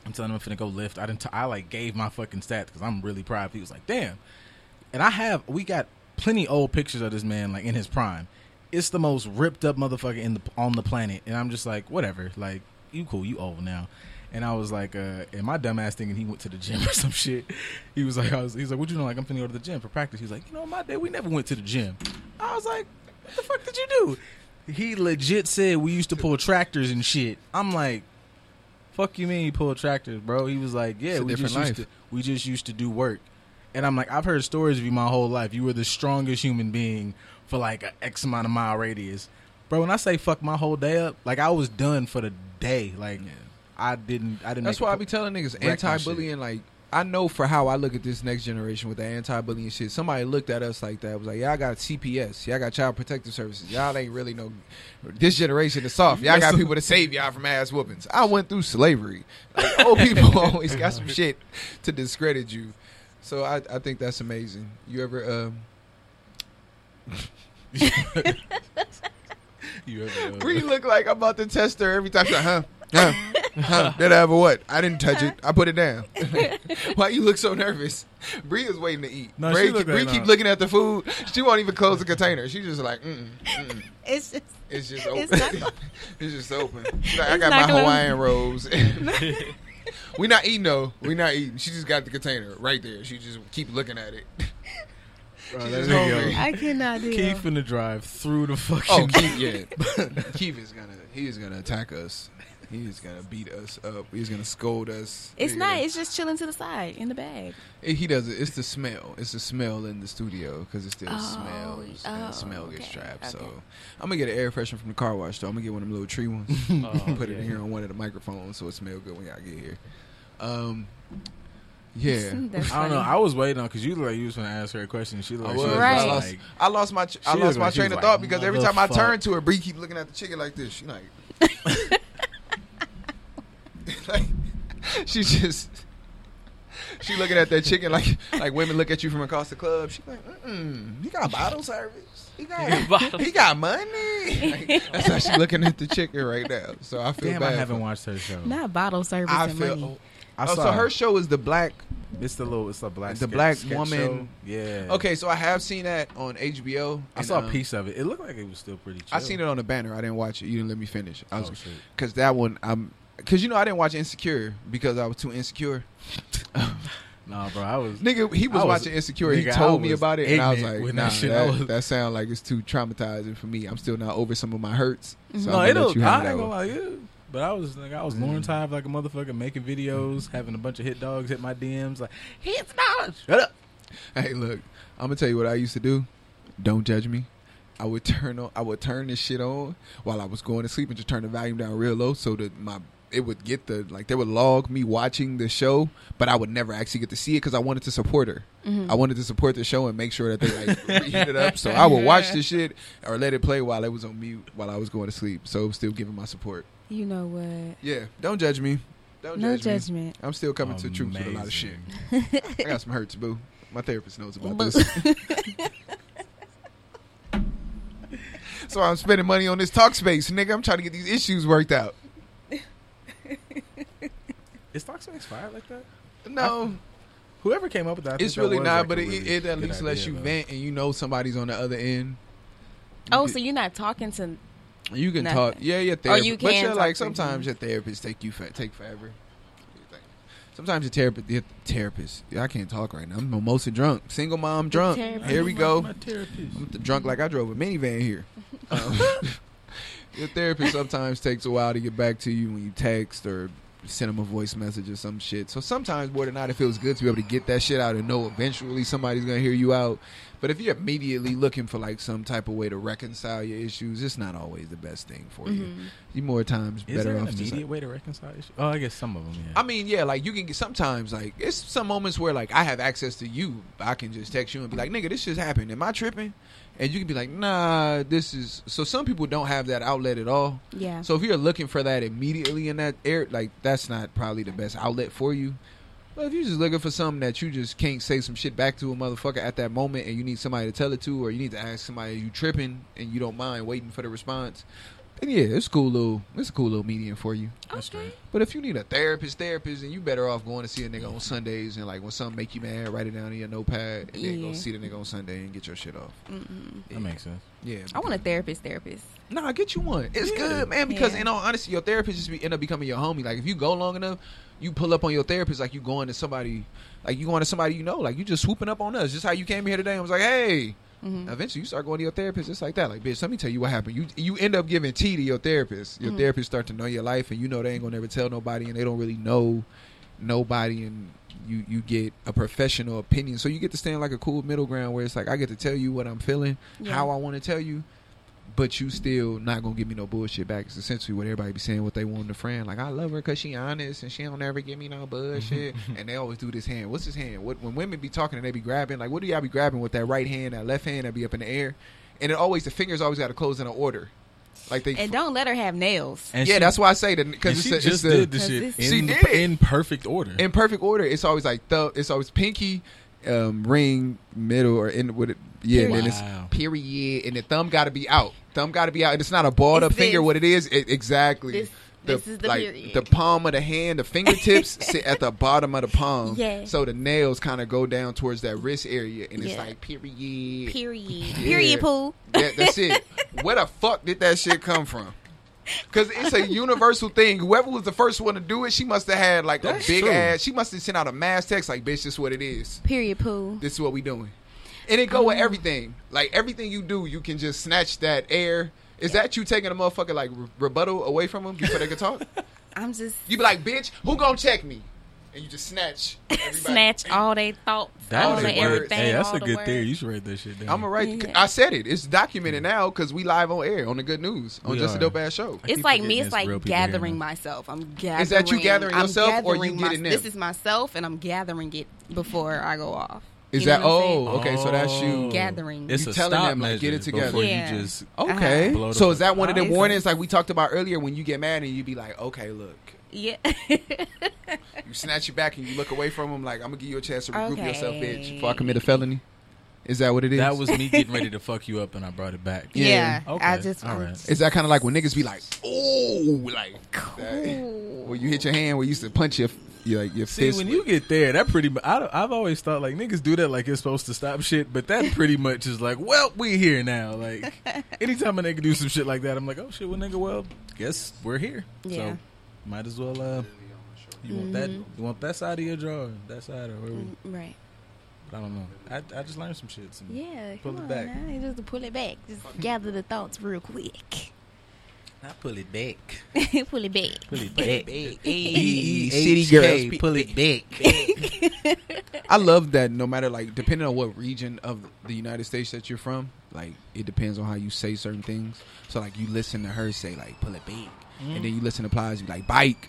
S1: I'm telling him I'm finna go lift. I didn't. T- I like gave my fucking stats because I'm really proud. He was like, damn. And I have. We got plenty old pictures of this man like in his prime. It's the most ripped up motherfucker in the on the planet, and I'm just like, whatever. Like you cool, you old now. And I was like, uh, and my dumbass thing, and he went to the gym or some shit. He was like, I was, he's like, what you know? Like, I'm finna go to the gym for practice. He's like, you know, my day, we never went to the gym. I was like, what the fuck did you do? He legit said we used to pull tractors and shit. I'm like, fuck you mean you pull tractors, bro? He was like, yeah,
S3: It's a
S1: we just
S3: different
S1: used to
S3: life.
S1: we just used to do work. And I'm like, I've heard stories of you my whole life. You were the strongest human being for like an X amount of mile radius, bro. When I say fuck my whole day up, like I was done for the day. Like I didn't, I didn't.
S2: That's
S1: make
S2: why
S1: a
S2: I
S1: pro-
S2: be telling niggas
S1: my shit.
S2: anti-bullying. Like I know for how I look at this next generation with the anti-bullying shit. Somebody looked at us like that. Was like, y'all got CPS, y'all got Child Protective Services. Y'all ain't really no. This generation is soft. Y'all got people to save y'all from ass whoopings. I went through slavery. Like, old people always got some shit to discredit you. So I, I think that's amazing. You ever um,
S1: You ever, uh,
S2: Bree look like I'm about to test her every time. She's like, huh? Huh? huh? Did I ever what? I didn't touch it. I put it down. Why you look so nervous? Bree is waiting to eat.
S1: No,
S2: Bree,
S1: she look
S2: Bree
S1: right
S2: keep
S1: now.
S2: looking at the food. She won't even close the container. She's just like, mm, mm.
S6: It's just
S2: It's just open.
S6: It's
S2: It's,
S6: not gonna-
S2: just open. She's like, I
S6: It's
S2: got
S6: not
S2: my
S6: gonna-
S2: Hawaiian rolls. we not eating though. We not eating. She just got the container right there. She just keep looking at it.
S1: bro,
S2: She's
S1: that
S2: just
S1: nigga-
S2: hungry.
S6: I cannot do.
S1: Keith finna drive through the
S2: Oh,
S1: fucking.
S2: Keith, yeah. Keith is gonna he is gonna attack us. He is gonna beat us up. He's gonna scold us.
S6: It's
S2: He
S6: not. It's just chilling to the side in the bag.
S2: gonna- he does it. It's the smell. It's the smell in the studio because it still
S6: Oh,
S2: smells. and
S6: oh,
S2: the smell gets
S6: okay,
S2: trapped. So
S6: okay.
S2: I'm gonna get an air freshener from the car wash. Though I'm gonna get one of them little tree ones.
S7: Oh,
S2: Put it
S7: yeah.
S2: in here on one of the microphones so it smell good when y'all get here. Um, yeah.
S6: That's
S1: I don't know.
S6: funny.
S1: I was waiting on because you look like you was gonna ask her a question. She looked
S2: I
S1: like
S2: was.
S1: she was
S6: Right.
S1: just
S2: I lost,
S1: like,
S2: I lost my tr- I
S1: She was
S2: lost my
S1: like- she
S2: train
S1: was
S2: of
S1: like,
S2: thought because every time I
S1: "Motherfuck."
S2: turn to her, Bree keep looking at the chicken like this. She like, like she just she looking at that chicken like like women look at you from across the club. She like, mm, he got bottle service. He got he got money. Like, that's how she looking at the chicken right now. So I feel
S1: damn, I
S2: bad.
S1: haven't
S2: for-
S1: watched her show.
S6: Not bottle service
S2: I
S6: and
S2: feel.
S6: money.
S1: I
S2: oh,
S1: saw
S2: so her show is the black.
S1: It's the little. It's the black.
S2: The
S1: sketch-
S2: black
S1: sketch
S2: woman-
S1: show. Yeah.
S2: Okay, so I have seen that on HBO.
S1: I
S2: and,
S1: saw
S2: um,
S1: a piece of it. It looked like it was still pretty. Chill.
S2: I seen it on the banner. I didn't watch it. You didn't let me finish. I was
S1: Oh, shit.
S2: because that one I'm because you know I didn't watch Insecure because I was too insecure.
S1: Nah, bro. I was.
S2: Nigga, he was,
S1: I was-
S2: watching Insecure. he
S1: nigga, I
S2: told me
S1: was
S2: about it, and I was
S1: ignorant
S2: like,
S1: when
S2: Nah,
S1: that
S2: that,
S1: shit- I
S2: that,
S1: was-
S2: sound like it's too traumatizing for me. I'm still not over some of my hurts. So
S1: no,
S2: I'm gonna
S1: it'll. I
S2: let
S1: ain't
S2: you handle that
S1: gonna
S2: one.
S1: lie. it- But I was like, I
S2: Mm.
S1: was Lauren Time like a motherfucker, making videos, having a bunch of hit dogs hit my DMs, like hit dogs. Shut up.
S2: Hey, look, I'm gonna tell you what I used to do. Don't judge me. I would turn on. I would turn this shit on while I was going to sleep and just turn the volume down real low so that my it would get the like they would log me watching the show, but I would never actually get to see it because I wanted to support her.
S6: Mm-hmm.
S2: I wanted to support the show and make sure that they like heat it up. So I would watch the shit or let it play while it was on mute while I was going to sleep. So it was still giving my support.
S6: You know what?
S2: Yeah, don't judge me. Don't
S6: No
S2: judge me.
S6: judgment.
S2: I'm still coming to the truth with a lot of shit.
S1: Amazing.
S2: I got some hurts, boo. My therapist knows about
S6: Boo.
S2: this. so I'm spending money on this talk space, nigga. I'm trying to get these issues worked out.
S1: Is Talkspace fired like that?
S2: No,
S1: Whoever came up with that, I think
S2: it's
S1: that
S2: really
S1: was,
S2: not.
S1: like, a
S2: but it,
S1: really
S2: it at
S1: good
S2: least lets
S1: idea,
S2: you
S1: though.
S2: vent, and you know somebody's on the other end.
S6: Oh, so you're not talking to?
S2: you can
S6: Nothing. Oh,
S2: talk. Yeah, your therapist.
S6: you
S2: but
S6: can
S2: you're
S6: talk
S2: like
S6: to
S2: sometimes your therapist take you for, take forever. Sometimes your therapist, your therapist. Yeah, I can't talk right now. I'm mimosa drunk, single mom drunk.
S6: therapist.
S2: Here we go.
S1: My therapist.
S2: I'm th- drunk like I drove a minivan here. Um, your therapist sometimes takes a while to get back to you when you text or send them a voice message or some shit. So sometimes more than not, it feels good to be able to get that shit out and know eventually somebody's gonna hear you out. But if you're immediately looking for like some type of way to reconcile your issues, it's not always the best thing for you.
S6: Mhm.
S2: You more times
S1: Is
S2: better
S1: there an
S2: off just, like-
S1: immediate way to reconcile issues? Oh, I guess some of them. Yeah.
S2: I mean, yeah, like you can get sometimes like it's some moments where like I have access to you. I can just text you and be like, "Nigga, this just happened. Am I tripping?" And you can be like, "Nah, this is." So some people don't have that outlet at all.
S6: Yeah.
S2: So if you're looking for that immediately in that air, like that's not probably the best outlet for you. But if you're just looking for something that you just can't say some shit back to a motherfucker at that moment, and you need somebody to tell it to, or you need to ask somebody you tripping, and you don't mind waiting for the response, then yeah, it's cool little, it's a cool little medium for you.
S1: That's
S6: okay.
S1: right.
S2: But if you need a therapist, therapist, then you better off going to see a nigga on Sundays and like when something make you mad, write it down in your notepad and then go
S6: Yeah.
S2: see the nigga on Sunday and get your shit off.
S6: Mm-mm.
S2: Yeah.
S1: That makes sense.
S2: Yeah,
S6: I want a therapist. Therapist.
S2: Nah, get you one. It's
S1: Yeah.
S2: good, man. Because
S6: Oh. Yeah.
S2: in all honesty, your therapist just be, end up becoming your homie. Like if you go long enough, you pull up on your therapist like you going to somebody, like you going to somebody you know. Like you just swooping up on us. Just how you came here today. I was like, hey,
S6: Mm-hmm.
S2: Eventually, you start going to your therapist just like that. Like, bitch, let me tell you what happened. You you end up giving tea to your therapist. Your therapist start to know your life, and you know they ain't gonna never tell nobody, and they don't really know nobody, and you you get a professional opinion. So you get to stand like a cool middle ground where it's like I get to tell you what I'm feeling,
S6: Yeah.
S2: how I want to tell you, but you still not gonna give me no bullshit back. It's essentially what everybody be saying what they want a friend. Like I love her because she honest and she don't ever give me no bullshit.
S1: Mm-hmm.
S2: and they always do this hand. What's this hand? What when women be talking and they be grabbing? Like what do y'all be grabbing with that right hand, that left hand that be up in the air? And it always the fingers always got to close in an order. Like they
S6: And don't let her have nails.
S1: And
S2: yeah,
S1: she-
S2: that's why I say that
S1: and
S2: because it's,
S1: she
S2: a- it's
S1: just
S2: the,
S1: did the
S6: 'Cause
S1: shit
S6: it's-
S2: She
S1: in,
S2: did.
S1: in perfect order.
S2: in perfect order. It's always like thumb. It's always pinky, um, ring, middle, or in with it. Yeah, and then it's
S1: Wow.
S2: period, and the thumb got to be out. Thumb got to be out. And it's not a balled
S6: It's
S2: up finger.
S6: this.
S2: What it is, it, exactly.
S6: This- this is the period.
S2: the palm of the hand, the fingertips sit at the bottom of the palm.
S6: Yeah.
S2: So the nails kind of go down towards that wrist area, and it's
S6: Yeah.
S2: like period.
S6: Period.
S2: Yeah.
S6: Period, Pooh.
S2: That, that's it. Where the fuck did that shit come from? Because it's a universal thing. Whoever was the first one to do it, she must have had like
S1: That's
S2: a big
S1: true.
S2: ass. She must have sent out a mass text like, "Bitch, this is what it is.
S6: Period, Pooh.
S2: This is what we doing." And it go
S1: Mm.
S2: with everything. Like everything you do, you can just snatch that air. Is that you taking a motherfucker like re- rebuttal away from them before they can talk?
S6: I'm just
S2: You be like, "Bitch, who gonna check me?" And you just snatch. everybody.
S6: snatch all they thoughts,
S1: That
S6: all
S1: was
S2: the
S1: a
S6: they
S1: good.
S6: everything.
S1: Hey, that's
S6: all
S1: a
S6: the
S1: good
S6: words.
S1: theory. You should write that shit down.
S2: I'm a right.
S6: Yeah.
S2: I said it. It's documented now because we live on air on the good news on
S1: We
S2: just
S1: are.
S2: a dope ass show.
S1: I
S6: It's
S1: keep
S6: like
S1: forgetting
S6: me. It's
S1: real
S6: like
S1: people here,
S6: gathering
S1: man.
S6: myself. I'm gathering.
S2: that you gathering
S6: I'm
S2: yourself or you
S6: gathering
S2: getting them?
S6: This is myself, and I'm gathering it before I go off.
S2: Is
S6: You know
S2: that
S6: what I'm saying?
S2: oh okay? So that's you.
S6: Gathering.
S1: It's
S2: You
S1: a
S2: telling
S1: stop
S2: them, like, get it
S1: measure
S2: together.
S1: Before
S6: Yeah.
S1: you just
S2: Okay.
S1: Uh-huh. Blow the
S2: So
S1: fuck
S2: is that one of the
S6: up.
S2: warnings like we talked about earlier when you get mad and you be like, okay, look,
S6: Yeah.
S2: you snatch your back and you look away from him like I'm gonna give you a chance to regroup
S6: Okay.
S2: yourself, bitch, before I commit a felony. Is that what it is?
S1: that was me getting ready to fuck you up, and I brought it back.
S6: yeah.
S1: Okay.
S6: I just.
S1: All
S6: I'm
S1: right.
S6: just
S2: Is that kind of like when niggas be like, oh, like
S6: cool.
S2: when you hit your hand, where you used to punch your your, your
S1: See,
S2: fist?
S1: when
S2: with-
S1: you get there, that pretty. mu- I, I've always thought like niggas do that like it's supposed to stop shit, but that pretty much is like, well, we here now. Like, anytime a nigga do some shit like that, I'm like, oh shit, well, nigga, well, guess we're here.
S6: Yeah. Mm-hmm.
S1: So, might as well. Uh, you want that? You want that side of your drawer? That side or wherever?
S6: Mm, Right.
S1: I don't know. I, I just learned some shit. Some,
S6: Yeah.
S1: Pull it
S6: come on
S1: back.
S6: now. You Just pull it back. Just gather the thoughts real quick.
S1: I pull it back.
S6: pull it back.
S1: Pull it back.
S2: City girls, pe-
S1: pull it back.
S2: I love that. No matter like depending on what region of the United States that you're from, like it depends on how you say certain things. So like you listen to her say like pull it back, and then you listen to Plies you like bike.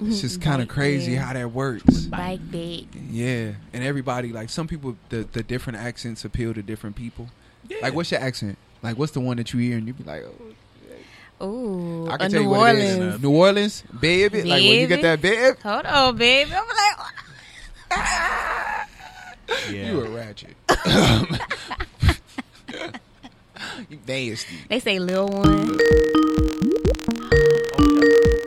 S2: It's just kind of
S6: Mm-hmm. Bike,
S2: crazy
S6: yeah.
S2: how that works.
S6: Bike back.
S2: Yeah, and everybody like some people the the different accents appeal to different people. Like what's your accent? Like what's the one that you hear and you be like, oh,
S6: Ooh.
S2: I
S6: a
S2: can tell
S6: Uh, New
S2: you what it is.
S6: Orleans.
S2: New Orleans, baby. Like when you get
S6: Baby.
S2: that babe,
S6: Hold on, baby. I'm like,
S1: Yeah.
S2: you a ratchet. you nasty.
S6: they say little one.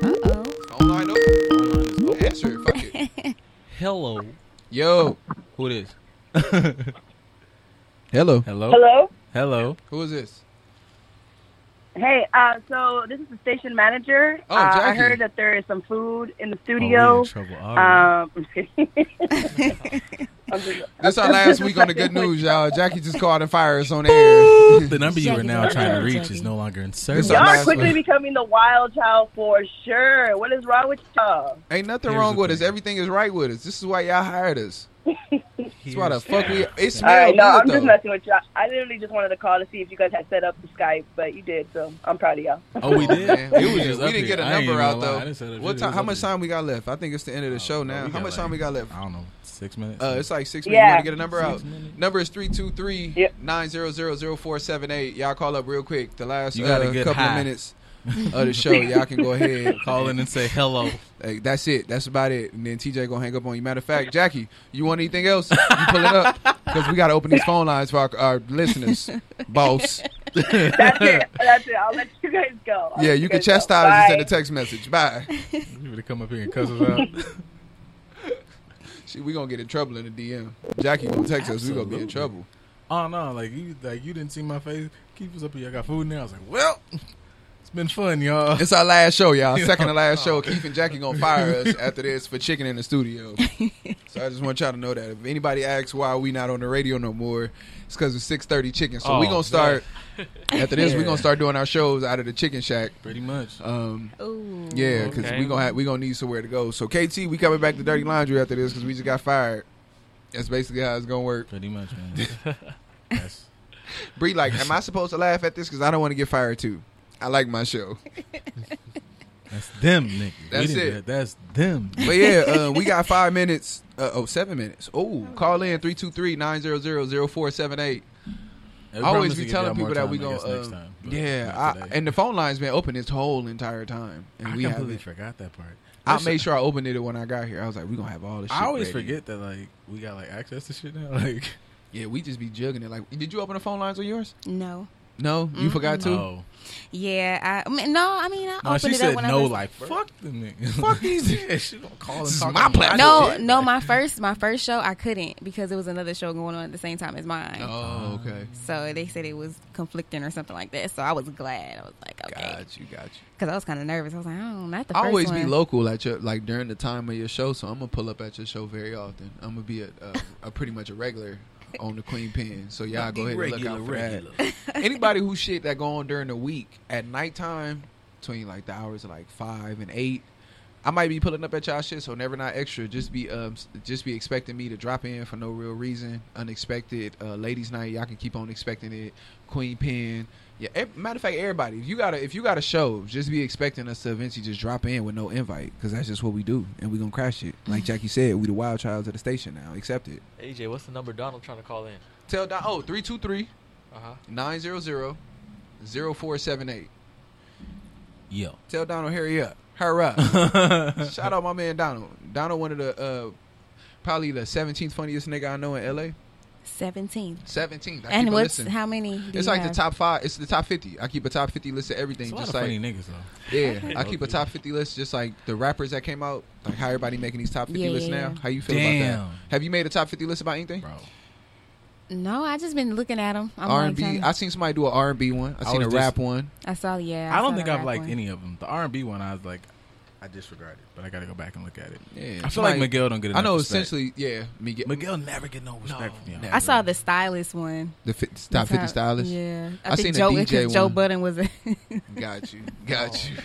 S6: Uh oh.
S2: Phone line open. Answer it. Fuck it.
S3: Hello.
S2: Yo.
S1: Who it is?
S2: Hello.
S1: Hello.
S8: Hello.
S1: Hello.
S2: Who is this?
S8: Hey, uh, so this is the station manager.
S2: Oh,
S8: uh, I
S2: Jackie.
S8: heard that there is some food in
S1: Oh,
S8: the
S1: we
S8: studio.
S1: in trouble. All right.
S8: um, I'm just kidding. I'm just-
S2: This our last week on the good news, y'all. Jackie just called and fired us on
S8: Um,
S2: air.
S1: the number you are
S6: Jackie,
S1: now
S6: Jackie,
S1: trying to
S6: Jackie.
S1: reach is no longer in
S2: It's
S1: service.
S2: our
S8: y'all are
S2: last
S8: quickly
S2: one.
S8: becoming the wild child for sure. What is wrong with y'all?
S2: Ain't nothing
S1: Here's
S2: wrong
S1: the
S2: with us.
S1: thing.
S2: Everything is right with us. This is why y'all hired us. That's why the fuck we. It
S8: All right,
S2: smells
S8: no,
S2: good
S8: I'm just
S2: though.
S8: messing with y'all. I literally just wanted to call to see if you guys had set up the Skype, but you did, so I'm proud of y'all.
S1: Oh, we did.
S2: Man,
S1: We
S2: we
S1: was
S2: didn't-
S1: just
S2: we
S1: up
S2: didn't
S1: here.
S2: get a
S1: I ain't
S2: number
S1: even gonna
S2: out
S1: lie. I
S2: though.
S1: didn't set up
S2: What
S1: shit.
S2: time?
S1: It
S2: How
S1: was
S2: much
S1: up
S2: time we got left? I think it's the end of the
S1: here.
S2: show
S1: Oh,
S2: now.
S1: we got
S2: How much
S1: like-
S2: time we got left?
S1: I don't know. Six minutes.
S2: Uh, it's like six minutes.
S8: Yeah.
S2: You gotta get a number out.
S1: minutes.
S2: Number is three two three
S8: Yep.
S2: nine zero zero zero four seven eight. Y'all call up real quick. The last
S1: You gotta
S2: uh,
S1: get
S2: couple
S1: high.
S2: of minutes of the show, y'all can go ahead.
S1: call in and say hello.
S2: Like, that's it. That's about it. And then TJ gonna hang up on you. Matter of fact, Jackie, you want anything else? You pull it up because we gotta open these phone lines for our, our listeners, boss.
S8: That's it. That's it. I'll let you guys go. I'll
S2: Yeah,
S8: let
S2: you can
S8: guys go.
S2: chastise us and send
S8: Bye.
S2: a text message. Bye.
S1: You better come up here and cuss us out.
S2: Shit, we gonna get in trouble in the DM. Jackie gonna text us. We gonna be in
S1: Absolutely.
S2: trouble.
S1: oh no, like you, like you didn't see my face. Keep us up here. I got food now. I was like, well, it's been fun, y'all.
S2: It's our last show, y'all.
S1: You
S2: Second
S1: know?
S2: to last show. Keith and Jackie gonna fire us after this for chicken in the studio. so I just want y'all to know that if anybody asks why we not on the radio no more, it's because of six thirty chicken. So we
S7: Oh,
S2: gonna start after this. We
S1: Yeah.
S2: gonna start doing our shows out of the chicken shack.
S1: Pretty much.
S2: Um,
S6: Ooh.
S2: yeah, because
S7: Okay.
S2: we gonna have, we gonna need somewhere to go. So KT, we coming back to Dirty Laundry after this because we just got fired. That's basically how it's gonna work.
S1: Pretty much, man. That's,
S2: Bree, like, am I supposed to laugh at this? Because I don't want to get fired too. I like my show.
S1: that's them, nigga. We
S2: That's
S1: didn't
S2: it.
S1: do that. That's them.
S2: But yeah, uh, we got five minutes. Uh, oh, seven minutes. Oh, call in 323-900-0478. I always be telling people that we
S1: go.
S2: going to. Yeah, I, and the phone line's been open this whole entire time, and
S1: I
S2: we
S1: completely
S2: haven't.
S1: forgot that part.
S2: I made sure I opened it when I got here. I was like, "We gonna have all this." Shit
S1: I always
S2: ready.
S1: forget that like we got like access to shit now. Like
S2: Yeah, we just be jugging it. Like, did you open the phone lines on yours?
S6: No.
S2: No, you forgot to.
S1: no,
S6: Yeah. I, I mean, no, I mean, I
S1: no
S6: opened
S1: she
S6: it
S1: said
S6: up when I
S1: no.
S6: was-
S1: Like fuck them niggas. Fuck these niggas. She gonna call and
S2: This is
S1: talk
S2: my
S1: to me.
S2: platform.
S6: No, no, my first, my first show, I couldn't because it was another show going on at the same time as mine.
S2: Oh, okay.
S6: So they said it was conflicting or something like that. So I was glad. I was like, okay,
S2: Got you, got you.
S6: because I was kind of nervous. I was like, oh, not the
S2: I
S6: first
S2: always
S6: one.
S2: be local at your like during the time of your show, so I'm gonna pull up at your show very often. I'm gonna be a, a, a pretty much a regular on the Queen Pen, so y'all go ahead and look out for that. Anybody who shit that go on during the week at nighttime between like the hours of like five and eight, I might be pulling up at y'all shit. So never not extra. Just be um s- just be expecting me to drop in for no real reason, unexpected. Uh, ladies' night, y'all can keep on expecting it. Queen Pen. Yeah, ev- matter of fact, everybody, if you got a if you got a show, just be expecting us to eventually just drop in with no invite, because that's just what we do, and we gonna crash it. Like Jackie said, we the wild childs of the station now. Accept it.
S7: AJ, what's the number Donald trying to call in?
S2: Tell Don oh three two three
S7: Uh huh.
S2: nine zero zero zero four seven eight.
S1: Yo,
S2: Tell Donald hurry up, hurry up. Shout out my man Donald. Donald one of the uh, probably the seventeenth funniest nigga I know in LA.
S6: Seventeen.
S2: Seventeenth. I keep
S6: And
S2: a
S6: what's
S2: listen.
S6: how many? do
S2: it's
S6: you
S2: like
S6: have?
S2: the top five. It's the top fifty. I keep a top fifty list of everything.
S1: it's a lot
S2: just
S1: of
S2: like
S1: funny niggas though.
S2: Yeah, I keep a top 50 list just like the rappers that came out, like how everybody making these top 50
S6: Yeah,
S2: lists
S6: yeah,
S2: now.
S6: yeah.
S2: How you feel about
S1: Damn.
S2: that? Have you made a top 50 list about anything?
S1: Bro,
S6: No, I just been looking at them. I'm like,
S2: R&B.
S6: trying-
S2: I seen somebody do an R&B one. I
S1: I
S2: seen a
S1: was
S2: rap one.
S6: I saw. Yeah.
S1: I, don't
S6: saw
S1: think
S6: the
S1: I've
S6: rap
S1: liked
S6: one.
S1: any of them. The R and B one, I was like, I disregarded, but I gotta go back and look at it.
S2: Yeah,
S1: I feel
S2: somebody-
S1: like Miguel don't get. Enough
S2: I know
S1: respect.
S2: essentially, yeah, Miguel,
S1: Miguel never get no respect from y'all.
S2: never.
S6: I saw the stylist one.
S2: the fi top 50 stylist.
S6: Yeah.
S2: I
S6: I, think
S2: seen a
S6: Joe,
S2: DJ
S6: 'cause Joe
S2: one.
S6: Budden was. A
S2: Got you,
S1: Oh.
S2: got you.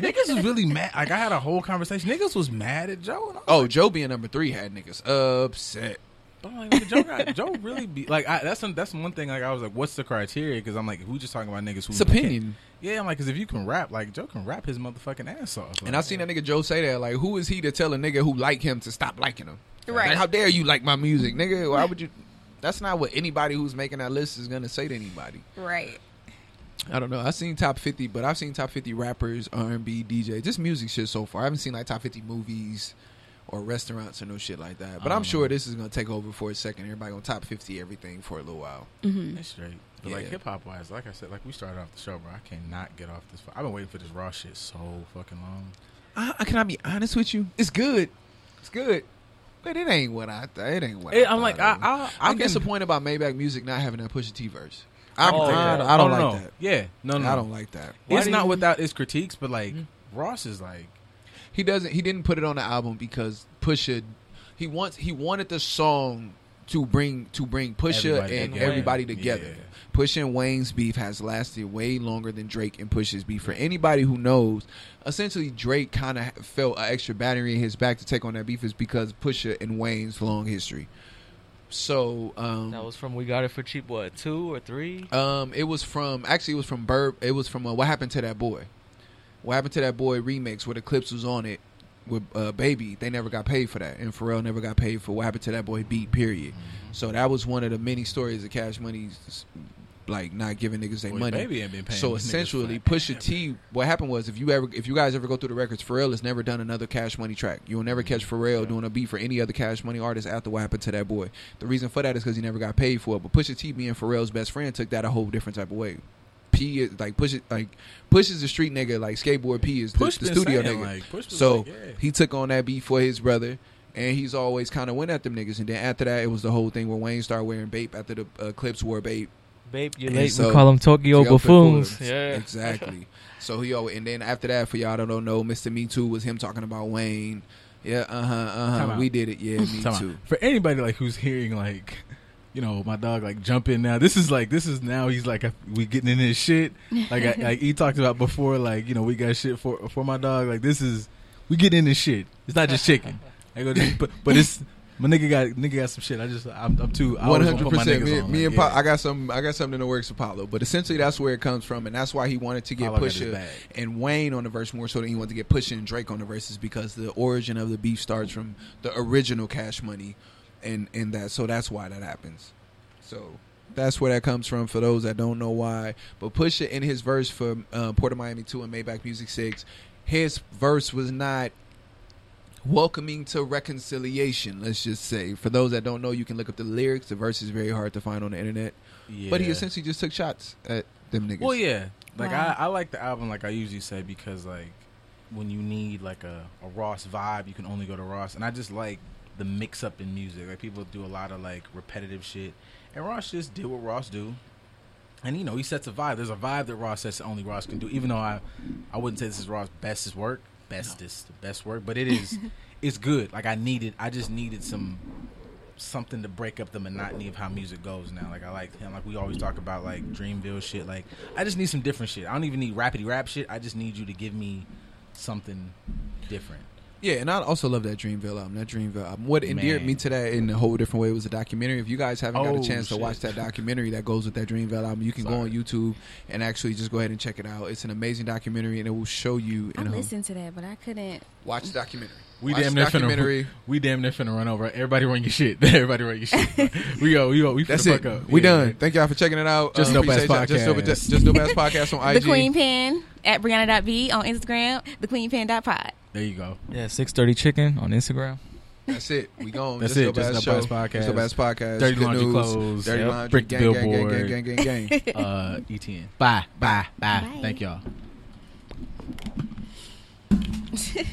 S1: Niggas was really mad. Like I had a whole conversation. Niggas was mad at Joe. And I was
S2: Oh, Joe being number three had niggas upset.
S1: But I'm like, nigga, Joe, got, Joe really be like, I, that's that's one thing. Like, I was like, what's the criteria? Because I'm like, we just talking about niggas who
S2: It's opinion.
S1: Yeah, I'm like, because if you can rap, like Joe can rap his motherfucking ass off.
S2: And I seen that nigga Joe say that. Like, who is he to tell a nigga who like him to stop liking him?
S6: Right.
S2: Like, how dare you like my music, nigga? Why would you? That's not what anybody who's making that list is gonna say to anybody.
S6: right.
S2: I don't know. I've seen top fifty, but I've seen top fifty rappers, R and B, DJ, just music shit so far. I haven't seen like top fifty movies or restaurants or no shit like that. But I'm sure this is gonna take over for a second. Everybody gonna top fifty everything for a little while.
S6: Mm-hmm.
S1: That's straight. But like
S2: Yeah.
S1: hip hop wise, like I said, like we started off the show, bro. I cannot get off this. fu- I've been waiting for this raw shit so fucking long.
S2: I, I- can I be honest with you? It's good. It's good. But it ain't what I. Th- it ain't what I
S1: I'm like,
S2: thought
S1: I,
S2: it was.
S1: I, I
S2: I'm
S1: can,
S2: disappointed about Maybach Music not having that Pusha T verse. I'm,
S7: Oh,
S2: I,
S7: yeah.
S2: I don't
S1: Oh,
S2: like
S1: no, no.
S2: that.
S1: Yeah, no, no,
S2: I
S1: no.
S2: don't like that.
S7: Why
S1: It's
S7: do
S1: not
S7: you-
S1: without its critiques, but like Ross is like,
S2: He doesn't. He didn't put it on the album because Pusha. He wants. He wanted the song to bring to bring Pusha
S1: Everybody
S2: and
S1: together.
S2: everybody together.
S1: Yeah.
S2: Pusha and Wayne's beef has lasted way longer than Drake and Pusha's beef. For anybody who knows, essentially Drake kind of felt an extra battery in his back to take on that beef is because Pusha and Wayne's long history. So um,
S7: That was from we got it for cheap. What two or three?
S2: Um, it was from actually it was from Burb. It was from uh, What Happened to That Boy. What Happened to That Boy remix where the clips was on it with uh, Baby. They never got paid for that, and Pharrell never got paid for What Happened to That Boy beat. Period.
S1: Mm-hmm.
S2: So that was one of the many stories of Cash Money's like not giving niggas their
S1: Boy,
S2: money.
S1: Baby ain't been paying
S2: so
S1: these niggas
S2: essentially,
S1: for
S2: Pusha T. What happened was if you ever if you guys ever go through the records, Pharrell has never done another Cash Money track. You will never
S1: Mm-hmm.
S2: catch Pharrell doing a beat for any other Cash Money artist after What Happened to That Boy. The reason for that is because he never got paid for it. But Pusha T being Pharrell's best friend took that a whole different type of way. P is like push it like push is the street nigga like skateboard P is the,
S1: Push
S2: the
S1: been
S2: studio
S1: saying,
S2: nigga.
S1: like, Push was
S2: so
S1: like, yeah.
S2: he took on that beat for his brother, and he's always kind of went at them niggas. And then after that, it was the whole thing where Wayne started wearing Bape after the uh, clips wore Bape.
S7: Babe, you're
S2: And
S7: late.
S2: so-
S7: we call them Tokyo
S2: Tokyo
S7: buffoons.
S2: Buffoons.
S7: Yeah.
S2: Exactly. so he always, and then after that, for y'all that don't know, Mr. Me Too was him talking about Wayne. Yeah, uh huh, uh
S1: Time
S2: huh.
S1: out.
S2: We did it. Yeah, me
S1: Time out.
S2: too.
S1: For anybody like who's hearing like, you know, my dog like jumping now. This is like this is now he's like we getting in his shit. Like I, like he talked about before. Like you know we got shit for for my dog. Like this is we getting in his shit. It's not just chicken. I go just- but but it's my nigga got nigga got some shit. I just I'm, I'm too. I
S2: One
S1: always wanna
S2: hundred
S1: put my
S2: percent.
S1: niggas
S2: Me,
S1: on,
S2: me
S1: like,
S2: and
S1: yeah.
S2: pa- I got some. I got something in the works, with Apollo. But essentially, that's where it comes from, and that's why he wanted to get
S1: Apollo got his
S2: Pusha
S1: bag.
S2: and Wayne on the verse more so than he wanted to get Pusha and Drake on the verses because the origin of the beef starts from the original Cash Money, and and that. So that's why that happens. So that's where that comes from. For those that don't know why, but Pusha in his verse for uh, Port of Miami Two and Maybach Music Six, his verse was not welcoming to reconciliation. Let's just say, for those that don't know, you can look up the lyrics. The verse is very hard to find on the internet, but he
S1: Yeah.
S2: essentially just took shots at them niggas.
S1: Well, yeah. Like
S6: Wow.
S1: I, I like the album, like I usually say, because like when you need like a, a Ross vibe, you can only go to Ross, and I just like the mix up in music. Like people do a lot of like repetitive shit, and Ross just did what Ross do, and you know he sets a vibe. There's a vibe that Ross says only Ross can do. Even though I, I wouldn't say this is Ross' bestest work, bestest, best work, but it is, it's good. Like I needed, I just needed some something to break up the monotony of how music goes now. Like I like him. Like we always talk about like Dreamville shit. Like I just need some different shit. I don't even need rapidy rap shit. I just need you to give me something different.
S2: Yeah, and I also love that Dreamville album. That Dreamville album. What endeared
S1: Man.
S2: me to that in a whole different way was a documentary. If you guys haven't got
S1: Oh,
S2: a chance
S1: shit.
S2: to watch that documentary that goes with that Dreamville album, you can go
S1: Sorry.
S2: on YouTube and actually just go ahead and check it out. It's an amazing documentary, and it will show you.
S6: I
S2: In a whole-
S6: listened to that, but I couldn't.
S2: watch the documentary.
S1: We
S2: watch
S1: damn
S2: the
S1: near
S2: documentary.
S1: finna we damn near finna run over. Everybody run your shit. Everybody run your shit. we go we go we finna
S2: That's
S1: fuck
S2: it.
S1: up.
S2: We
S1: Yeah.
S2: done. Thank y'all for checking it out. Uh,
S1: Just Dope Ass
S2: appreciate y'all. Just dope,
S1: Podcast.
S2: just, just dope ass podcast on
S6: The
S2: IG.
S6: Queen Pen at Brianna.v on Instagram, the Queen Pen dot pod.
S1: There you go.
S5: Yeah, six thirty chicken on Instagram.
S2: That's it. We gone.
S1: That's
S2: just
S1: it.
S2: Dope
S1: Just
S2: ass
S1: Dope Ass
S2: show.
S1: Podcast.
S2: Just dope ass podcast.
S1: Dirty
S2: Good
S1: laundry
S2: news.
S1: clothes.
S2: Dirty
S1: Yep.
S2: laundry.
S1: Brick
S2: gang, gang, gang,
S1: billboard.
S2: gang, gang, gang, gang.
S1: Uh ETN. Bye. Bye. Bye.
S6: Bye.
S1: Thank y'all.